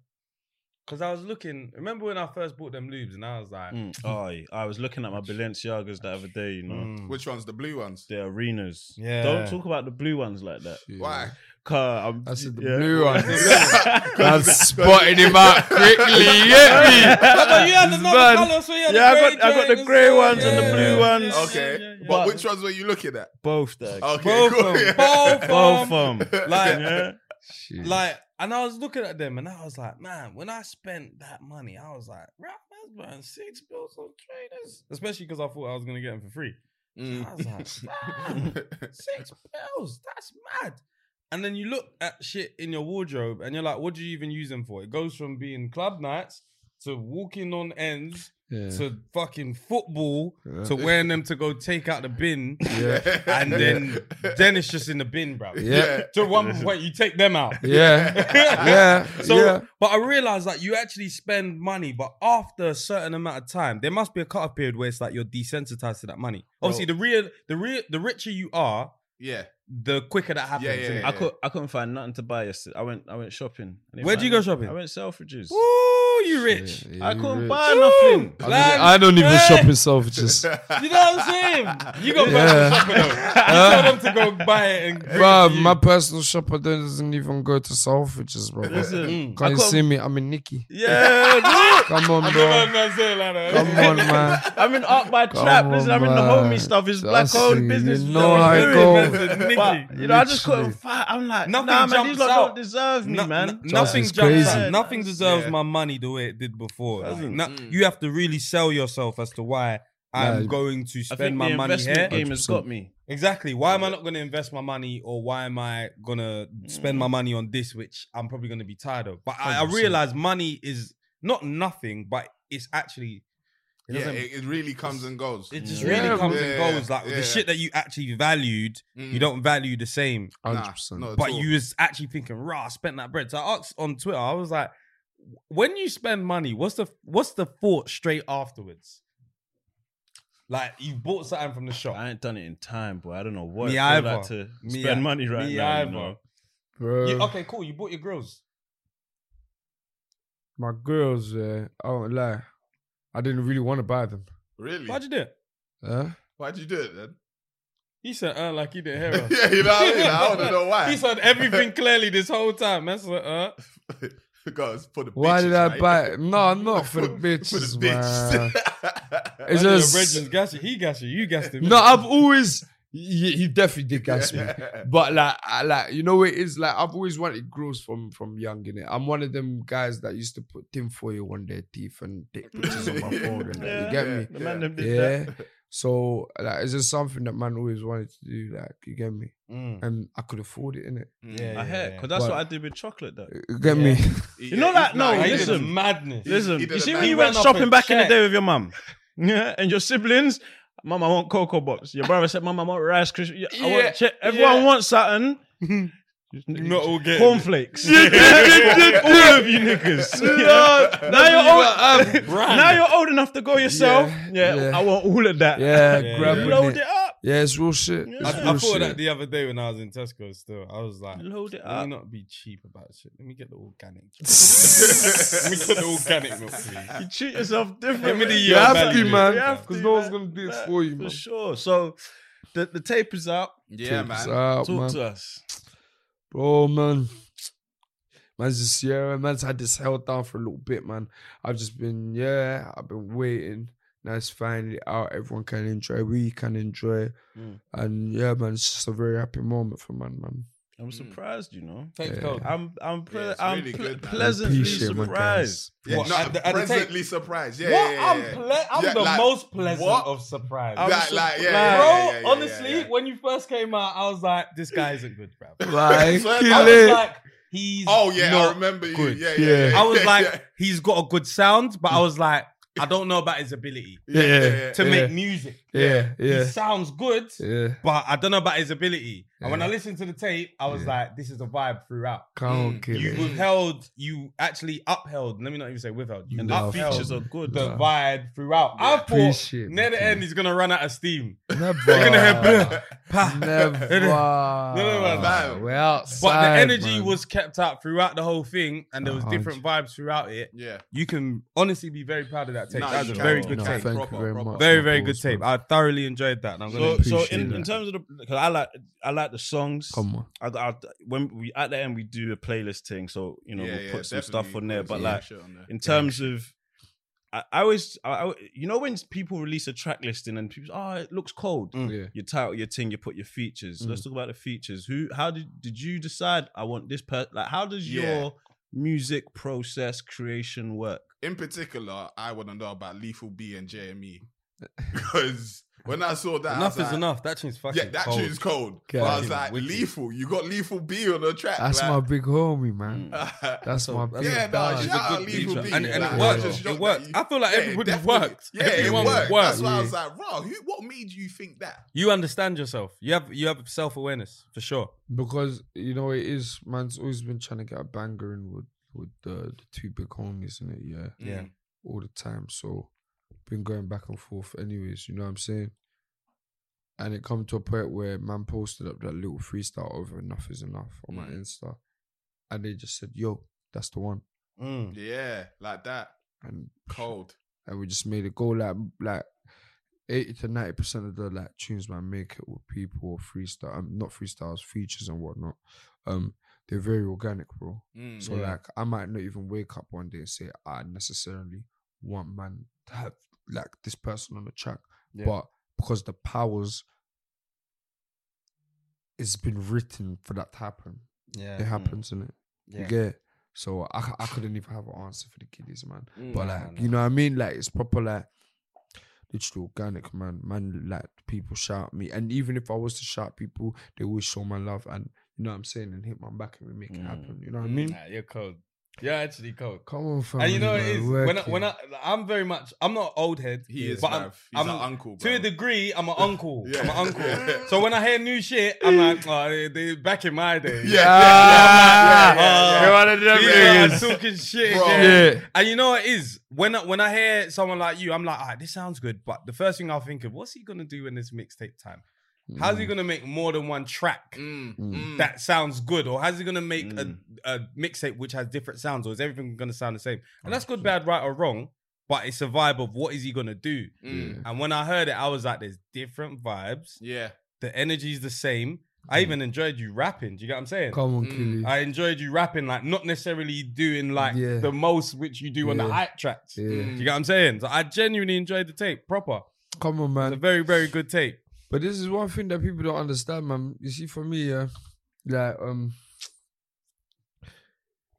S3: because I was looking. Remember when I first bought them lubes, and I was like,
S5: Mm. Oh, yeah. I was looking at my Balenciagas the other day, you know.
S3: mm.
S2: Which ones? The blue ones?
S5: The arenas.
S3: Yeah.
S5: Don't talk about the blue ones like that.
S4: Yeah.
S2: Why?
S5: Car, I'm,
S4: I said the
S5: yeah.
S4: blue one. I've
S5: yeah,
S4: spotted him out quickly. Yeah, me.
S3: I thought you had another
S5: Man.
S3: colour, so you had
S5: Yeah, I
S3: the grey
S5: got- I got
S3: jacket
S5: the grey
S3: stuff.
S5: ones and the blue ones.
S2: Okay.
S3: yeah, yeah.
S2: But, which ones were you looking at?
S5: both there.
S2: Okay.
S3: Both
S2: cool.
S3: of them.
S2: Yeah.
S3: Oh, Both
S5: Both
S3: of them.
S5: of them.
S3: Like,
S5: Yeah.
S4: Shit.
S3: Like, and I was looking at them and I was like, man, when I spent that money, I was like, rap, that's burning six bills on trainers. Especially because I thought I was going to get them for free.
S5: Mm.
S3: I was like, fam, six bills, that's mad. And then you look at shit in your wardrobe and you're like, what do you even use them for? It goes from being club nights to walking on ends
S4: yeah. Uh,
S3: to fucking football
S4: Yeah.
S3: to wearing them to go take out the bin.
S4: yeah.
S3: And then, then it's just in the bin, bro.
S4: Yeah.
S3: To one point, you take them out.
S4: Yeah. Yeah.
S3: So,
S4: yeah.
S3: but I realized that you actually spend money, but after a certain amount of time, there must be a cut-off period where it's like you're desensitized to that money. Obviously, the real, the real, the richer you are,
S2: Yeah.
S3: the quicker that happens.
S2: Yeah, yeah,
S3: innit?
S2: yeah.
S5: I could I couldn't find nothing to buy yesterday. I went I went shopping. I didn't
S3: Where'd
S5: find
S3: you go
S5: nothing.
S3: shopping?
S5: I went Selfridges.
S3: Woo, you rich.
S4: Yeah,
S5: I
S4: you
S5: couldn't
S4: rich.
S5: buy nothing.
S4: I don't- e,
S3: Land
S4: I don't even shop
S3: rich.
S4: myself. Just
S3: You know what I'm saying? You got
S4: Yeah.
S3: personal shopping though. You tell them to go buy it and bring it
S4: Bro,
S3: to you.
S4: my personal shopper doesn't even go to Selfridges, bro.
S3: Mm.
S5: Listen,
S4: Can't
S5: I
S4: you
S5: got-
S4: see me? I'm in Nikki.
S5: Yeah, look,
S4: Come on,
S3: You know what
S4: bro.
S3: I'm saying, like that?
S4: Come on, man.
S5: I'm in up by
S4: Come
S5: trap. Listen, I'm in the
S4: on, man.
S5: homie stuff. It's
S4: That's
S5: black owned
S4: it.
S5: business.
S4: You
S5: is
S4: know
S5: what
S4: how
S5: we're
S4: it
S5: doing,
S4: go.
S5: man.
S3: Nicky.
S5: But, you know, I just
S4: Literally.
S5: couldn't fight. I'm like,
S3: Nothing
S5: nah, man,
S3: jumps
S5: these lot
S3: out.
S5: don't deserve me,
S3: No- no-
S5: man.
S3: nothing
S4: is
S3: jumps
S4: crazy.
S3: out. Nothing deserves
S2: Yeah.
S3: my money the way it did before. Like,
S5: Doesn't. Mm.
S3: no- you have to really sell yourself as to why I'm
S4: Nah,
S3: going to
S5: I
S3: spend
S5: think
S3: my
S5: the
S3: money here.
S5: investment game has got me.
S3: Exactly. Why am I not going to invest my money, or why am I going to spend
S2: Mm.
S3: my money on this, which I'm probably going to be tired of? But I, I
S4: 100%.
S3: realize money is not nothing, but it's actually it
S2: Yeah,
S3: doesn't.
S2: it, it really comes and goes.
S3: it just
S5: Yeah.
S3: really
S4: Yeah,
S3: comes
S2: yeah,
S3: and goes. Like
S2: yeah. Mm.
S3: the shit that you actually valued, you don't value the same.
S4: Hundred percent.
S3: but you was actually thinking, "Rah, I spent that bread." So I asked on Twitter, I was like, "When you spend money, what's the what's the thought straight afterwards? Like you bought something from the shop.
S5: I ain't done it in time, boy. I don't know what.
S3: Me
S5: Me either.
S3: either.
S5: Like to
S3: Me
S5: spend
S3: ei-
S5: money right
S3: me
S5: now. You
S3: either.
S5: know?
S4: Bro,
S3: You- okay, cool. You bought your grills.
S4: my girls, yeah. I won't lie. I didn't really want to buy them.
S2: really?
S3: Why'd you do it?
S4: Huh?
S2: Why'd you do it then?
S3: He said, "Uh, like he didn't hear us."
S2: yeah, you know what I mean. I don't know why.
S3: He said everything clearly this whole time. That's what, uh,
S2: Because for the
S4: Why did
S2: bitches,
S4: I
S2: right?
S4: buy? No, not for the
S2: for
S4: bitches,
S2: the
S4: man.
S2: bitches.
S4: It's
S3: that's
S4: just-
S3: your Regin's gas you. He gas you. You gassed him.
S4: No, I've always he, he definitely did gas me. But like, I, like you know, what it is like I've always wanted girls from from young in it. I'm one of them guys that used to put tinfoil on their teeth and take pictures on my phone. And that, you get me?
S5: The man them did that.
S4: Yeah. So like, it's just something that man always wanted to do. Like, you get me?
S3: Mm.
S4: And I could afford it, innit?
S3: Yeah,
S5: I
S3: yeah,
S5: hear,
S3: yeah.
S5: because that's
S4: But-
S5: what I did with chocolate. Though.
S4: You get me?
S5: You know that- no,
S3: Like,
S5: Hey,
S3: he did a
S5: listen.
S3: madness.
S5: Listen,
S2: he did
S5: you
S2: a
S5: see
S2: man-
S5: when
S2: He
S5: you went
S3: ran off
S5: shopping
S3: and
S5: back in the
S3: checked.
S5: day with your mum, yeah, and your siblings. Mum, I want cocoa pops. Your brother said, Mum, I want rice crispies. I
S4: Yeah,
S5: want chip. Everyone
S4: yeah.
S5: wants something.
S3: not all getting it.
S5: cornflakes. all of you niggas. now you're old. now you're old enough to go yourself.
S4: Yeah,
S5: Yeah,
S4: yeah.
S5: I want all of that.
S4: Yeah,
S3: Yeah,
S4: grab
S3: yeah.
S5: Load
S4: it.
S5: it up.
S4: Yeah, it's real shit.
S5: Yeah.
S4: It's
S3: I,
S4: real
S3: I thought of
S4: shit.
S3: that the other day when I was in Tesco. Still, I was like,
S5: Load it
S3: Let
S5: up.
S3: me not be cheap about shit. Let me get the organic. Let me get the organic milk, please.
S5: You treat yourself
S3: Give me the
S5: differently.
S3: year
S4: you have to,
S3: value.
S5: You
S4: man,
S5: have
S4: because
S5: to,
S4: no one's
S5: man.
S4: gonna do it for you, man.
S5: For sure. So the, the tape is out.
S2: Yeah,
S4: It's
S2: man.
S4: out,
S5: Talk
S4: man.
S5: to us.
S4: Bro, man. Man's just yeah, man's had this held down for a little bit, man. I've just been, yeah, I've been waiting. Now it's finally out. Everyone can enjoy. We can enjoy.
S5: Mm.
S4: And yeah, man, it's just a very happy moment for man, man.
S5: I'm
S3: Mm.
S5: surprised, you know.
S3: Thanks,
S4: Yeah.
S3: Cole.
S5: I'm I'm
S2: Yeah,
S5: ple-
S2: it's
S5: I'm
S2: really
S5: ple-
S2: good, man.
S5: pleasantly
S4: Appreciate my
S5: surprised.
S2: Yeah,
S3: What,
S2: no,
S3: at the- at the tape?
S2: presently surprised. Yeah,
S3: what?
S2: yeah, yeah, yeah.
S3: I'm, ple- I'm
S2: Yeah,
S3: the
S2: like,
S3: most pleasant
S2: what?
S3: of surprise.
S5: I'm
S2: Like,
S5: surprised.
S2: like, yeah, yeah,
S3: bro,
S2: yeah, yeah, yeah, yeah,
S3: honestly,
S2: yeah.
S3: when you first came out, I was like, this guy isn't good, bro. I
S4: Like,
S2: So,
S4: kill
S2: I
S3: was
S4: it.
S3: like, he's.
S2: Oh yeah,
S3: not
S2: I remember you.
S3: good.
S2: Yeah, yeah, yeah.
S3: I was
S2: yeah,
S3: like,
S2: yeah,
S3: he's got a good sound, but I was like, I don't know about his ability
S2: yeah, yeah, yeah.
S3: to
S4: Yeah.
S3: make music.
S4: Yeah,
S3: He
S4: yeah,
S3: sounds good,
S4: yeah.
S3: but I don't know about his ability. And when I
S4: Yeah.
S3: listened to the tape, I was
S4: Yeah.
S3: like, this is a vibe throughout.
S4: Can't kill
S3: You
S4: it.
S3: withheld, you actually upheld. Let me not even say withheld. You
S5: And
S4: Nah,
S5: the
S3: upheld
S5: features are good.
S3: the
S4: Nah.
S3: vibe throughout. I thought
S4: Appreciate
S3: near
S4: it,
S3: the end he's gonna run out of steam.
S4: Never.
S3: You're gonna hear blah, pa.
S4: Never.
S3: no,
S2: no.
S4: We're
S3: But the
S4: outside,
S3: energy
S4: man.
S3: was kept up throughout the whole thing, and there was
S4: Ah,
S3: different vibes throughout it.
S2: yeah.
S3: You can honestly be very proud of that tape.
S2: Nah,
S3: that was a
S2: you
S3: very
S2: can.
S3: good
S4: No,
S3: tape.
S4: thank
S2: Proper,
S4: you very
S2: proper.
S4: much.
S3: Very,
S4: my
S3: very good
S4: balls,
S3: tape.
S4: man.
S3: I thoroughly enjoyed that. And I'm gonna
S5: So, so in,
S4: appreciate
S5: in
S4: that.
S5: terms of the because I like I like the songs.
S4: Come on.
S5: I got I, when we at the end we do a playlist thing, so you know
S2: yeah,
S5: we'll
S2: yeah,
S5: put some stuff
S2: definitely
S5: on there.
S2: put
S5: But
S2: some
S5: like
S2: shit on there.
S5: in terms of, I, I always I, I- you know when people release a track listing and people say, oh it looks cold.
S4: Yeah.
S5: You title your thing, you put your features. Let's talk about the features. Who? How did did you decide? I want this person. Like how does
S2: Yeah.
S5: your music process creation work?
S2: in particular, I want to know about Lethal B and JME because when I saw that, I
S3: enough
S2: was
S3: is
S2: like,
S3: enough. That tune's fucking
S2: Yeah, that
S3: cold.
S2: tune's cold. But I was
S4: Fucking
S2: like,
S3: wicked.
S2: Lethal, you got Lethal B on the track.
S4: That's my
S2: like,
S4: big homie, man.
S3: Mm.
S4: That's my big
S2: yeah, no,
S4: dog.
S2: shout out Lethal
S5: feature.
S2: B.
S3: and, and
S2: like,
S3: it
S2: I
S3: worked.
S2: just
S3: It
S2: shocked
S3: worked.
S2: that
S3: I
S2: you-
S3: feel like
S2: Yeah, it
S3: everybody
S2: definitely-
S3: worked.
S2: Yeah,
S3: Everyone
S2: it worked. That's why I was
S4: Yeah.
S2: like, bro, who, what made you think that?
S3: You understand yourself. You have you have self awareness for sure.
S4: Because you know it is man's always been trying to get a banger in with with the, the two big homies in it, yeah.
S3: Yeah.
S4: All the time. So been going back and forth anyways, you know what I'm saying? And it come to a point where man posted up that
S3: Mm.
S4: little freestyle over enough is enough on my Insta. And they just said, Yo, that's the one.
S3: Mm.
S2: Yeah, like that.
S4: And
S2: Cold.
S4: and we just made it go like like eighty to ninety percent of the like tunes man make it with people or freestyle um, not freestyles, features and whatnot. Um they're very organic, bro.
S2: Mm.
S4: So like I might not even wake up one day and say I necessarily want man to have like this person on the track.
S3: Yeah.
S4: But because the powers it's been written for that to happen. It
S3: Yeah. mm.
S4: happens, innit?
S3: Yeah.
S4: You get? So I, c- I couldn't even have an answer for the kiddies, man.
S3: Mm,
S4: But
S3: nah,
S4: like,
S3: nah.
S4: you know what I mean? Like it's proper like literally organic, man. Man, like people shout at me. And even if I was to shout at people, they always show my love and you know what I'm saying, and hit my back and we make
S3: Mm.
S4: it happen. You know what I mean?
S3: Nah, you're cold. You're actually cold.
S4: Come on, fam.
S3: And you know what
S4: man,
S3: it is
S4: work
S3: when I,
S4: it.
S3: when I I'm very much I'm not old head.
S2: He is,
S3: but
S2: bruv.
S3: I'm,
S2: He's
S3: I'm-
S2: an uncle,
S3: to a
S2: bruv.
S3: degree. I'm an uncle.
S2: Yeah.
S3: I'm an uncle.
S2: Yeah.
S3: So when I hear new shit, I'm like, oh, they, they back in my day.
S2: Yeah,
S3: Ah!
S2: yeah, yeah, yeah, yeah.
S3: Uh,
S7: one of them
S3: These
S7: niggas.
S3: are talking shit.
S2: Bro.
S3: again.
S4: Yeah.
S3: And you know what it is when I, when I hear someone like you, I'm like, ah, this sounds good. But the first thing I'll think of, what's he gonna do in this mixtape time? How's
S7: Mm.
S3: he gonna make more than one track?
S2: Mm,
S4: Mm.
S2: mm.
S3: that sounds good, or how's he gonna make
S7: Mm.
S3: a, a mixtape which has different sounds, or is everything gonna sound the same? And that's good, bad, right, or wrong, but it's a vibe of what is he gonna do.
S2: Mm.
S3: And when I heard it, I was like, there's different vibes,
S2: Yeah.
S3: the energy's the same.
S7: Mm.
S3: I even enjoyed you rapping. Do you get what I'm saying?
S4: Come on,
S2: Mm.
S4: Killy.
S3: I enjoyed you rapping, like not necessarily doing like
S4: Yeah.
S3: the Mm. most which you do on the
S4: Yeah.
S3: hype tracks.
S4: Yeah.
S2: Mm,
S3: Do you get what I'm saying? So I genuinely enjoyed the tape, proper.
S4: Come on,
S3: It's a
S4: man.
S3: very, very good tape.
S4: But this is one thing that people don't understand, man. You see, for me, yeah, like um,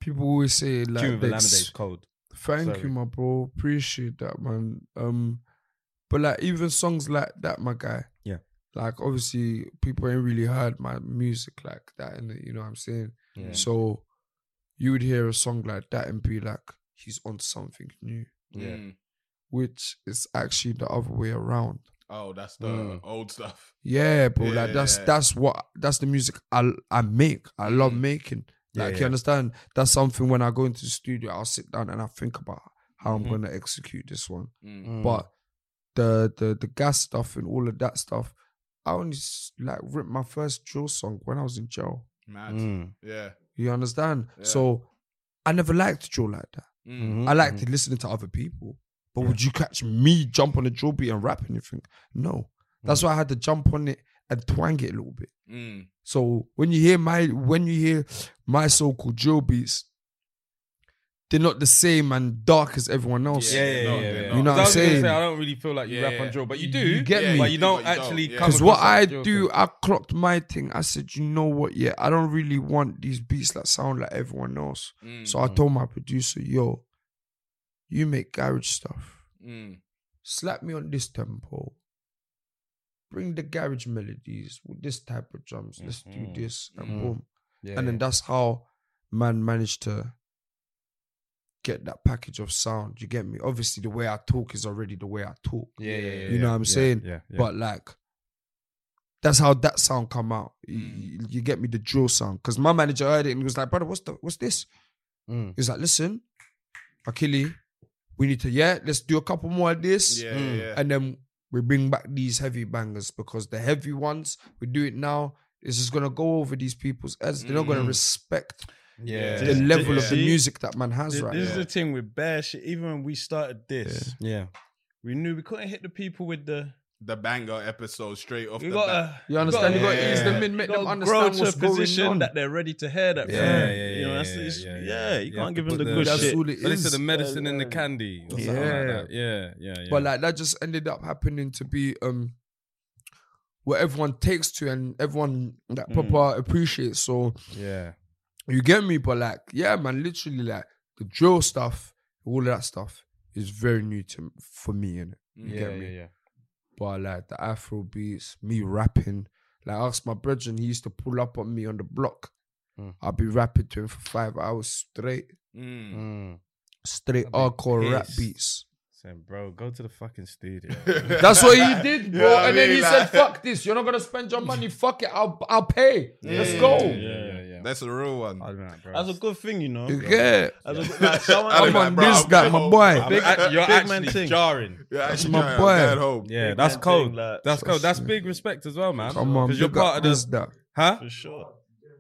S4: people always say like
S3: Tune with
S4: they
S3: Alameda's
S4: ex-
S3: code.
S4: Thank
S3: Sorry.
S4: you, my bro. Appreciate that, man. Um, but like even songs like that, my guy.
S3: Yeah.
S4: Like obviously, people ain't really heard my music like that, and you know what I'm saying.
S3: Yeah.
S2: mm.
S4: So, you would hear a song like that and be like, "He's on something new,"
S3: Yeah.
S2: Mm.
S4: which is actually the other way around.
S2: Oh, that's the
S3: Mm.
S2: old stuff.
S4: Yeah, bro. Like that's
S2: Yeah.
S4: that's what that's the music I I make. I love
S2: Mm.
S4: making.
S3: Yeah,
S4: Like
S3: yeah.
S4: you understand? That's something when I go into the studio, I'll sit down and I think about how
S3: Mhm.
S4: I'm gonna execute this one.
S2: Mm.
S4: But the the the gas stuff and all of that stuff, I only s- like ripped my first drill song when I was in jail.
S2: Mad.
S3: Mm.
S2: Yeah.
S4: You understand?
S2: Yeah.
S4: So I never liked drill like that.
S2: Mm.
S3: Mm-hmm.
S4: I liked listening to other people. But would you catch me jump on a drill beat and rap anything? No. That's why I had to jump on it and twang it a little bit.
S2: Mm.
S4: So when you hear my when you hear my so-called drill beats, they're not the same and dark as everyone else.
S3: Yeah, yeah, yeah.
S2: No,
S3: yeah,
S2: they're
S3: yeah.
S2: not.
S4: You know what
S3: I
S4: I'm
S3: was gonna
S4: saying?
S3: Say, I don't really feel like you
S2: Yeah,
S3: rap on
S2: yeah.
S3: drill, but you
S4: You
S3: do.
S4: get
S2: Yeah, me?
S3: But
S2: you
S3: you
S2: do,
S3: don't
S2: but you don't,
S3: actually
S2: yeah.
S3: come
S4: Because what
S3: across
S4: I
S3: as drill
S4: do,
S3: thing.
S4: I clocked my thing. I said, you know what? Yeah, I don't really want these beats that sound like everyone else.
S2: Mm.
S4: So I told my producer, yo, you make garage stuff.
S2: Mm.
S4: slap me on this tempo. Bring the garage melodies with this type of drums. Let's
S3: Mhm.
S4: do this and
S2: Mhm.
S4: boom.
S3: Yeah,
S4: and then that's how man managed to get that package of sound. You get me? Obviously, the way I talk is already the way I talk.
S3: yeah, yeah, yeah,
S4: you know what I'm
S3: yeah,
S4: saying?
S3: Yeah, yeah.
S4: But like, that's how that sound come out. You,
S2: Mm.
S4: you get me the drill sound. Cause my manager heard it and he was like, brother, what's the what's this?
S3: Mm.
S4: He's like, listen, Akili, we need to, yeah, let's do a couple more of this.
S2: Yeah,
S3: Mm.
S2: yeah.
S4: And then we bring back these heavy bangers because the heavy ones, we do it now. It's just gonna go over these people's heads. They're not gonna
S3: Mm.
S4: respect
S3: yeah,
S4: the
S5: This-
S4: level
S5: this-
S4: of the
S5: see?
S4: music that man has
S5: This,
S4: right
S5: this is
S4: now.
S5: the thing with bare shit. Even when we started this,
S3: yeah.
S5: we knew we couldn't hit the people with the.
S2: The banger episode straight off
S5: We
S2: the
S5: got
S2: bat.
S5: to
S4: You understand? You gotta
S2: Yeah.
S4: ease them in, make them
S5: gotta
S4: understand
S5: grow to a
S4: what's
S5: position
S4: going on.
S5: that they're ready to hear that.
S3: Yeah,
S5: from.
S3: yeah, yeah,
S5: You know,
S3: yeah,
S5: that's,
S3: yeah,
S5: it's,
S3: yeah,
S5: yeah,
S3: yeah.
S5: You
S3: You have
S5: can't
S3: to
S5: give them
S3: put
S5: the
S3: the-
S5: good
S4: That's
S5: shit.
S4: all it
S3: So this
S4: is.
S3: is the medicine and the candy. Or yeah. Something like
S4: Yeah.
S3: that. yeah, yeah, yeah.
S4: But like that just ended up happening to be um what everyone takes to and everyone that
S5: Mm.
S4: proper appreciates. So
S3: yeah,
S4: You get me? But like, yeah, man, literally like the drill stuff, all of that stuff is very new to for me, innit? You
S2: Mm.
S3: yeah,
S4: get
S3: yeah,
S4: me?
S3: yeah.
S4: But like the Afro beats, me rapping. Like I asked my brethren, he used to pull up on me on the block.
S3: Mm.
S4: I'd be rapping to him for five hours straight,
S2: Mm.
S3: Mm.
S4: straight
S3: I'd be
S4: hardcore rap
S3: pissed.
S4: beats.
S3: Saying, bro, go to the fucking studio.
S4: Mm. That's what he did, bro.
S2: You know what I
S4: and then
S2: mean?
S4: he
S2: Like-
S4: said, "Fuck this! You're not gonna spend your money. Fuck it. I'll I'll pay. Let's
S2: Yeah.
S4: go."
S3: Yeah, yeah, yeah.
S2: That's a real one.
S3: I don't know, bro.
S5: That's a good thing, you know.
S4: You get?
S5: That's a good, like, someone,
S2: I don't
S4: I'm
S2: know,
S4: on
S2: bro,
S4: this
S2: I'm
S4: guy,
S2: going
S4: my
S2: home.
S4: boy.
S2: I'm-
S3: Big,
S2: I-
S3: act- you're
S5: big man
S3: actually
S5: thing.
S3: jarring.
S2: Yeah,
S4: That's
S2: actually,
S4: my
S2: yeah,
S4: boy.
S2: I'm going home.
S3: Yeah,
S5: Big
S3: that's
S5: man
S3: cold.
S5: thing, like-
S3: that's cold. That's
S4: That's-
S3: big respect as well, man.
S4: Come on,
S3: because you're
S4: big up
S3: part of
S4: this,
S3: the
S4: that.
S3: huh?
S5: for sure.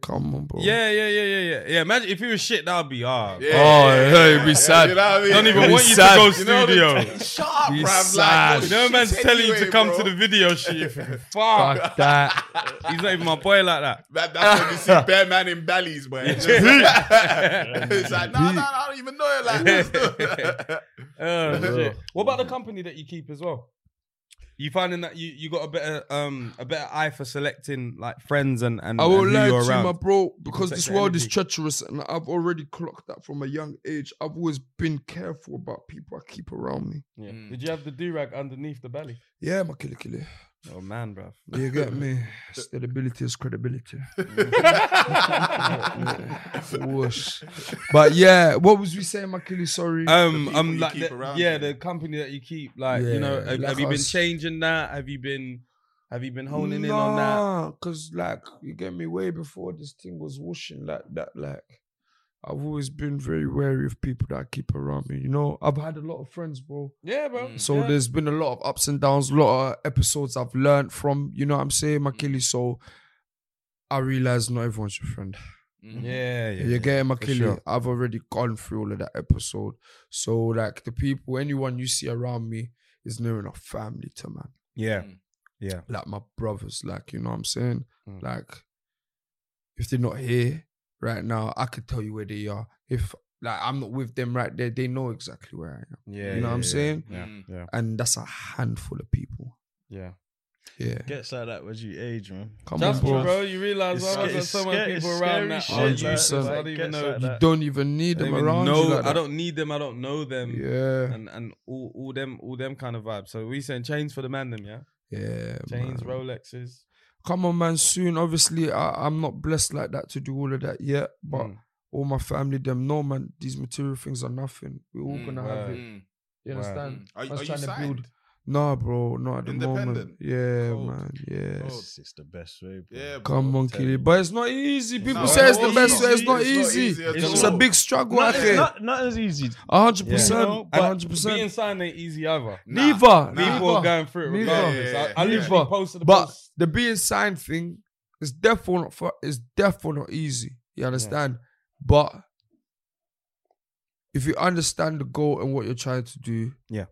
S4: Come on, bro.
S3: Yeah, yeah, yeah, yeah, yeah. Yeah, imagine if he was shit, that'd be hard.
S2: Yeah,
S7: Oh,
S2: yeah,
S7: yeah, it'd be
S2: yeah,
S7: sad.
S2: You know what I mean?
S3: Don't even
S7: It'd be
S3: want you
S7: sad.
S3: to go
S7: You
S2: know
S3: studio.
S2: Shut up,
S7: Be
S2: bruv.
S7: sad.
S2: Like,
S7: You
S3: No
S2: shit
S3: man's telling you to
S2: anyway,
S3: come
S2: bro.
S3: to the video shoot. Fuck.
S7: Fuck that.
S3: He's not even my boy like that.
S2: That, that's when you see bare man in bellies, but it's like, no, no, no, I don't even know it like this.
S3: Oh,
S2: Yeah.
S3: shit. What about the company that you keep as well? You finding that you, you got a better um a better eye for selecting like friends and and
S4: I won't
S3: and who
S4: lie to
S3: you're
S4: you,
S3: around.
S4: my bro, because
S3: take
S4: this
S3: the
S4: world is
S3: energy.
S4: treacherous, and I've already clocked that from a young age. I've always been careful about people I keep around me.
S3: Yeah. Mm. Did you have the do rag underneath the belly?
S4: Yeah, my killer killer.
S3: Oh man, bro.
S4: You get me? Stability is credibility. Whoosh. But yeah, what was we saying, my killer? Sorry.
S3: Um,
S2: people
S3: um,
S2: you
S3: like
S2: keep
S3: the-
S2: around
S3: yeah,
S2: you.
S3: the company that you keep, like you know,
S4: Yeah,
S3: have,
S4: like
S3: have you been
S4: us.
S3: changing that? Have you been, have you been honing in on that?
S4: Because, like, you get me way before this thing was washing like that. Like, I've always been very wary of people that I keep around me. You know, I've had a lot of friends, bro.
S3: Yeah, bro.
S4: So
S3: yeah.
S4: there's been a lot of ups and downs, a lot of episodes I've learned from, you know what I'm saying,
S3: Mm.
S4: Makili. So I realize not everyone's your friend.
S2: Mm.
S3: Mm-hmm. yeah, yeah,
S4: You're getting
S3: for
S4: Makili.
S3: sure.
S4: I've already gone through all of that episode. So like the people, anyone you see around me is near enough family to man.
S3: yeah.
S4: Like my brothers, like, you know what I'm saying?
S3: Mm.
S4: Like if they're not here right now, I could tell you where they are. If like I'm not with them right there, they know exactly where I am.
S3: Yeah,
S4: You know what I'm
S3: yeah,
S4: saying?
S3: Yeah,
S2: Mm.
S3: yeah,
S4: And that's a handful of people.
S3: yeah.
S4: Yeah.
S5: Gets like that as you age, man.
S4: Come
S3: Just
S4: on, bro.
S3: bro, you realize
S5: It's
S3: I
S5: sca-
S3: was
S5: it's
S3: so
S5: sca-
S3: many
S5: it's
S3: people around
S5: scary
S3: that.
S5: shit,
S3: age,
S4: like,
S3: like,
S4: it's
S3: I
S5: like,
S3: don't even
S5: gets
S3: know.
S5: like
S4: You
S5: that.
S4: don't even need
S3: I don't
S4: them
S3: even
S4: around you.
S3: know.
S4: like
S3: I
S4: that.
S3: don't need them. I don't know them.
S4: Yeah.
S3: And and all, all them all them kind of vibes. So we saying chains for the man them, yeah.
S4: Yeah.
S3: Chains,
S4: man.
S3: Rolexes.
S4: Come on, man. Soon, obviously, I, I'm not blessed like that to do all of that yet. But
S3: Mm.
S4: all my family, them, no, man. These material things are nothing. We're all
S2: Mm,
S4: gonna have
S3: word.
S4: it.
S2: Mm,
S4: You
S3: Word.
S4: understand?
S2: Are, are
S4: I
S2: you
S4: was trying to build.
S2: signed?
S4: Nah, bro. Not at the moment.
S2: Independent.
S4: Yeah,
S2: Cold.
S4: man. Yeah.
S2: Cold.
S5: It's, it's the best way. Bro.
S2: Oh, Yeah, bro.
S4: Come on,
S5: Tell you.
S4: Kitty. But it's not easy. People
S2: No,
S4: say it's
S2: it's
S4: the
S2: not
S4: best way. It's not
S2: easy. It's not
S4: easy.
S2: easy at
S4: It's, a
S2: all.
S4: big struggle.
S5: Not,
S1: e,
S4: out here.
S5: not, not as easy.
S4: A hundred
S3: Yeah.
S4: percent.
S5: No,
S4: A
S5: but
S4: hundred
S3: Being
S4: percent.
S3: signed ain't easy either.
S4: Neither.
S3: People
S4: neither.
S3: are going through it
S4: Neither.
S3: regardless.
S2: Yeah, yeah,
S3: I, I
S2: yeah.
S3: literally
S4: Neither.
S3: posted a
S4: But
S3: post.
S4: the being signed thing is definitely not for, is definitely not easy. You understand? But if you understand the goal and what you're trying to do,
S3: Yeah.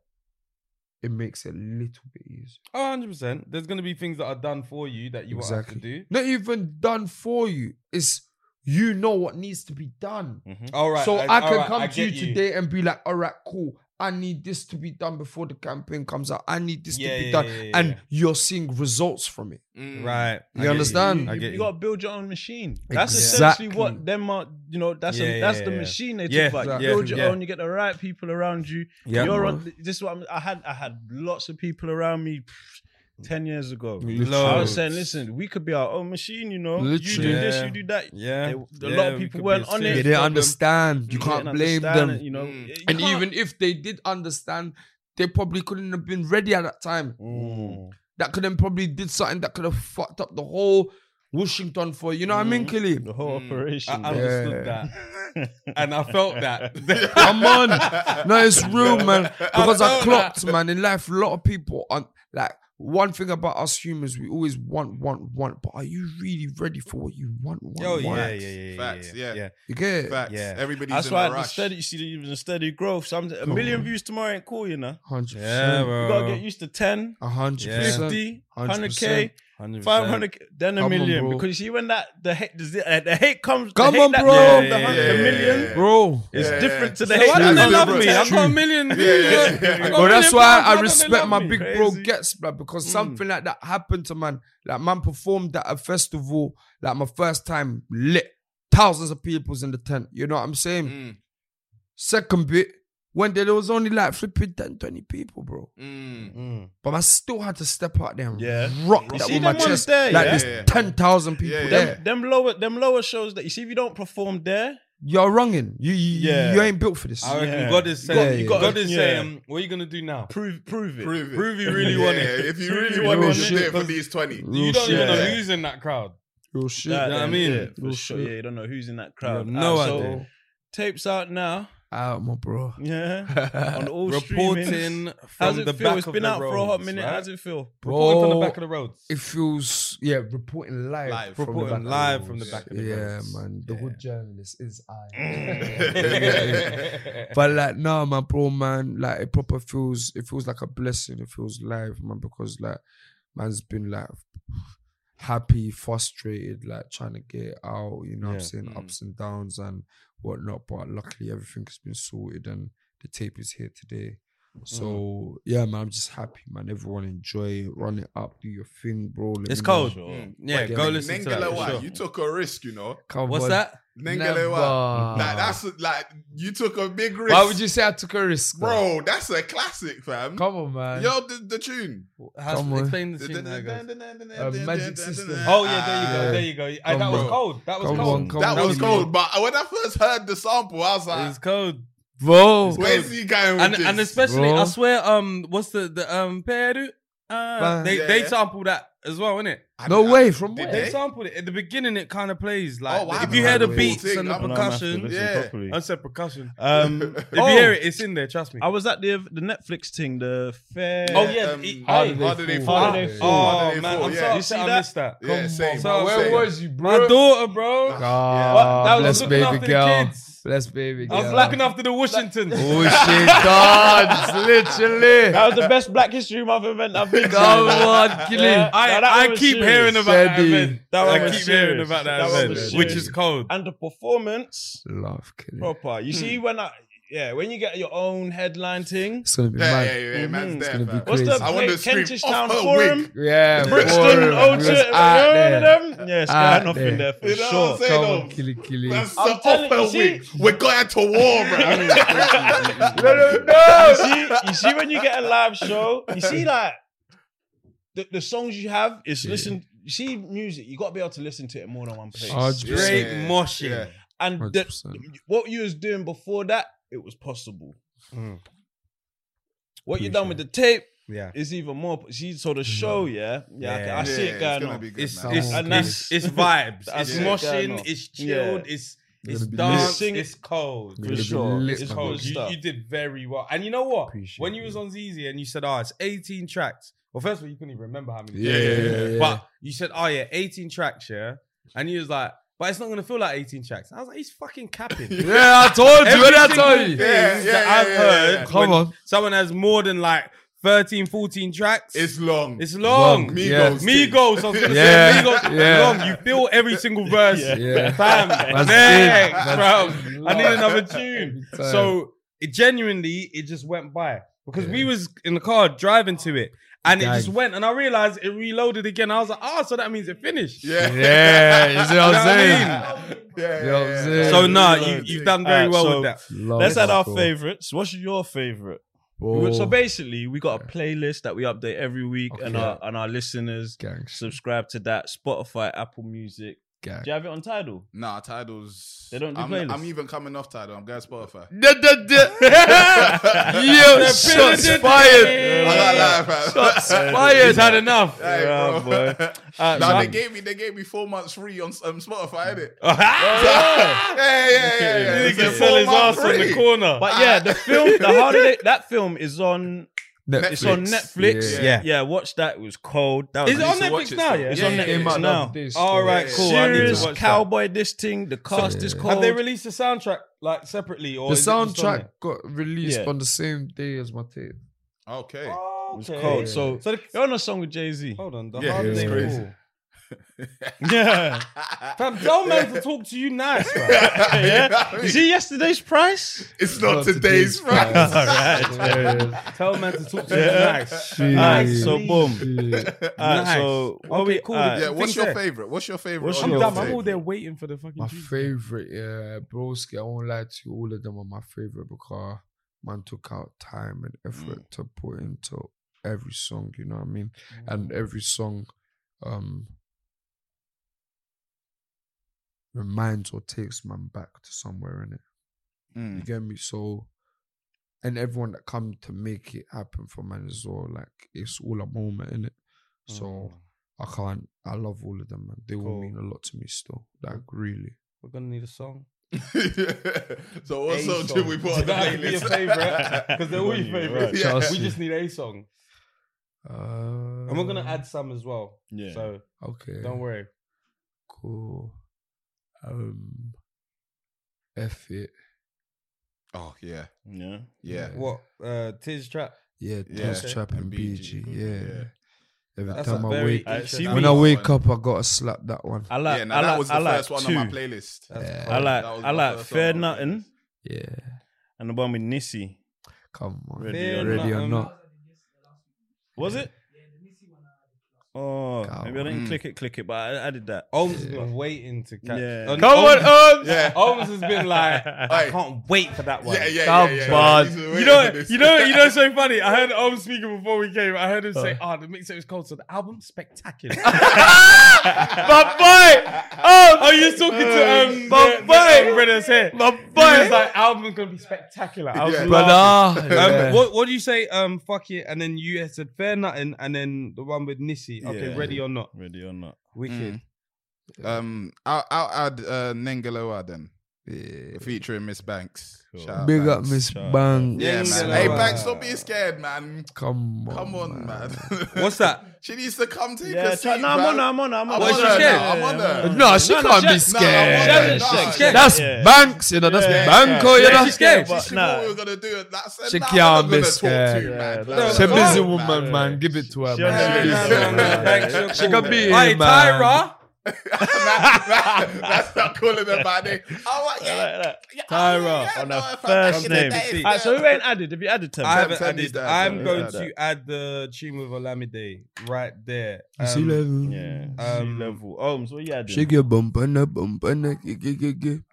S4: it makes it a little bit easier.
S3: Oh, 100%. There's going to be things that are done for you that you won't have to do.
S4: Not even done for you. It's you know what needs to be done.
S3: All right.
S4: Hmm. so I, can
S3: alright,
S4: come
S3: I
S4: to you,
S3: get
S4: today and be like, all right, cool. I need this to be done before the campaign comes out. I need this
S3: Yeah,
S4: to be
S3: yeah,
S4: done.
S3: yeah, yeah,
S4: and
S3: yeah.
S4: you're seeing results from it.
S2: Mm.
S3: Right. I
S4: You
S3: get
S4: understand?
S3: I
S5: You,
S3: get
S5: you
S3: you.
S5: gotta build your own machine. That's
S4: Exactly.
S5: essentially what them are. You know, that's
S3: Yeah,
S5: a,
S3: yeah,
S5: that's
S3: yeah,
S5: the
S3: yeah.
S5: machine they
S3: Yeah,
S5: talk about.
S4: exactly.
S5: You build your
S3: Yeah.
S5: own. You get the right people around you.
S3: Yeah.
S5: You're on. This is what I'm, I had. I had lots of people around me. pff, Ten years ago, I
S3: Loads.
S5: was saying, listen, we could be our own machine, you know. You do
S4: Literally.
S5: this,
S3: Yeah.
S5: you do that.
S3: Yeah.
S5: They- a
S3: Yeah,
S5: lot of
S3: we
S5: people
S3: could be
S5: weren't
S3: a
S5: on
S3: team.
S5: it.
S4: They
S5: It's
S4: didn't
S5: problem.
S4: understand. You can't
S5: didn't
S4: blame
S5: understand
S4: them.
S5: it, you know.
S2: Mm.
S5: You
S4: and
S5: can't-
S4: even if they did understand, they probably couldn't have been ready at that time. Mm. That could have probably did something that could have fucked up the whole Washington for you know what I mean, Killy?
S5: the whole
S2: Mm.
S3: I
S5: operation. bro.
S3: understood that. and I felt that.
S4: Come on, no, it's real, man. Because I, clocked, man. In life, a lot of people are like one thing about us humans: we always want, want, want. But are you really ready for what you want? want,
S3: Yo, yeah,
S4: want?
S3: yeah, yeah, yeah.
S2: Facts, yeah.
S4: You get it?
S2: Facts.
S3: Yeah.
S2: Everybody's
S5: That's
S2: in
S5: why
S2: a
S5: the
S2: rush.
S5: steady, you see, the- even the steady growth. So I'm, a million
S4: on.
S5: views tomorrow ain't cool, you know.
S4: hundred
S3: Yeah,
S4: percent,
S5: You gotta
S3: bro.
S5: get used to 10,
S4: a hundred
S3: Yeah.
S4: percent.
S5: 50,
S4: 100%.
S5: 100k,
S3: 100%.
S5: 500, then a
S4: Come on,
S5: million.
S4: bro.
S5: because you see, when that the hate, the, zi- uh, the hate comes,
S4: Come
S5: the hate
S4: on,
S5: that
S4: bro.
S5: comes,
S3: Yeah,
S5: the hundred,
S2: yeah,
S5: the million.
S2: yeah.
S4: Bro,
S5: It's
S2: Yeah.
S5: different to the
S2: So
S5: hate
S3: Why
S5: that
S3: do they
S5: comes.
S3: love
S5: from
S3: me? I've
S5: the
S3: got a million.
S2: yeah, yeah.
S3: I've got
S4: Bro,
S3: a
S4: that's
S3: million
S4: why
S3: pounds.
S4: I
S3: don't they
S4: respect
S3: love
S4: my
S3: me? Hmm.
S4: big bro
S5: Crazy.
S4: gets, bro, because something like that happened to man. Like man performed at a festival, like my first time lit, thousands of people's in the tent. You know what I'm saying?
S3: Hmm.
S2: Mm,
S4: Second bit, when there was only like flipping 10, 20 people, bro.
S2: mm.
S4: But I still had to step out there and
S5: Yeah.
S4: rock
S5: You
S4: that
S5: see
S4: with my
S5: them ones
S4: chest.
S5: there,
S4: like
S5: yeah?
S4: there's
S2: Yeah.
S4: 10,000 people
S2: Yeah, yeah.
S4: there.
S5: Them, them lower, them lower shows that you see, if you don't perform there,
S4: You're wronging. You, you,
S5: Yeah.
S4: you ain't built for this.
S3: I reckon
S5: Yeah.
S3: God is
S4: You got-
S3: saying,
S4: you got-
S3: God is
S5: yeah.
S3: saying, what are you going to do now?
S5: prove, prove it.
S2: Prove it.
S3: Prove you really
S2: yeah,
S3: want it.
S2: If you
S5: Prove
S2: really
S5: you
S2: want
S4: want
S2: it, you
S4: it.
S2: did it for these 20.
S4: Real
S3: You don't
S4: shit.
S3: even know
S5: Yeah.
S3: who's in that crowd.
S4: Real shit.
S5: That,
S3: know what I
S5: yeah,
S3: mean?
S5: for sure.
S4: shit.
S5: Yeah, you don't know who's in that crowd.
S3: no
S5: Ah, so
S3: idea.
S5: Tapes out now.
S4: out, my bro.
S1: Yeah. On all streaming.
S3: Reporting
S1: How's
S3: from
S1: it
S3: the
S1: feel?
S3: back
S1: It's
S3: of
S1: been
S3: the
S1: out for a hot
S3: roads,
S1: minute.
S3: right?
S1: How's it feel?
S3: Reporting from
S4: Bro,
S3: the back of the roads.
S4: It feels yeah, reporting live.
S2: Live.
S4: from the
S3: Reporting
S4: back of the
S3: live
S4: roads.
S3: from the back of the Mm.
S4: yeah,
S3: roads.
S4: man. The good journalist is I.
S3: yeah.
S4: but like no man bro man like it proper feels it feels like a blessing it feels live man because like man's been like happy frustrated like trying to get it out you know what i'm
S3: Yeah. Mm.
S4: saying ups and downs and whatnot but luckily everything has been sorted and the tape is here today
S3: Mm.
S4: so yeah man i'm just happy man everyone enjoy it run it up do your thing bro Let
S3: It's
S4: me know.
S3: cold. Mm. Yeah,
S4: Wait,
S3: go
S4: Nen-
S3: listen to that.
S2: Nengele
S3: for
S2: Wa,
S3: sure.
S2: you took a risk, you know.
S4: Come
S3: What's
S4: on.
S3: that?
S2: Nengele Wa.
S4: Never.
S2: Like, that's like you took a big risk.
S4: why would you say i took a risk though?
S2: bro? That's a classic, fam.
S4: come on man
S2: Yo, the, the tune.
S3: How's-
S4: Come on.
S3: Explain the tune. there, guys.
S4: Magic System.
S3: Oh yeah, there you
S4: Ah.
S3: go. There you go. Aye, that
S4: Come
S3: was
S4: on.
S3: cold. That was
S4: Come
S3: cold.
S4: on, come
S2: That
S4: on,
S2: was
S4: bro.
S2: cold, but when I first heard the sample, I was like,
S3: It's cold.
S4: bro
S2: "Where's he going with
S3: and,
S2: this?"
S3: and especially
S4: Bro.
S3: I swear, um, what's the the um Peru? Uh,
S4: Bah.
S3: they
S2: Yeah,
S3: they
S2: yeah.
S3: sampled that as well, innit?
S2: I-
S4: no
S2: I-
S4: way from
S2: Did
S4: where?
S3: They
S2: they?
S3: sampled it at the beginning. It kind of plays
S2: Oh,
S3: like
S2: wow.
S3: if you hear the
S4: Right.
S3: beats
S2: Cool thing.
S3: and the
S2: I'm
S1: Well, I'm gonna have to
S3: percussion.
S1: listen
S2: yeah.
S1: properly.
S3: I said percussion.
S1: Um,
S3: If you hear it, it's in there. Trust me.
S1: I was at the the Netflix thing, the fair.
S3: Oh, yeah, it- hey.
S2: how did they fall?
S1: How did they fall?
S2: How
S3: oh
S2: did they
S3: man,
S2: fall?
S3: I'm
S2: Yeah.
S3: so
S1: You see
S3: upset I
S1: that?
S3: missed that.
S2: Yeah, same.
S3: So
S2: I was
S4: Where
S2: saying-
S4: was you,
S3: My
S4: bro?
S3: daughter, bro.
S4: God,
S3: That was
S4: bless
S3: looking
S4: baby
S3: after the
S4: girl.
S3: kids.
S4: Bless baby
S3: I
S4: girl.
S3: was looking after the Washingtons.
S4: Oh shit, God, literally.
S1: That was the best Black History Month event I've been to.
S4: Come on, kill
S1: Yeah.
S4: it.
S1: Now,
S3: I,
S1: that
S3: I
S1: one was
S3: keep
S1: serious.
S3: hearing about that
S4: Steady.
S3: event. That
S1: That
S3: I
S1: one
S3: keep
S1: was
S3: hearing
S1: serious.
S3: about that,
S1: That one
S3: event,
S4: was
S3: which
S4: serious.
S3: is cold.
S1: And the performance,
S4: Love, kill it.
S1: proper. You see when I, yeah, when you get your own headline thing.
S4: It's gonna be
S2: Yeah,
S4: mad.
S2: yeah, yeah, man's there,
S4: gonna be
S2: fam.
S4: crazy.
S1: What's the
S2: I want to
S1: place?
S2: scream
S1: Kentish
S2: off
S1: Town
S2: her
S1: Forum,
S2: wig.
S4: Yeah,
S1: Brixton,
S4: word.
S1: Old
S4: We was
S1: Church,
S4: out
S1: all of
S4: there.
S1: them. Yeah,
S4: Out
S1: skying off
S4: there.
S1: in there for
S2: You know what I'm
S1: sure.
S2: saying?
S4: Come
S2: though?
S4: on, kill it, kill it.
S2: That's
S4: No,
S2: so off
S1: telling you,
S2: her
S1: see-
S2: wig. We're going to war, bro.
S4: no,
S1: you
S4: no.
S1: see, you see when you get a live show, you see like the, the songs you have is listen. You see music, you got to be able to listen to it in more than one place.
S4: Hundred percent.
S3: Straight
S2: Yeah.
S3: moshing.
S2: Yeah.
S1: and
S4: Hundred
S1: the,
S4: percent.
S1: what you was doing before that, it was possible.
S3: Mm.
S1: What you
S4: Appreciate
S1: done with the tape
S3: Yeah.
S1: is even more. See, so the show, yeah, yeah, I can- I,
S3: Yeah.
S1: see it
S2: Yeah,
S1: going
S2: gonna
S1: on.
S2: be good,
S3: It's
S2: man.
S3: it's,
S4: And
S3: it's,
S1: that's-
S3: it's vibes.
S1: that's
S3: it's
S1: it.
S3: moshing.
S1: Yeah.
S3: It's chilled. It's it's
S4: Gonna be
S3: dance.
S1: lit.
S3: It's cold.
S4: Gonna
S1: for
S4: be
S1: sure.
S4: lit,
S1: It's
S4: man.
S1: cold
S3: You,
S1: stuff.
S3: you did very well. And you know what?
S4: Appreciate
S3: when you
S4: it.
S3: was on ZZ and you said, "Oh, it's 18 tracks." Well, first of all, you couldn't even remember how many.
S4: Yeah,
S3: tracks
S4: yeah,
S3: it was.
S4: yeah, yeah.
S3: But you said, "Oh yeah, 18 tracks, yeah," and you was like. But it's not gonna feel like 18 tracks. I was like, he's fucking capping.
S4: Yeah, I told you.
S3: Every
S4: What did I
S3: single
S4: tell you?
S3: thing
S2: Yeah, yeah,
S3: that
S2: yeah,
S3: I've
S2: yeah,
S3: heard.
S2: yeah.
S4: Come
S3: when
S4: on.
S3: Someone has more than like 13, 14 tracks.
S2: It's long.
S3: It's long.
S4: Long.
S2: Migos.
S4: Yeah.
S2: thing.
S3: Migos, I was gonna
S4: Yeah,
S3: say Migos,
S4: yeah.
S3: long. You feel every single verse,
S4: Yeah.
S3: fam.
S4: That's
S3: Next,
S4: it. That's
S3: fam.
S4: it.
S3: I need another tune.
S4: Every time.
S3: So it genuinely, it just went by because we was in the car driving to it, and it just
S4: Dang.
S3: went, and I realized it reloaded again. I was like, oh, so that means it finished.
S2: Yeah.
S4: Yeah, you see what
S3: You know
S4: I'm
S3: what I
S4: saying?
S2: Yeah,
S4: You know what I'm
S2: yeah,
S4: saying?
S3: So
S2: yeah.
S3: nah, you, you've done very
S1: Alright,
S3: well
S1: so
S3: with that.
S4: Love
S1: Let's add
S4: that,
S1: our
S4: bro.
S1: favorites. What's your favorite?
S4: Bro.
S1: So basically, we got a playlist that we update every week, and
S4: Okay.
S1: our and our listeners
S4: Gang shit,
S1: subscribe to that. Spotify, Apple Music.
S4: gang.
S1: Do you have it on Tidal?
S2: Nah, Tidal's.
S1: They don't do
S2: I'm,
S1: playlists.
S2: I'm even coming off Tidal. I'm going Spotify.
S4: Da, da, da. Yo, shots
S2: I
S4: fired.
S2: got that, fam.
S4: Shots
S3: He's
S4: fired.
S3: had enough.
S2: Hey,
S1: Yeah,
S2: bro.
S1: boy. Uh, so
S2: Nah, they
S1: I'm-
S2: gave me they gave me four months free on um, Spotify, innit?
S1: Ah!
S2: yeah, yeah, yeah, yeah.
S3: He
S2: It's a
S3: can sell his
S2: four-month
S3: ass on the
S2: free.
S3: corner.
S1: But yeah, the film, the holiday, that film is on. It's on Netflix.
S4: Yeah.
S3: Yeah.
S1: yeah. Watch that. It was cold. That was
S3: Is it
S1: good.
S3: on
S2: to watch
S3: Netflix
S2: it
S3: now?
S2: still.
S3: Yeah,
S1: It's
S3: Yeah,
S1: on
S3: yeah, yeah.
S1: Netflix
S4: Came out
S1: now.
S4: of this.
S3: All right,
S2: Yeah.
S3: cool. I need
S1: Serious
S3: to watch that.
S1: cowboy. This thing. The cast is
S4: Yeah.
S1: cold.
S3: Have they released the soundtrack like separately or
S4: The
S3: is it just on
S4: soundtrack
S3: it?
S4: got released
S1: Yeah.
S4: on the same day as my tape.
S2: Okay.
S3: Oh,
S1: It's
S3: okay.
S1: cold. So,
S3: So the-
S1: you're on a song with Jay Z.
S3: hold on, the
S2: Yeah,
S3: hard
S4: it's
S3: name
S4: crazy.
S3: Paul.
S1: Yeah.
S3: Fam, tell man to talk to you nice, bro.
S1: yeah. You see yesterday's price?
S2: It's not today's price.
S3: tell man to talk to you nice.
S1: Alright, so boom.
S4: Shit.
S1: Alright,
S3: Nice.
S1: so what
S3: Okay,
S1: we,
S3: cool.
S1: alright.
S2: Yeah, what's
S3: Things
S2: your
S3: there.
S2: favorite? What's your favorite?
S1: What's
S2: on
S3: I'm
S1: your
S3: done. I'm
S2: tape?
S3: all there waiting for the fucking.
S4: My
S3: juice.
S4: favorite, yeah, broski. I won't lie to you, all of them are my favorite because man took out time and effort to put into every song. You know what I mean?
S3: Oh.
S4: And every song, um, reminds or takes man back to somewhere in it. You
S2: Mm.
S4: get me? So, and everyone that come to make it happen for man as well. Like it's all a moment in it. So
S3: Oh,
S4: I can't. I love all of them, man. They all
S3: Mm. Cool.
S4: mean a lot to me still. Like really.
S3: We're gonna need a song.
S2: so what
S4: A song.
S2: song should we put on the
S3: That'd be your
S2: playlist?
S3: favorite because they're all your favorite.
S2: Yeah.
S3: We just need a song, and we're gonna add some as well.
S5: Yeah.
S3: So
S4: Uh, Okay.
S3: don't worry.
S4: Cool. Um. F it.
S2: Oh yeah,
S5: Yeah.
S2: yeah.
S3: What? Uh, Tiz trap.
S4: Yeah,
S2: Yeah.
S4: Test
S3: Okay.
S4: Trap and
S2: And BG,
S4: BG. Yeah.
S2: yeah.
S4: Every
S3: That's a
S4: time I
S3: very
S4: wake,
S5: I
S3: interesting-
S5: see
S4: when
S5: me.
S4: I
S2: That
S4: wake
S2: one.
S4: up, I gotta slap that one.
S5: I like.
S2: yeah,
S5: I
S2: now
S5: like.
S2: that was the
S5: I like
S2: first one
S5: two.
S2: on my playlist.
S3: That's
S4: Yeah.
S5: I
S3: cold.
S5: like.
S2: That was
S5: I
S2: my
S5: like
S2: first
S5: fair
S2: song.
S5: nothing
S4: Yeah.
S5: and the one with Nissi.
S4: Come on.
S5: Ready
S3: Fair
S5: or
S4: Ready or
S3: nothing.
S4: not?
S5: Was it? Oh,
S4: Come
S5: maybe I didn't
S2: on.
S5: click it, click it, but I added that.
S3: Ohms has been waiting to catch.
S5: Yeah.
S3: Oh, no,
S7: Come on,
S3: Ohms-
S7: Ums.
S2: Yeah.
S3: Ohms has been like, I
S2: Hey.
S3: can't wait for that one.
S2: Yeah, yeah, yeah,
S7: Come
S2: yeah,
S7: on.
S2: yeah. He's waiting
S3: You know,
S2: for this.
S3: you know, you know. it's So funny. I heard Om speaking before we came. I heard him say, "Ah, the mixtape is cold, so the album spectacular."
S7: My boy. Ums.
S3: oh, you're talking to um,
S7: My
S3: the,
S7: boy.
S3: the Om brothers here.
S7: My
S3: He was
S7: boy.
S3: like, "Album's gonna be spectacular." I was
S2: Yeah.
S3: laughing.
S4: Brother.
S3: Um,
S4: Yeah.
S3: what what do you say? Um, fuck it, and then you said fair nothing, and then the one with Nissi. Okay,
S5: Yeah.
S3: ready or not? Mm.
S5: Ready or not?
S3: Wicked.
S2: Um, I'll, I'll add uh, Nengeloa then,
S4: Yeah.
S2: featuring Miss Banks.
S5: Cool.
S2: Shout out
S4: Big up,
S2: Banks.
S4: Miss
S5: Shout out.
S4: Bang.
S2: Yeah, man.
S3: Nengeloa.
S2: Hey, Banks, don't be scared, man.
S4: Come on.
S2: Come on, man.
S3: What's that?
S2: she needs to come to
S5: Yeah,
S2: your
S5: try,
S2: seat,
S5: no, I'm on,
S2: bruv.
S5: I'm on, I'm on.
S2: I'm
S3: What,
S2: on
S3: she
S2: her
S3: scared?
S2: now, I'm on her.
S4: No, she can't be
S2: No,
S4: scared.
S2: I'm on her.
S3: She
S2: No,
S3: scared.
S2: yeah.
S4: That's
S5: Yeah.
S4: Banks, you know. That's
S5: Yeah.
S4: Banco, you
S3: Yeah,
S4: know.
S3: she's scared.
S5: But
S2: She knew
S5: nah.
S2: what we were gonna do. That's
S4: She
S2: it. Nah,
S4: can't
S2: I'm gonna
S4: be
S2: talk to
S4: scared.
S2: you, man.
S5: Yeah,
S2: Like,
S4: She's a
S3: no,
S4: busy
S3: no,
S4: woman, man. Give it to her,
S5: She understands.
S4: man.
S5: No, no, no,
S4: She's-
S5: Banks,
S4: She can be
S3: Hey,
S4: here, man.
S3: Tyra.
S2: That's not calling her by name. I'm
S5: I
S2: like, yeah,
S5: like that.
S2: yeah,
S5: Tyra,
S2: yeah,
S5: on
S2: no,
S5: her
S2: if
S5: first
S2: I back in the
S5: name.
S2: days,
S5: Alright, so
S2: yeah.
S5: who ain't added? Have you added ten?
S3: I haven't
S2: Sam needs
S3: added.
S2: that,
S3: I'm
S2: Sam
S3: going
S5: needs that.
S3: to add the tune with Olamide right there.
S4: You see,
S3: Um,
S4: level.
S5: Yeah.
S3: Um,
S5: sea level. Ohms, what you adding?
S4: Shake your bump and a bump and a gi- gi- gi- gi.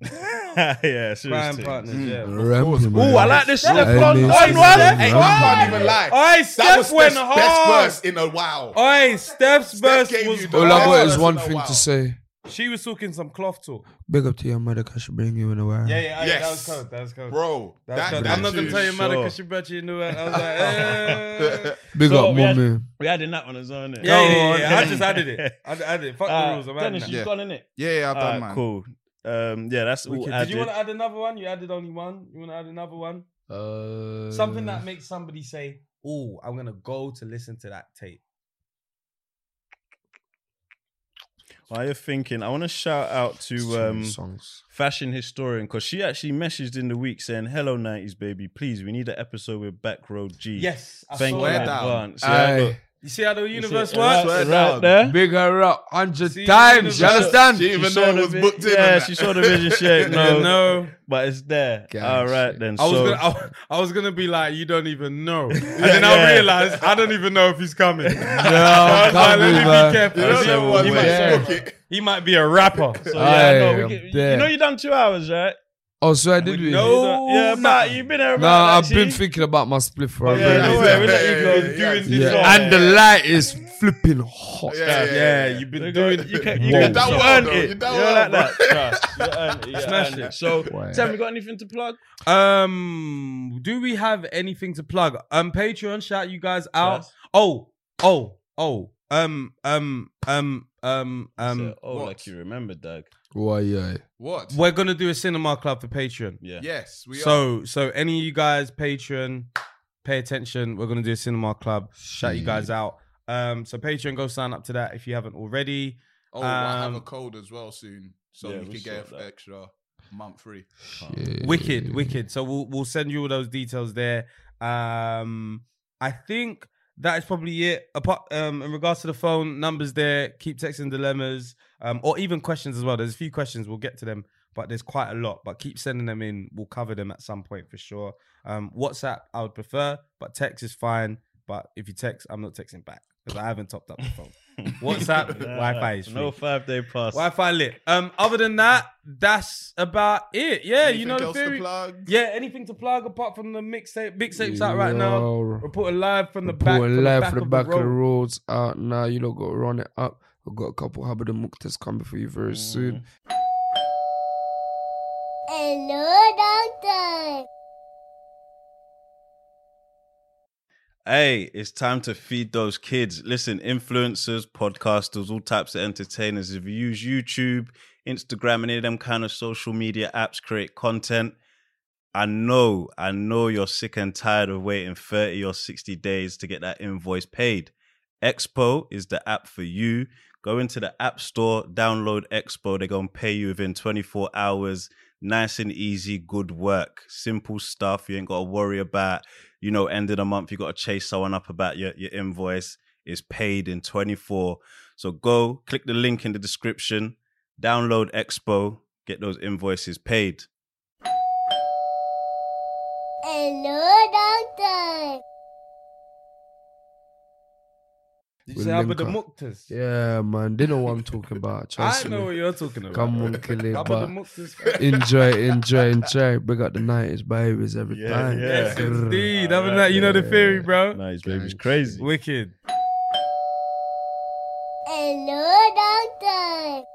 S5: yeah,
S3: Prime
S5: seriously.
S3: partners. Yeah.
S4: Ramp him,
S5: Ooh, I
S4: man.
S5: like this shit.
S4: Hey,
S5: Front
S4: miss,
S5: line
S4: hey,
S5: one.
S4: miss, ramp
S5: Hey,
S2: I
S5: oh.
S2: can't even lie.
S3: I
S2: That
S3: Steph
S2: was
S3: went
S2: the best
S3: hard. Oh,
S2: verse in a while.
S3: Oi, Steph's verse
S2: gave
S3: was.
S2: you the-
S4: All I got is
S2: That's
S4: one
S2: not
S4: thing
S2: wow.
S4: to say.
S3: She was talking some cloth talk.
S4: Big up to your mother, cause she bring you in a while.
S3: Yeah, yeah. I- That was
S2: Yes.
S3: cold. That was cold.
S2: Bro,
S3: That,
S2: that,
S3: that,
S2: that,
S3: I'm not gonna
S2: tune-
S3: tell your mother
S5: sure.
S3: because she brought you in the I was like, eh.
S4: Big
S5: So
S4: up,
S5: we had-
S4: mommy.
S5: We adding that one as well, innit?
S3: yeah, yeah, yeah, yeah. I just added it. I added it. Fuck the
S5: Uh,
S3: rules. I'm adding
S5: Dennis,
S3: that.
S5: you've
S2: Yeah.
S5: gone in it.
S2: Yeah, yeah, I've done mine.
S5: cool. Um, yeah, that's all
S3: Wicked.
S5: added.
S3: Did you want to add another one? You added only one. You want to add another one?
S4: Uh,
S3: Something that makes somebody say, "Oh, I'm gonna go to listen to that tape."
S5: While you're thinking, I want to shout out to
S4: So many
S5: um,
S4: songs.
S5: fashion historian because she actually messaged in the week saying, "Hello, '90s baby, please, we need an episode with Backroad G."
S3: Yes, I
S5: thank
S3: saw
S5: you in
S2: Swear
S3: that.
S2: down. Uh,
S5: advance.
S4: Aye.
S5: Uh, look,
S3: You see how the
S5: you
S3: universe
S5: see it right-
S3: works?
S2: Swear
S5: right
S2: down.
S5: there.
S4: Big her up hundred
S3: See,
S4: times. You
S3: she-
S4: understand?
S2: she even
S5: She
S2: though
S5: saw the
S2: it was
S5: vi-
S2: booked in. and
S5: Yeah,
S2: that.
S5: she saw the vision shit. No,
S3: no.
S5: but it's there.
S4: Gang
S5: All right
S4: shit.
S5: then.
S3: I was
S5: so,
S3: gonna, I, I was gonna be like, you don't even know, and then I
S5: yeah.
S3: realized I don't even know if he's coming. no,
S4: can't uh, be, man.
S2: You don't know what
S5: You
S2: way
S5: might-
S2: to
S4: Yeah.
S2: book it.
S3: He might be a rapper.
S5: so, yeah, no,
S4: Aye,
S5: we
S4: I'm
S5: can- you- you
S4: there.
S5: know you done two hours, right?
S4: Oh, so I did.
S5: You
S4: We
S3: know-
S5: done- yeah,
S3: no.
S5: but you've been around.
S4: Nah, I've
S5: like,
S4: been
S5: see?
S4: thinking about my split for a
S5: Yeah, no
S4: minute.
S5: worry, we let you go.
S2: Yeah,
S5: Doing
S2: yeah,
S5: this
S2: yeah.
S5: song.
S4: And the light is flipping hot.
S2: Yeah, yeah, yeah, yeah.
S5: you've
S3: They
S5: been
S3: got-
S5: doing. You can, you
S4: Whoa.
S5: can
S4: That
S5: you
S2: one,
S5: earned
S2: though.
S5: it.
S2: You
S5: You
S2: done
S5: know
S2: well,
S5: like that. Trust. You earned it. You
S3: Smash
S5: earned
S3: it.
S5: So,
S4: Wow.
S5: Sam, you got anything to plug?
S3: Um, do we have anything to plug? Um, Patreon, shout you guys out.
S5: Yes.
S3: Oh, oh, oh. Um, um, um, um, um.
S5: oh,
S2: what?
S5: like you remember, Doug.
S4: Why, yeah.
S2: What?
S3: We're gonna do a cinema club for Patreon.
S5: Yeah.
S2: Yes, we are.
S3: So, so any of you guys Patreon, pay attention. We're gonna do a cinema club. Shout
S5: Mm.
S3: you guys out. Um, so Patreon, go sign up to that if you haven't already.
S2: Oh, I have
S3: um,
S2: a cold as well soon, so
S5: Yeah,
S2: you
S5: we
S2: can
S5: sort
S2: get
S5: that.
S2: an extra month free.
S4: Yeah.
S3: Wicked, wicked. So we'll we'll send you all those details there. Um, I think that is probably it. Apart um, in regards to the phone numbers, there keep texting dilemmas, um, or even questions as well. There's a few questions we'll get to them, but there's quite a lot. But keep sending them in. We'll cover them at some point for sure. Um, WhatsApp I would prefer, but text is fine. But if you text, I'm not texting back because I haven't topped up the phone. WhatsApp, Wi-Fi is free.
S5: No five day pass.
S3: Wi-Fi lit. Um, other than that, that's about it. Yeah, you know
S2: Anything
S3: the
S2: else to
S3: theory.
S2: plug?
S3: Yeah, anything to plug apart from the mixtape? Mixtape's out right now.
S4: Yo.
S3: Reporting live from the back.
S4: Reporting
S3: from the
S4: live
S3: back
S4: for the
S3: of
S4: back
S3: the
S4: of the
S3: road.
S4: roads out now. You know, got to run it up. We've got a couple Habib and Muktas coming for you very
S3: Mm.
S4: soon.
S6: Hello, doctor.
S5: Hey, it's time to feed those kids. Listen, influencers, podcasters, all types of entertainers. If you use YouTube, Instagram, any of them kind of social media apps, create content. I know, I know you're sick and tired of waiting 30 or 60 days to get that invoice paid. Expo is the app for you. Go into the App Store, download Expo. They're going to pay you within 24 hours. Nice and easy, good work. Simple stuff. You ain't got to worry about, you know, end of the month, you got to chase someone up about your, your invoice. It's paid in 24. So go, click the link in the description, download Expo, get those invoices paid.
S6: Hello, Doctor.
S3: Did you
S4: With
S3: say Abba the
S4: Linka.
S3: Muktas?
S4: Yeah, man. They know what I'm talking about. Trust
S3: I
S4: me.
S3: know what you're talking about.
S4: Come on, kill it.
S3: Abba the
S4: But
S3: Muktas.
S4: enjoy, enjoy, enjoy. Bring out the 90s babies every
S5: Yeah,
S4: time.
S5: yeah.
S3: Yes,
S4: Grr.
S3: indeed. Other than that, you know the theory, bro.
S5: Nice,
S4: baby's
S5: crazy.
S3: Wicked.
S6: Hello, Doctor.